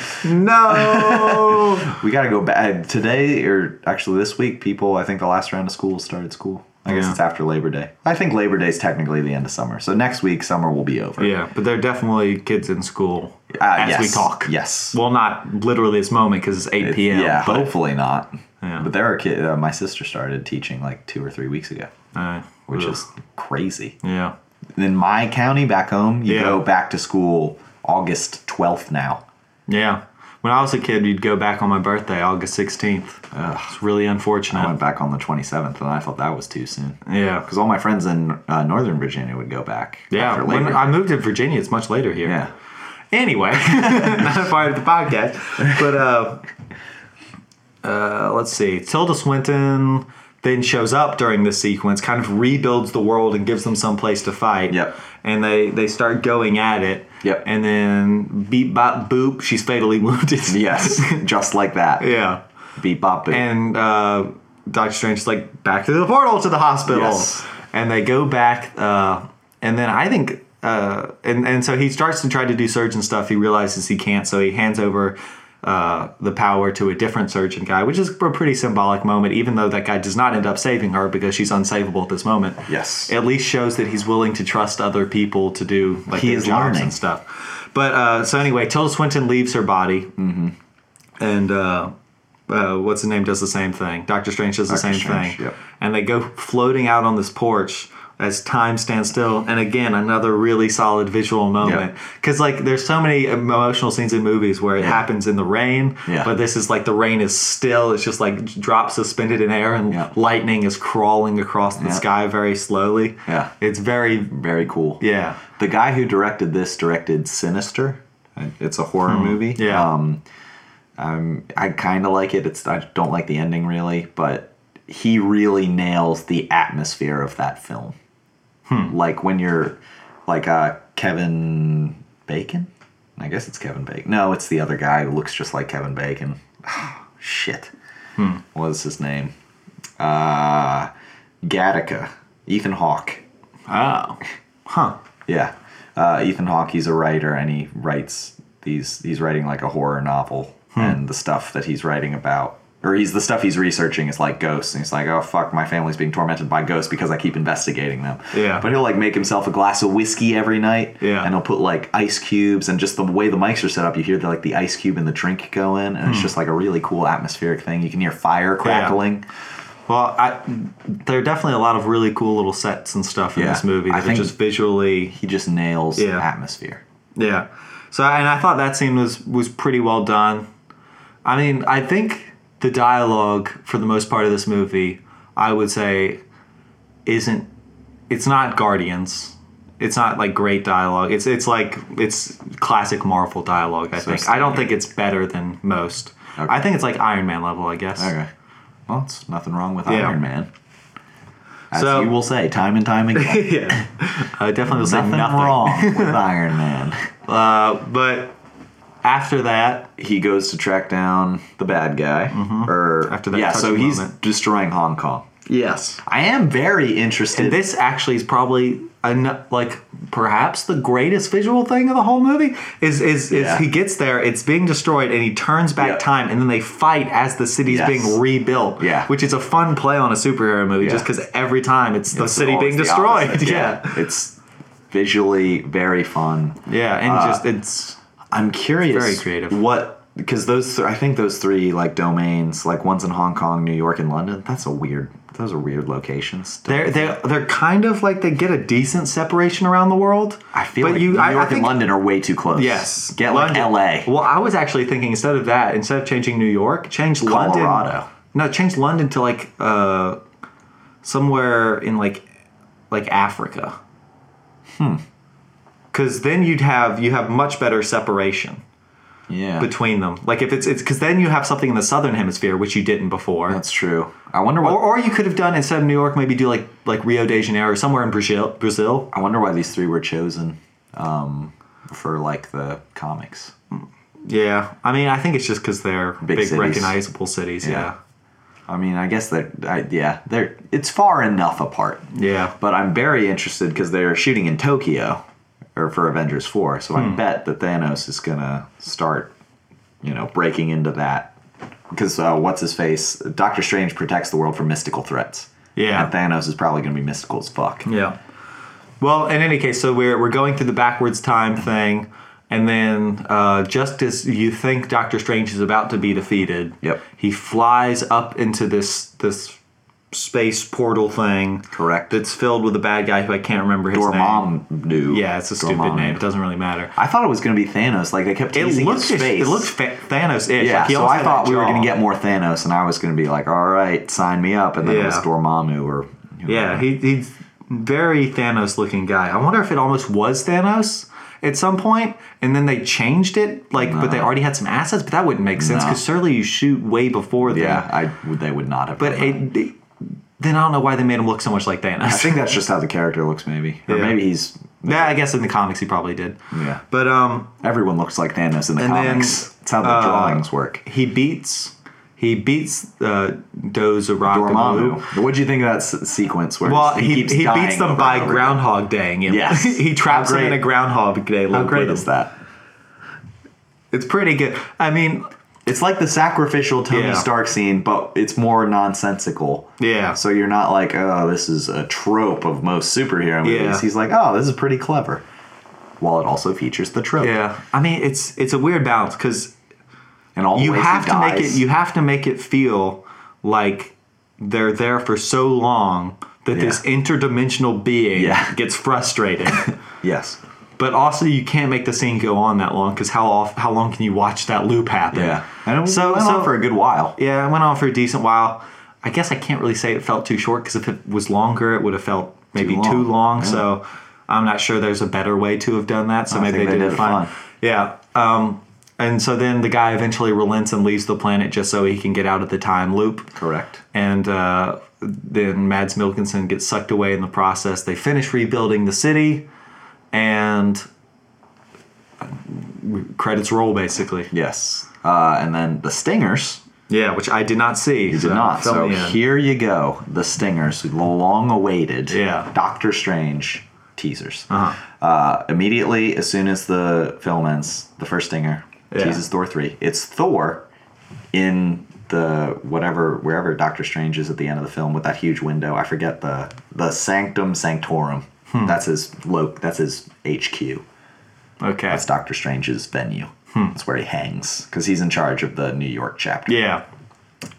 [SPEAKER 1] no.
[SPEAKER 2] We got to go back uh, today, or actually this week. People, I think the last round of school started school. I guess
[SPEAKER 1] Yeah.
[SPEAKER 2] it's after Labor Day. I think Labor Day is technically the end of summer, so next week summer will be over.
[SPEAKER 1] Yeah, but there are definitely kids in school
[SPEAKER 2] Uh,
[SPEAKER 1] as
[SPEAKER 2] yes.
[SPEAKER 1] we talk.
[SPEAKER 2] Yes.
[SPEAKER 1] Well, not literally this moment because it's 8
[SPEAKER 2] It's-
[SPEAKER 1] p.m.
[SPEAKER 2] yeah.
[SPEAKER 1] But,
[SPEAKER 2] hopefully not.
[SPEAKER 1] Yeah.
[SPEAKER 2] But there are kids. Uh, my sister started teaching like two or three weeks ago,
[SPEAKER 1] uh,
[SPEAKER 2] which
[SPEAKER 1] ugh.
[SPEAKER 2] is crazy.
[SPEAKER 1] Yeah.
[SPEAKER 2] In my county, back home, you
[SPEAKER 1] Yeah.
[SPEAKER 2] go back to school August twelfth now.
[SPEAKER 1] Yeah. When I was a kid, you'd go back on my birthday, August 16th. It's really
[SPEAKER 2] I
[SPEAKER 1] unfortunate.
[SPEAKER 2] went back on the twenty seventh, and I thought that was too soon.
[SPEAKER 1] Yeah.
[SPEAKER 2] Because all my friends in uh, Northern Virginia would go back.
[SPEAKER 1] Yeah.
[SPEAKER 2] after
[SPEAKER 1] When
[SPEAKER 2] Labor
[SPEAKER 1] I
[SPEAKER 2] Day.
[SPEAKER 1] moved to Virginia, it's much later here.
[SPEAKER 2] yeah.
[SPEAKER 1] Anyway, not part of the podcast. But uh, uh, let's see. Tilda Swinton then shows up during this sequence, kind of rebuilds the world and gives them some place to fight.
[SPEAKER 2] Yep.
[SPEAKER 1] And they they start going at it.
[SPEAKER 2] Yep.
[SPEAKER 1] And then beep bop boop, she's fatally wounded.
[SPEAKER 2] Yes, just like that.
[SPEAKER 1] yeah.
[SPEAKER 2] Beep bop boop.
[SPEAKER 1] And uh, Doctor Strange is like back to the portal to the hospital.
[SPEAKER 2] Yes.
[SPEAKER 1] And they go back. Uh, and then I think. Uh, and, and so he starts to try to do surgeon stuff. He realizes he can't, so he hands over uh, the power to a different surgeon guy, which is a pretty symbolic moment, even though that guy does not end up saving her because she's unsavable at this moment.
[SPEAKER 2] Yes.
[SPEAKER 1] At least shows that he's willing to trust other people to do like
[SPEAKER 2] He
[SPEAKER 1] their
[SPEAKER 2] is
[SPEAKER 1] jobs
[SPEAKER 2] learning.
[SPEAKER 1] and stuff. But uh, so anyway, Tilda Swinton leaves her body, and uh, uh, what's the name does the same thing. Doctor Strange does the
[SPEAKER 2] Doctor
[SPEAKER 1] same
[SPEAKER 2] Strange,
[SPEAKER 1] thing,
[SPEAKER 2] yep.
[SPEAKER 1] and they go floating out on this porch as time stands still. And again, another really solid visual moment because like there's so many emotional scenes in movies where it happens in the rain,
[SPEAKER 2] Yeah.
[SPEAKER 1] but this is like the rain is still. It's just like drops suspended in air, and
[SPEAKER 2] Yeah.
[SPEAKER 1] lightning is crawling across the
[SPEAKER 2] Yeah.
[SPEAKER 1] sky very slowly.
[SPEAKER 2] Yeah.
[SPEAKER 1] it's very
[SPEAKER 2] Very cool.
[SPEAKER 1] yeah.
[SPEAKER 2] The guy who directed this directed Sinister. It's a horror movie.
[SPEAKER 1] Yeah.
[SPEAKER 2] Um, um, I kind of like it. It's I don't like the ending really, but he really nails the atmosphere of that film. Like when you're like uh, Kevin Bacon. I guess it's Kevin Bacon. No, it's the other guy who looks just like Kevin Bacon. Shit. What is his name? Uh, Gattaca. Ethan Hawke.
[SPEAKER 1] Oh, huh.
[SPEAKER 2] Yeah, uh, Ethan Hawke. He's a writer, and he writes these. He's writing like a horror novel,
[SPEAKER 1] Hmm.
[SPEAKER 2] and the stuff that he's writing about, or he's the stuff he's researching is like ghosts, and he's like, oh fuck, my family's being tormented by ghosts because I keep investigating them.
[SPEAKER 1] Yeah.
[SPEAKER 2] But he'll like make himself a glass of whiskey every night.
[SPEAKER 1] Yeah.
[SPEAKER 2] And he'll put like ice cubes, and just the way the mics are set up, you hear the, like the ice cube and the drink go in, and
[SPEAKER 1] Hmm.
[SPEAKER 2] it's just like a really cool atmospheric thing. You can hear fire crackling.
[SPEAKER 1] Well, I, there are definitely a lot of really cool little sets and stuff in
[SPEAKER 2] Yeah.
[SPEAKER 1] this movie
[SPEAKER 2] I
[SPEAKER 1] that are
[SPEAKER 2] think-
[SPEAKER 1] just visually.
[SPEAKER 2] He just nails
[SPEAKER 1] Yeah.
[SPEAKER 2] atmosphere.
[SPEAKER 1] Yeah. So, and I thought that scene was was pretty well done. I mean, I think the dialogue for the most part of this movie, I would say, isn't. It's not Guardians. It's not like great dialogue. It's it's like it's classic Marvel dialogue. I
[SPEAKER 2] So
[SPEAKER 1] think. I don't think it's better than most.
[SPEAKER 2] Okay.
[SPEAKER 1] I think it's like Iron Man level. I guess.
[SPEAKER 2] Okay. Well, it's nothing wrong with
[SPEAKER 1] Yeah.
[SPEAKER 2] Iron Man. As
[SPEAKER 1] So-
[SPEAKER 2] you will say time and time again.
[SPEAKER 1] yeah. I definitely will say
[SPEAKER 2] nothing,
[SPEAKER 1] nothing.
[SPEAKER 2] wrong with Iron Man.
[SPEAKER 1] Uh, but after that,
[SPEAKER 2] He goes to track down the bad guy. Or
[SPEAKER 1] After that
[SPEAKER 2] yeah, so
[SPEAKER 1] touching
[SPEAKER 2] he's
[SPEAKER 1] moment.
[SPEAKER 2] destroying Hong Kong.
[SPEAKER 1] yes,
[SPEAKER 2] I am very interested.
[SPEAKER 1] this actually is probably an, like perhaps the greatest visual thing of the whole movie is is,
[SPEAKER 2] Yeah.
[SPEAKER 1] is he gets there, it's being destroyed, and he turns back
[SPEAKER 2] Yeah.
[SPEAKER 1] time, and then they fight as the city's
[SPEAKER 2] Yes.
[SPEAKER 1] being rebuilt.
[SPEAKER 2] Yeah.
[SPEAKER 1] which is a fun play on a superhero movie,
[SPEAKER 2] Yeah.
[SPEAKER 1] just because every time it's the city
[SPEAKER 2] Always
[SPEAKER 1] being
[SPEAKER 2] the
[SPEAKER 1] destroyed.
[SPEAKER 2] opposite,
[SPEAKER 1] yeah.
[SPEAKER 2] It's visually very fun.
[SPEAKER 1] yeah, and
[SPEAKER 2] Uh,
[SPEAKER 1] just it's
[SPEAKER 2] I'm curious.
[SPEAKER 1] It's very creative.
[SPEAKER 2] What? Because those, th- I think those three like domains, like one's in Hong Kong, New York, and London. That's a weird. Those are weird locations. to-
[SPEAKER 1] they're they are they're kind of like they get a decent separation around the world.
[SPEAKER 2] I feel
[SPEAKER 1] but
[SPEAKER 2] like
[SPEAKER 1] you
[SPEAKER 2] New
[SPEAKER 1] I,
[SPEAKER 2] York
[SPEAKER 1] I think
[SPEAKER 2] and London are way too close.
[SPEAKER 1] Yes.
[SPEAKER 2] get
[SPEAKER 1] London-
[SPEAKER 2] like L.A.
[SPEAKER 1] Well, I was actually thinking instead of that, instead of changing New York, change London.
[SPEAKER 2] Colorado.
[SPEAKER 1] No, change London to like uh, somewhere in like like Africa. Hmm.
[SPEAKER 2] Hmm.
[SPEAKER 1] Because then you'd have you have much better separation
[SPEAKER 2] Yeah,
[SPEAKER 1] between them. Like if it's it's because then you have something in the southern hemisphere which you didn't before.
[SPEAKER 2] that's true. I wonder what.
[SPEAKER 1] or, or you could have done instead of New York, maybe do like like Rio de Janeiro or somewhere in Brazil. Brazil.
[SPEAKER 2] I wonder why these three were chosen um, for like the comics.
[SPEAKER 1] Yeah, I mean, I think it's just because they're big,
[SPEAKER 2] cities.
[SPEAKER 1] recognizable cities. Yeah,
[SPEAKER 2] I mean, I guess that. I, yeah, they're. It's far enough apart.
[SPEAKER 1] yeah.
[SPEAKER 2] But I'm very interested because they're shooting in Tokyo or for Avengers 4. So
[SPEAKER 1] Hmm.
[SPEAKER 2] I bet that Thanos is going to start, you know, breaking into that. Because uh, what's his face? Doctor Strange protects the world from mystical threats.
[SPEAKER 1] Yeah.
[SPEAKER 2] And Thanos is probably going to be mystical as fuck.
[SPEAKER 1] Yeah. Well, in any case, so we're we're going through the backwards time thing, and then uh, just as you think Doctor Strange is about to be defeated,
[SPEAKER 2] Yep.
[SPEAKER 1] he flies up into this this space portal thing.
[SPEAKER 2] Correct.
[SPEAKER 1] That's filled with a bad guy who I can't remember his
[SPEAKER 2] Or
[SPEAKER 1] name.
[SPEAKER 2] mom knew.
[SPEAKER 1] Yeah, it's a stupid
[SPEAKER 2] Dormammu.
[SPEAKER 1] name. It doesn't really matter.
[SPEAKER 2] I thought it was going to be Thanos. Like they kept
[SPEAKER 1] It
[SPEAKER 2] teasing
[SPEAKER 1] looked
[SPEAKER 2] his face.
[SPEAKER 1] it looked fa- Thanos-ish.
[SPEAKER 2] Yeah,
[SPEAKER 1] like he
[SPEAKER 2] so
[SPEAKER 1] almost
[SPEAKER 2] I
[SPEAKER 1] had
[SPEAKER 2] thought
[SPEAKER 1] that
[SPEAKER 2] we were going
[SPEAKER 1] jaw.
[SPEAKER 2] to get more Thanos, and I was going to be like, "All right, sign me up." And then it was
[SPEAKER 1] Yeah.
[SPEAKER 2] Dormammu or whoever.
[SPEAKER 1] Yeah, he, he's very Thanos looking guy. I wonder if it almost was Thanos at some point, and then they changed it. Like, but they already had some assets, but that wouldn't make sense
[SPEAKER 2] No.
[SPEAKER 1] because surely you shoot way before then.
[SPEAKER 2] yeah, I they would not have.
[SPEAKER 1] but
[SPEAKER 2] done that.
[SPEAKER 1] it, it- then I don't know why they made him look so much like Thanos.
[SPEAKER 2] I think that's just how the character looks, maybe. Or
[SPEAKER 1] Yeah.
[SPEAKER 2] maybe he's.
[SPEAKER 1] yeah, I guess in the comics he probably did.
[SPEAKER 2] Yeah.
[SPEAKER 1] But um,
[SPEAKER 2] Everyone looks like Thanos in the
[SPEAKER 1] And then,
[SPEAKER 2] comics. That's how the
[SPEAKER 1] uh,
[SPEAKER 2] drawings work.
[SPEAKER 1] he beats he beats uh, Doza
[SPEAKER 2] Dormammu. What'd you think of that s- sequence where
[SPEAKER 1] Well,
[SPEAKER 2] he,
[SPEAKER 1] he, he,
[SPEAKER 2] keeps dying
[SPEAKER 1] beats them
[SPEAKER 2] over
[SPEAKER 1] by
[SPEAKER 2] and over again?
[SPEAKER 1] Groundhog Daying him.
[SPEAKER 2] Yes.
[SPEAKER 1] he traps
[SPEAKER 2] How
[SPEAKER 1] him in a
[SPEAKER 2] great-
[SPEAKER 1] Groundhog Day.
[SPEAKER 2] How great is that?
[SPEAKER 1] It's pretty good. I mean,
[SPEAKER 2] It's like the sacrificial Tony
[SPEAKER 1] Yeah.
[SPEAKER 2] Stark scene, but it's more nonsensical.
[SPEAKER 1] Yeah.
[SPEAKER 2] So you're not like, oh, this is a trope of most superhero movies.
[SPEAKER 1] Yeah.
[SPEAKER 2] He's like, oh, this is pretty clever. While it also features the trope.
[SPEAKER 1] Yeah, I mean it's it's a weird balance because
[SPEAKER 2] And all the
[SPEAKER 1] you
[SPEAKER 2] ways
[SPEAKER 1] have
[SPEAKER 2] he
[SPEAKER 1] to make it
[SPEAKER 2] dies.
[SPEAKER 1] you have to make it feel like they're there for so long that this
[SPEAKER 2] Yeah.
[SPEAKER 1] interdimensional being
[SPEAKER 2] Yeah.
[SPEAKER 1] gets frustrated.
[SPEAKER 2] Yes.
[SPEAKER 1] but also, you can't make the scene go on that long because how off how long can you watch that loop happen?
[SPEAKER 2] Yeah. And it
[SPEAKER 1] So-
[SPEAKER 2] so, went
[SPEAKER 1] so-
[SPEAKER 2] on for a good while.
[SPEAKER 1] yeah, it went on for a decent while. I guess I can't really say it felt too short because if it was longer, it would have felt maybe too
[SPEAKER 2] Too
[SPEAKER 1] long.
[SPEAKER 2] long, yeah.
[SPEAKER 1] So I'm not sure there's a better way to have done that. So maybe they,
[SPEAKER 2] think
[SPEAKER 1] did, it fine. Yeah. Um, and so then the guy eventually relents and leaves the planet just so he can get out of the time loop.
[SPEAKER 2] Correct.
[SPEAKER 1] And uh, then Mads Milkinson gets sucked away in the process. They finish rebuilding the city, and credits roll basically.
[SPEAKER 2] Yes. Uh, and then the Stingers
[SPEAKER 1] Yeah, which I did not see. You
[SPEAKER 2] did not. So
[SPEAKER 1] here.
[SPEAKER 2] here you go. The Stingers, the long awaited
[SPEAKER 1] Yeah.
[SPEAKER 2] Doctor Strange teasers.
[SPEAKER 1] Uh-huh.
[SPEAKER 2] Uh, immediately, as soon as the film ends, the first Stinger
[SPEAKER 1] Yeah.
[SPEAKER 2] teases Thor 3. It's Thor in the whatever, wherever Doctor Strange is at the end of the film with that huge window. I forget the, the Sanctum Sanctorum.
[SPEAKER 1] Hmm.
[SPEAKER 2] That's his lo- That's his HQ.
[SPEAKER 1] Okay.
[SPEAKER 2] That's Doctor Strange's venue.
[SPEAKER 1] Hmm.
[SPEAKER 2] That's where he hangs because he's in charge of the New York chapter.
[SPEAKER 1] yeah.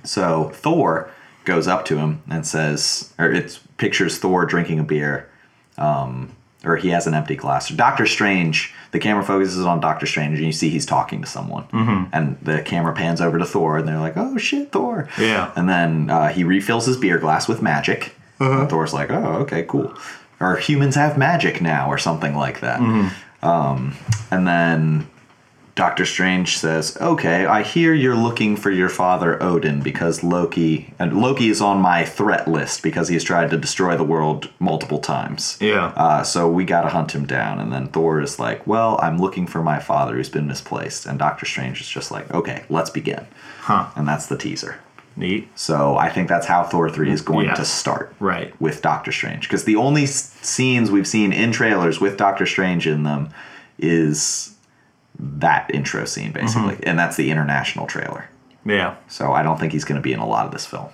[SPEAKER 2] So Thor goes up to him and says, or it pictures Thor drinking a beer, um, or he has an empty glass. Doctor Strange, the camera focuses on Doctor Strange, and you see he's talking to someone. And the camera pans over to Thor, and they're like, oh shit, Thor.
[SPEAKER 1] Yeah.
[SPEAKER 2] And then uh, he refills his beer glass with magic. And Thor's like, oh, okay, cool. or humans have magic now or something like that. Um, and then Doctor Strange says, "Okay, I hear you're looking for your father Odin because Loki and Loki is on my threat list because he's tried to destroy the world multiple times.
[SPEAKER 1] Yeah.
[SPEAKER 2] Uh, so we gotta hunt him down." And then Thor is like, "Well, I'm looking for my father who's been misplaced." And Doctor Strange is just like, "Okay, let's begin."
[SPEAKER 1] Huh.
[SPEAKER 2] And that's the teaser.
[SPEAKER 1] Neat.
[SPEAKER 2] So I think that's how Thor 3 is going
[SPEAKER 1] Yeah.
[SPEAKER 2] to start.
[SPEAKER 1] Right.
[SPEAKER 2] With Doctor Strange. Because the only s- scenes we've seen in trailers with Doctor Strange in them is that intro scene, basically.
[SPEAKER 1] Mm-hmm.
[SPEAKER 2] And that's the international trailer.
[SPEAKER 1] Yeah.
[SPEAKER 2] So I don't think he's going to be in a lot of this film.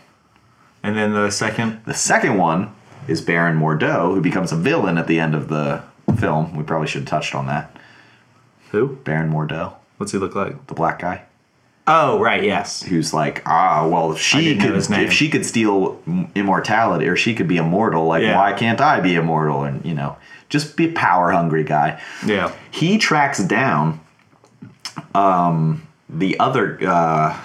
[SPEAKER 1] And then the second.
[SPEAKER 2] The second one is Baron Mordo, who becomes a villain at the end of the film. We probably should have touched on that.
[SPEAKER 1] Who?
[SPEAKER 2] Baron Mordo,
[SPEAKER 1] What's he look like?
[SPEAKER 2] the black guy.
[SPEAKER 1] Oh, right. Yes.
[SPEAKER 2] who's like, ah, well, if she
[SPEAKER 1] didn't know
[SPEAKER 2] could,
[SPEAKER 1] his name.
[SPEAKER 2] if she could steal m- immortality, or she could be immortal, like,
[SPEAKER 1] Yeah.
[SPEAKER 2] why can't I be immortal? And you know, just be a power hungry guy.
[SPEAKER 1] Yeah.
[SPEAKER 2] He tracks down, um, the other, uh,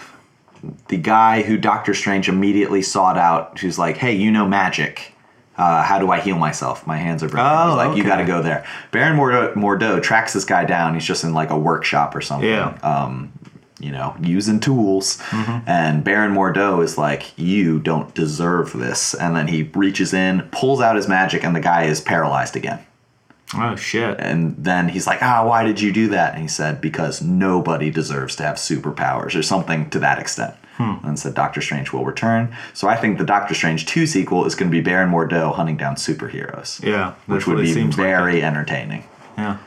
[SPEAKER 2] the guy who Doctor Strange immediately sought out, who's like, hey, you know magic. Uh, how do I heal myself? My hands are broken.
[SPEAKER 1] Oh,
[SPEAKER 2] He's like, you
[SPEAKER 1] okay.
[SPEAKER 2] got to go there. Baron Mordo, Mordo tracks this guy down. He's just in like a workshop or something um,
[SPEAKER 1] Yeah. Mm-hmm.
[SPEAKER 2] you know, using tools. And Baron Mordo is like, You don't deserve this. And then he reaches in, pulls out his magic, and the guy is paralyzed again.
[SPEAKER 1] oh shit.
[SPEAKER 2] And then he's like, Ah, why did you do that? And he said, Because nobody deserves to have superpowers or something to that extent.
[SPEAKER 1] Hmm.
[SPEAKER 2] And said, Doctor Strange will return. So I think the Doctor Strange 2 sequel is going to be Baron Mordo hunting down superheroes,
[SPEAKER 1] Yeah.
[SPEAKER 2] which
[SPEAKER 1] that's
[SPEAKER 2] would
[SPEAKER 1] what it
[SPEAKER 2] be
[SPEAKER 1] seems like.
[SPEAKER 2] very entertaining.
[SPEAKER 1] Yeah.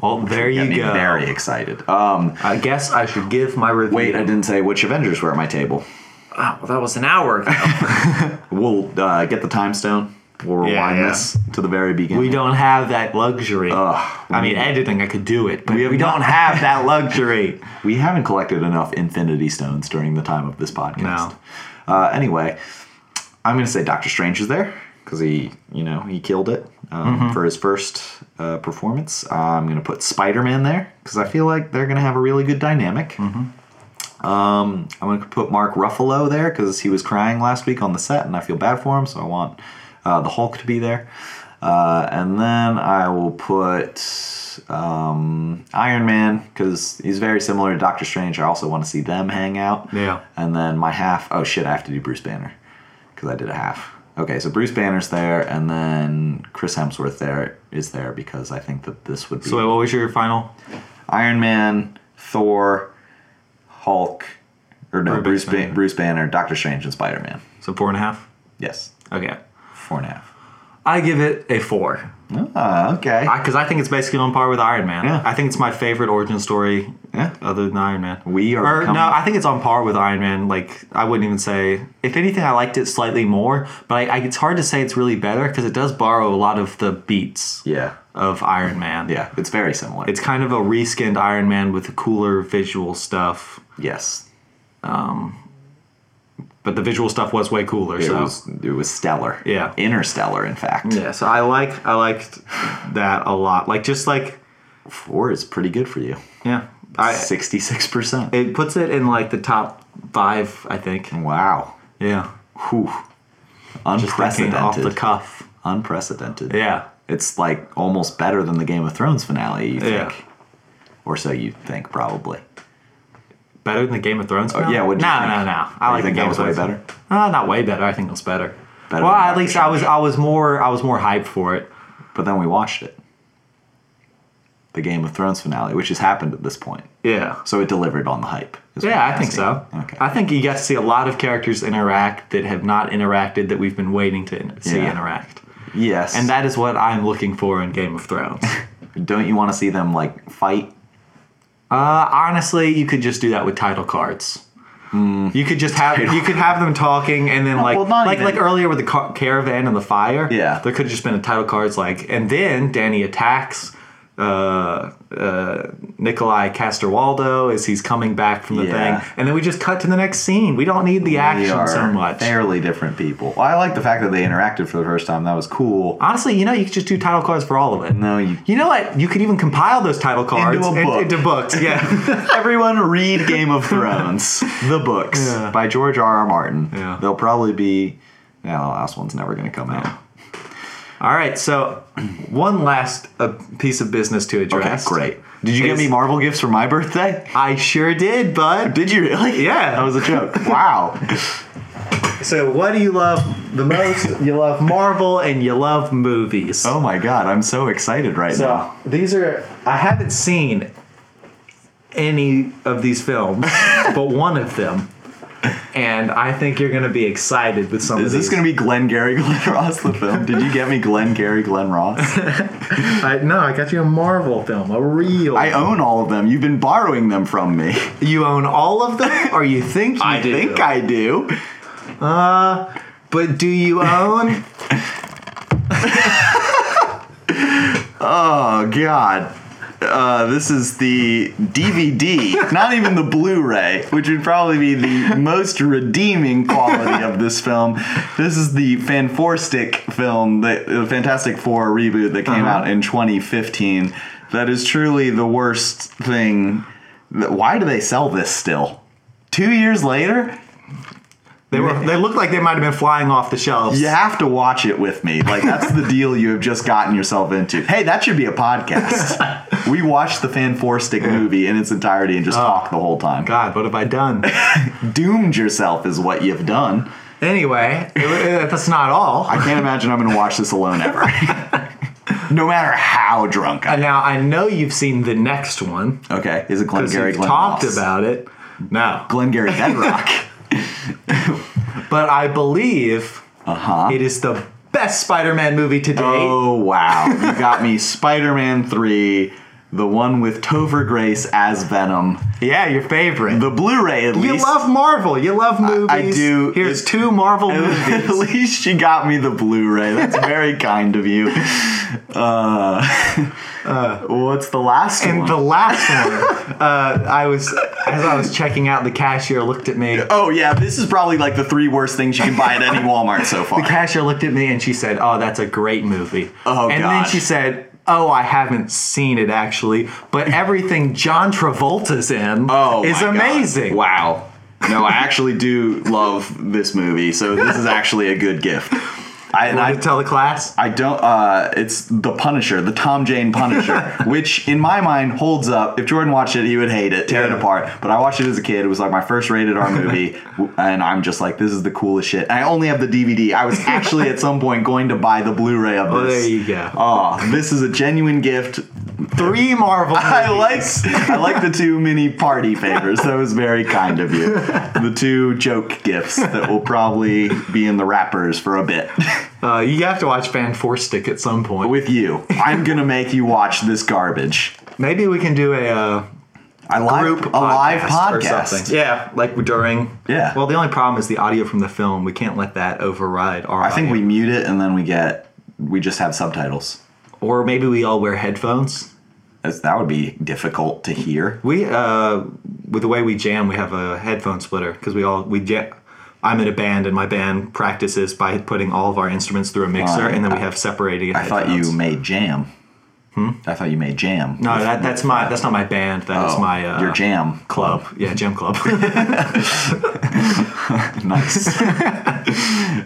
[SPEAKER 1] Well, there
[SPEAKER 2] Got
[SPEAKER 1] you
[SPEAKER 2] me
[SPEAKER 1] go.
[SPEAKER 2] very excited. Um,
[SPEAKER 1] I guess I should give my review.
[SPEAKER 2] wait, I didn't say which Avengers were at my table.
[SPEAKER 1] Ah, well, uh, that was an hour ago.
[SPEAKER 2] We'll uh, get the time stone. We'll rewind
[SPEAKER 1] Yeah, yeah.
[SPEAKER 2] this to the very beginning.
[SPEAKER 1] we don't have that luxury. I mean, editing, I could do it, but we,
[SPEAKER 2] have
[SPEAKER 1] don't
[SPEAKER 2] not-
[SPEAKER 1] have that luxury.
[SPEAKER 2] We haven't collected enough Infinity Stones during the time of this podcast.
[SPEAKER 1] No.
[SPEAKER 2] Uh, anyway, I'm going to say Doctor Strange is there because he, you know, he killed it um, for his first uh, performance. I'm going to put Spider Man there because I feel like they're going to have a really good dynamic. Um, I'm going to put Mark Ruffalo there because he was crying last week on the set, and I feel bad for him, so I want uh, the Hulk to be there. Uh, and then I will put um, Iron Man because he's very similar to Doctor Strange. I also want to see them hang out.
[SPEAKER 1] Yeah.
[SPEAKER 2] And then my half. Oh shit! I have to do Bruce Banner because I did a half. Okay, so Bruce Banner's there, and then Chris Hemsworth there is there because I think that this would be
[SPEAKER 1] So, wait, what was your final?
[SPEAKER 2] Iron Man, Thor, Hulk, or no,
[SPEAKER 1] Or
[SPEAKER 2] Bruce,
[SPEAKER 1] Batman.
[SPEAKER 2] Ban- Bruce Banner, Doctor Strange, and Spider Man.
[SPEAKER 1] So, four and a half?
[SPEAKER 2] Yes,
[SPEAKER 1] Okay.
[SPEAKER 2] four and a half.
[SPEAKER 1] I give it a four.
[SPEAKER 2] Ah, okay.
[SPEAKER 1] Because I, think it's basically on par with Iron Man.
[SPEAKER 2] Yeah.
[SPEAKER 1] I think it's my favorite origin story
[SPEAKER 2] Yeah.
[SPEAKER 1] other than Iron Man.
[SPEAKER 2] We are
[SPEAKER 1] Or,
[SPEAKER 2] becoming-
[SPEAKER 1] no, I think it's on par with Iron Man. Like, I wouldn't even say. If anything, I liked it slightly more, but I, I, it's hard to say it's really better because it does borrow a lot of the beats
[SPEAKER 2] yeah,
[SPEAKER 1] of Iron Man.
[SPEAKER 2] yeah, it's very similar.
[SPEAKER 1] It's kind of a reskinned Iron Man with cooler visual stuff,
[SPEAKER 2] yes,
[SPEAKER 1] but the visual stuff was way cooler.
[SPEAKER 2] it
[SPEAKER 1] so
[SPEAKER 2] was it was stellar.
[SPEAKER 1] Yeah.
[SPEAKER 2] interstellar, in fact.
[SPEAKER 1] yeah, so I like I liked that a lot. Like just like
[SPEAKER 2] Four is pretty good for you.
[SPEAKER 1] yeah, I
[SPEAKER 2] Sixty-six percent.
[SPEAKER 1] it puts it in like the top five, I think.
[SPEAKER 2] Wow.
[SPEAKER 1] Yeah,
[SPEAKER 2] Whew.
[SPEAKER 1] Just thinking off
[SPEAKER 2] Unprecedented.
[SPEAKER 1] the cuff.
[SPEAKER 2] Unprecedented.
[SPEAKER 1] Yeah,
[SPEAKER 2] It's like almost better than the Game of Thrones finale. You
[SPEAKER 1] Yeah.
[SPEAKER 2] think, or so you think, probably.
[SPEAKER 1] better than the Game of Thrones.
[SPEAKER 2] Oh, yeah,
[SPEAKER 1] no, no,
[SPEAKER 2] what'd you think?
[SPEAKER 1] no. I
[SPEAKER 2] You
[SPEAKER 1] like the
[SPEAKER 2] think that
[SPEAKER 1] Game of
[SPEAKER 2] was way
[SPEAKER 1] Thrones.
[SPEAKER 2] better?
[SPEAKER 1] Uh, not way better. I think it was better.
[SPEAKER 2] Better
[SPEAKER 1] well,
[SPEAKER 2] than
[SPEAKER 1] at
[SPEAKER 2] Doctor
[SPEAKER 1] least I was I was more I was more hyped for it.
[SPEAKER 2] But then we watched it. The Game of Thrones finale, which has happened at this point.
[SPEAKER 1] Yeah.
[SPEAKER 2] So it delivered on the hype. is what
[SPEAKER 1] Yeah,
[SPEAKER 2] I'm
[SPEAKER 1] I think so.
[SPEAKER 2] asking. Okay.
[SPEAKER 1] I think you got to see a lot of characters interact that have not interacted that we've been waiting to in- see
[SPEAKER 2] Yeah.
[SPEAKER 1] interact.
[SPEAKER 2] yes.
[SPEAKER 1] And that is what I'm looking for in Game of Thrones.
[SPEAKER 2] don't you want to see them like fight?
[SPEAKER 1] uh, honestly, you could just do that with title cards.
[SPEAKER 2] Hmm.
[SPEAKER 1] You could just have you could have them talking, and then like
[SPEAKER 2] well, not
[SPEAKER 1] like
[SPEAKER 2] even-
[SPEAKER 1] like earlier with the car- caravan and the fire.
[SPEAKER 2] Yeah.
[SPEAKER 1] there could have just been a title cards like, and then Danny attacks uh, uh, Nikolai Castorwaldo as he's coming back from the
[SPEAKER 2] Yeah.
[SPEAKER 1] thing, and then we just cut to the next scene. We don't need the
[SPEAKER 2] They
[SPEAKER 1] action
[SPEAKER 2] are
[SPEAKER 1] so much.
[SPEAKER 2] fairly different people. Well, I like the fact that they interacted for the first time. That was cool.
[SPEAKER 1] Honestly, you know, you could just do title cards for all of it.
[SPEAKER 2] No, you.
[SPEAKER 1] You know what? You could even compile those title cards
[SPEAKER 2] Into a
[SPEAKER 1] in-
[SPEAKER 2] book.
[SPEAKER 1] into books. Yeah.
[SPEAKER 2] Everyone read Game of Thrones, the books
[SPEAKER 1] Yeah.
[SPEAKER 2] by George R. R. Martin.
[SPEAKER 1] Yeah.
[SPEAKER 2] They'll probably be. Yeah, the last one's never going to come out.
[SPEAKER 1] All right, so one last uh, piece of business to
[SPEAKER 2] Okay,
[SPEAKER 1] address.
[SPEAKER 2] great. Did you get
[SPEAKER 1] Is-
[SPEAKER 2] me Marvel gifts for my birthday?
[SPEAKER 1] I sure did, bud.
[SPEAKER 2] Did you really?
[SPEAKER 1] Yeah.
[SPEAKER 2] That was a joke. Wow.
[SPEAKER 1] So, what do you love the most? you love Marvel and you love movies.
[SPEAKER 2] oh my god, I'm so excited right
[SPEAKER 1] So
[SPEAKER 2] now.
[SPEAKER 1] these are I haven't seen any of these films, but one of them, and I think you're gonna be excited with some
[SPEAKER 2] Is
[SPEAKER 1] of
[SPEAKER 2] this
[SPEAKER 1] these.
[SPEAKER 2] going to be Glenn Gary, Glenn Ross, the film? Did you get me Glenn Gary, Glenn Ross?
[SPEAKER 1] I, no, I got you a Marvel film, a real.
[SPEAKER 2] I uh, own all of them. You've been borrowing them from me.
[SPEAKER 1] you own all of them, or you think you
[SPEAKER 2] I
[SPEAKER 1] do?
[SPEAKER 2] think I do.
[SPEAKER 1] Uh, but do you own?
[SPEAKER 2] Oh god. Uh, this is the DVD, not even the Blu-ray, which would probably be the most redeeming quality of this film. This is the Fanforstic film, the, the Fantastic Four reboot that came out in 2015. That is truly the worst thing. that- Why do they sell this still? Two years later,
[SPEAKER 1] They were. They looked like they might have been flying off the shelves.
[SPEAKER 2] you have to watch it with me. Like that's the deal you have just gotten yourself into. Hey, that should be a podcast. we watched the Fanforstic movie in its entirety and just talk the whole time.
[SPEAKER 1] God, what have I done?
[SPEAKER 2] Doomed yourself is what you've done.
[SPEAKER 1] anyway, it- it- that's not all.
[SPEAKER 2] I can't imagine I'm going to watch this alone ever. no matter how drunk I. am.
[SPEAKER 1] now I know you've seen the next one.
[SPEAKER 2] Okay, is it Glenn
[SPEAKER 1] because
[SPEAKER 2] Gary?
[SPEAKER 1] you've
[SPEAKER 2] Glenn
[SPEAKER 1] talked
[SPEAKER 2] Ross?
[SPEAKER 1] about it. No,
[SPEAKER 2] Glenn Gary Bedrock.
[SPEAKER 1] but I believe
[SPEAKER 2] Uh huh.
[SPEAKER 1] it is the best Spider-Man movie to date.
[SPEAKER 2] Oh wow! You got me Spider-Man three, the one with Tover Grace as Venom,
[SPEAKER 1] Yeah, your favorite.
[SPEAKER 2] the Blu-ray at
[SPEAKER 1] you
[SPEAKER 2] least.
[SPEAKER 1] love Marvel. You love movies.
[SPEAKER 2] I do.
[SPEAKER 1] Here's
[SPEAKER 2] It-
[SPEAKER 1] two Marvel
[SPEAKER 2] At
[SPEAKER 1] movies.
[SPEAKER 2] least you got me the Blu-ray. That's very kind of you. Uh, what's the last
[SPEAKER 1] And
[SPEAKER 2] one?
[SPEAKER 1] the last one, uh, I was as I was checking out, the cashier looked at me.
[SPEAKER 2] oh yeah, this is probably like the three worst things you can buy at any Walmart so far.
[SPEAKER 1] The cashier looked at me and she said, "Oh, that's a great movie."
[SPEAKER 2] Oh,
[SPEAKER 1] And then
[SPEAKER 2] God.
[SPEAKER 1] she said, "Oh, I haven't seen it actually, but everything John Travolta's in
[SPEAKER 2] oh,
[SPEAKER 1] is
[SPEAKER 2] my God.
[SPEAKER 1] amazing."
[SPEAKER 2] Wow. No, I actually do love this movie, so this is actually a good gift. I, and
[SPEAKER 1] Want
[SPEAKER 2] I
[SPEAKER 1] to tell the class?
[SPEAKER 2] I don't. Uh, it's the Punisher, the Tom Jane Punisher, which in my mind holds up. If Jordan watched it, he would hate it, tear
[SPEAKER 1] Yeah.
[SPEAKER 2] it apart. But I watched it as a kid. It was like my first rated R movie, w- and I'm just like, this is the coolest shit. And I only have the DVD. I was actually at some point going to buy the Blu-ray of this.
[SPEAKER 1] Oh, there you go.
[SPEAKER 2] Oh, this is a genuine gift.
[SPEAKER 1] Three Marvel.
[SPEAKER 2] I
[SPEAKER 1] movies.
[SPEAKER 2] like I like the two mini party favors. That was very kind of you. The two joke gifts that will probably be in the wrappers for a bit.
[SPEAKER 1] Uh, you have to watch Fan Four Stick at some point.
[SPEAKER 2] with you. I'm gonna make you watch this garbage.
[SPEAKER 1] Maybe we can do a uh,
[SPEAKER 2] I live,
[SPEAKER 1] group
[SPEAKER 2] a
[SPEAKER 1] podcast
[SPEAKER 2] live
[SPEAKER 1] or
[SPEAKER 2] podcast.
[SPEAKER 1] something. Yeah, like during.
[SPEAKER 2] Yeah.
[SPEAKER 1] Well, the only problem is the audio from the film. We can't let that override our.
[SPEAKER 2] I think we mute it and then we get we just have subtitles.
[SPEAKER 1] Or maybe we all wear headphones.
[SPEAKER 2] That's, that would be difficult to hear.
[SPEAKER 1] We uh, with the way we jam, we have a headphone splitter because we all we jam. I'm in a band, and my band practices by putting all of our instruments through a mixer,
[SPEAKER 2] Fine.
[SPEAKER 1] and then we have separating.
[SPEAKER 2] I thought you made jam. Hmm? I thought you made jam.
[SPEAKER 1] No, that, that's my that's not my band. That is
[SPEAKER 2] Oh,
[SPEAKER 1] my uh,
[SPEAKER 2] your jam
[SPEAKER 1] club. Yeah, jam club.
[SPEAKER 2] Nice.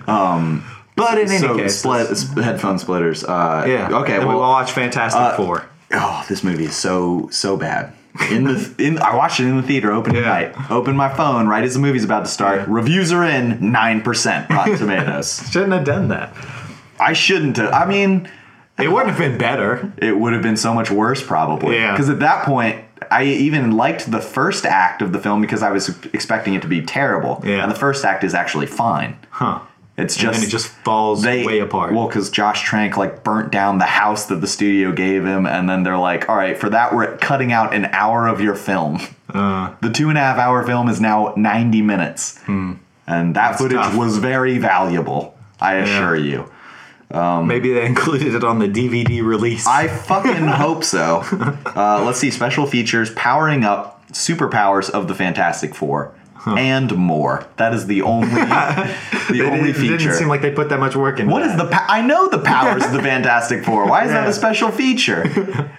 [SPEAKER 2] Um,
[SPEAKER 1] but in any
[SPEAKER 2] so
[SPEAKER 1] case,
[SPEAKER 2] split, sp- headphone splitters. Uh,
[SPEAKER 1] Yeah.
[SPEAKER 2] Okay.
[SPEAKER 1] Then we
[SPEAKER 2] Well,
[SPEAKER 1] watch Fantastic Four.
[SPEAKER 2] oh, this movie is so so bad. In the in, I watched it in the theater. Open
[SPEAKER 1] Yeah.
[SPEAKER 2] night. Open my phone right as the movie's about to start. Reviews are in nine percent Rotten Tomatoes.
[SPEAKER 1] Shouldn't have done that.
[SPEAKER 2] I shouldn't have. I mean,
[SPEAKER 1] It wouldn't have been better.
[SPEAKER 2] it would have been so much worse probably.
[SPEAKER 1] Yeah.
[SPEAKER 2] Because at that point, I even liked the first act of the film because I was expecting it to be terrible.
[SPEAKER 1] Yeah.
[SPEAKER 2] And the first act is actually fine.
[SPEAKER 1] Huh.
[SPEAKER 2] It's just
[SPEAKER 1] and it just falls
[SPEAKER 2] they
[SPEAKER 1] way apart.
[SPEAKER 2] Well, because Josh Trank like burnt down the house that the studio gave him, and then they're like, "All right, for that we're cutting out an hour of your film.
[SPEAKER 1] Uh.
[SPEAKER 2] the two and a half hour film is now ninety minutes, and that footage
[SPEAKER 1] Hmm. tough.
[SPEAKER 2] was very valuable. I assure you.
[SPEAKER 1] Maybe they included it on the DVD release.
[SPEAKER 2] I fucking hope so. Uh, let's see special features, powering up, superpowers of the Fantastic Four, and more. That is the only the
[SPEAKER 1] it
[SPEAKER 2] only
[SPEAKER 1] it
[SPEAKER 2] feature.
[SPEAKER 1] didn't seem like they put that much work into
[SPEAKER 2] what is
[SPEAKER 1] that.
[SPEAKER 2] the? Pa- I know the powers of the Fantastic Four. Why is that
[SPEAKER 1] Yeah.
[SPEAKER 2] a special feature?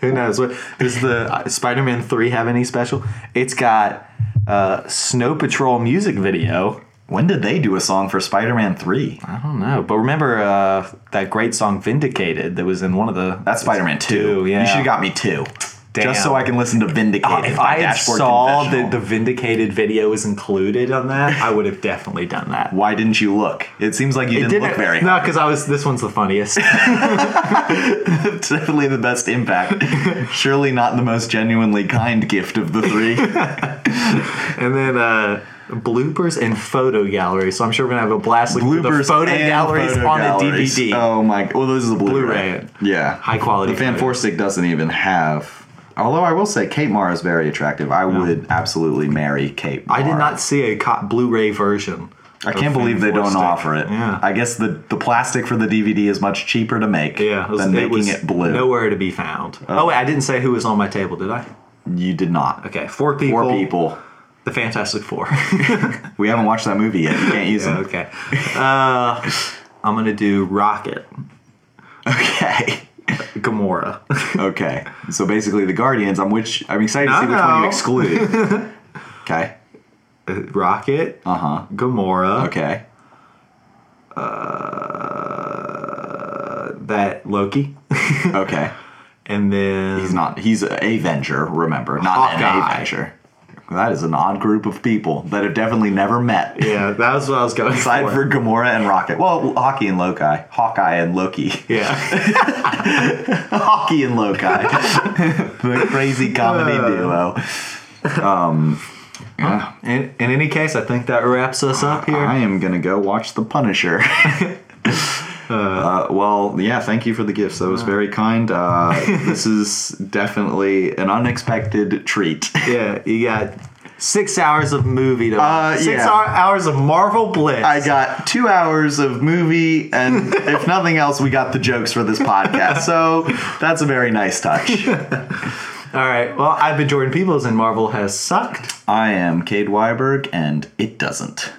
[SPEAKER 1] Who knows? What, does the uh, Spider-Man 3 have any special? It's got uh, Snow Patrol music video.
[SPEAKER 2] When did they do a song for Spider-Man Three?
[SPEAKER 1] I don't know, but remember uh, that great song "Vindicated" that was in one of the.
[SPEAKER 2] That's Spider-Man Two.
[SPEAKER 1] Two, yeah.
[SPEAKER 2] You should have got me two,
[SPEAKER 1] Damn. Uh,
[SPEAKER 2] just so I can listen to Vindicated.
[SPEAKER 1] if
[SPEAKER 2] by
[SPEAKER 1] I had
[SPEAKER 2] Dashboard
[SPEAKER 1] saw
[SPEAKER 2] Confessional.
[SPEAKER 1] that the Vindicated video was included on that, I would have definitely done that.
[SPEAKER 2] Why didn't you look? It seems like you didn't, look very.
[SPEAKER 1] No, because I was. This one's the funniest.
[SPEAKER 2] It's definitely the best impact. Surely not the most genuinely kind gift of the three.
[SPEAKER 1] and then uh, bloopers and photo gallery. So I'm sure we're gonna have a blast looking through the
[SPEAKER 2] Bloopers
[SPEAKER 1] photo
[SPEAKER 2] and
[SPEAKER 1] galleries
[SPEAKER 2] photo
[SPEAKER 1] on
[SPEAKER 2] galleries.
[SPEAKER 1] the DVD.
[SPEAKER 2] Oh my! Well, this is a Blu-ray.
[SPEAKER 1] Blu-ray.
[SPEAKER 2] Yeah,
[SPEAKER 1] High quality
[SPEAKER 2] The Fan
[SPEAKER 1] photos.
[SPEAKER 2] Four Stick doesn't even have. Although I will say, Kate Mara is very attractive. I would absolutely marry Kate. Mara.
[SPEAKER 1] I did not see a co- Blu-ray version.
[SPEAKER 2] I
[SPEAKER 1] of
[SPEAKER 2] can't believe they
[SPEAKER 1] Fantastic.
[SPEAKER 2] don't offer it.
[SPEAKER 1] Yeah.
[SPEAKER 2] I guess the, the plastic for the DVD is much cheaper to make
[SPEAKER 1] Yeah, it was,
[SPEAKER 2] than
[SPEAKER 1] it
[SPEAKER 2] making
[SPEAKER 1] was
[SPEAKER 2] it blue.
[SPEAKER 1] Nowhere to be found. Oh. wait, I didn't say who was on my table, did I?
[SPEAKER 2] You did not.
[SPEAKER 1] Okay, four people.
[SPEAKER 2] Four people.
[SPEAKER 1] The Fantastic Four.
[SPEAKER 2] We haven't watched that movie yet. You can't use it.
[SPEAKER 1] okay. Uh, I'm gonna do Rocket,
[SPEAKER 2] Okay.
[SPEAKER 1] Gamora.
[SPEAKER 2] Okay. So basically, the Guardians. I'm which. I'm excited to see
[SPEAKER 1] No,
[SPEAKER 2] which one you
[SPEAKER 1] no.
[SPEAKER 2] exclude. okay.
[SPEAKER 1] Uh, Rocket,
[SPEAKER 2] Uh huh.
[SPEAKER 1] Gamora.
[SPEAKER 2] Okay.
[SPEAKER 1] That Loki,
[SPEAKER 2] Okay.
[SPEAKER 1] and then
[SPEAKER 2] He's not. He's a Avenger. Remember, not an
[SPEAKER 1] Hawkeye.
[SPEAKER 2] Avenger. That is an odd group of people that have definitely never met.
[SPEAKER 1] Yeah, that was what I was going
[SPEAKER 2] Aside for Gamora and Rocket. Well, Hockey and Loki. Hawkeye and Loki.
[SPEAKER 1] yeah,
[SPEAKER 2] Hockey and Loki. the crazy comedy
[SPEAKER 1] Uh.
[SPEAKER 2] duo. Um,
[SPEAKER 1] in, in any case, I think that wraps us up here.
[SPEAKER 2] I am gonna go watch The Punisher. Uh, well, yeah, thank you for the gifts. That was very kind. Uh, this is definitely an unexpected treat.
[SPEAKER 1] Yeah, you got six hours of movie to
[SPEAKER 2] Uh,
[SPEAKER 1] six
[SPEAKER 2] yeah.
[SPEAKER 1] hour, hours of Marvel Blitz.
[SPEAKER 2] I got two hours of movie, and if nothing else, we got the jokes for this podcast. So that's a very nice touch.
[SPEAKER 1] All right, well, I've been Jordan Peebles, and Marvel has sucked.
[SPEAKER 2] I am Cade Weiberg, and it doesn't.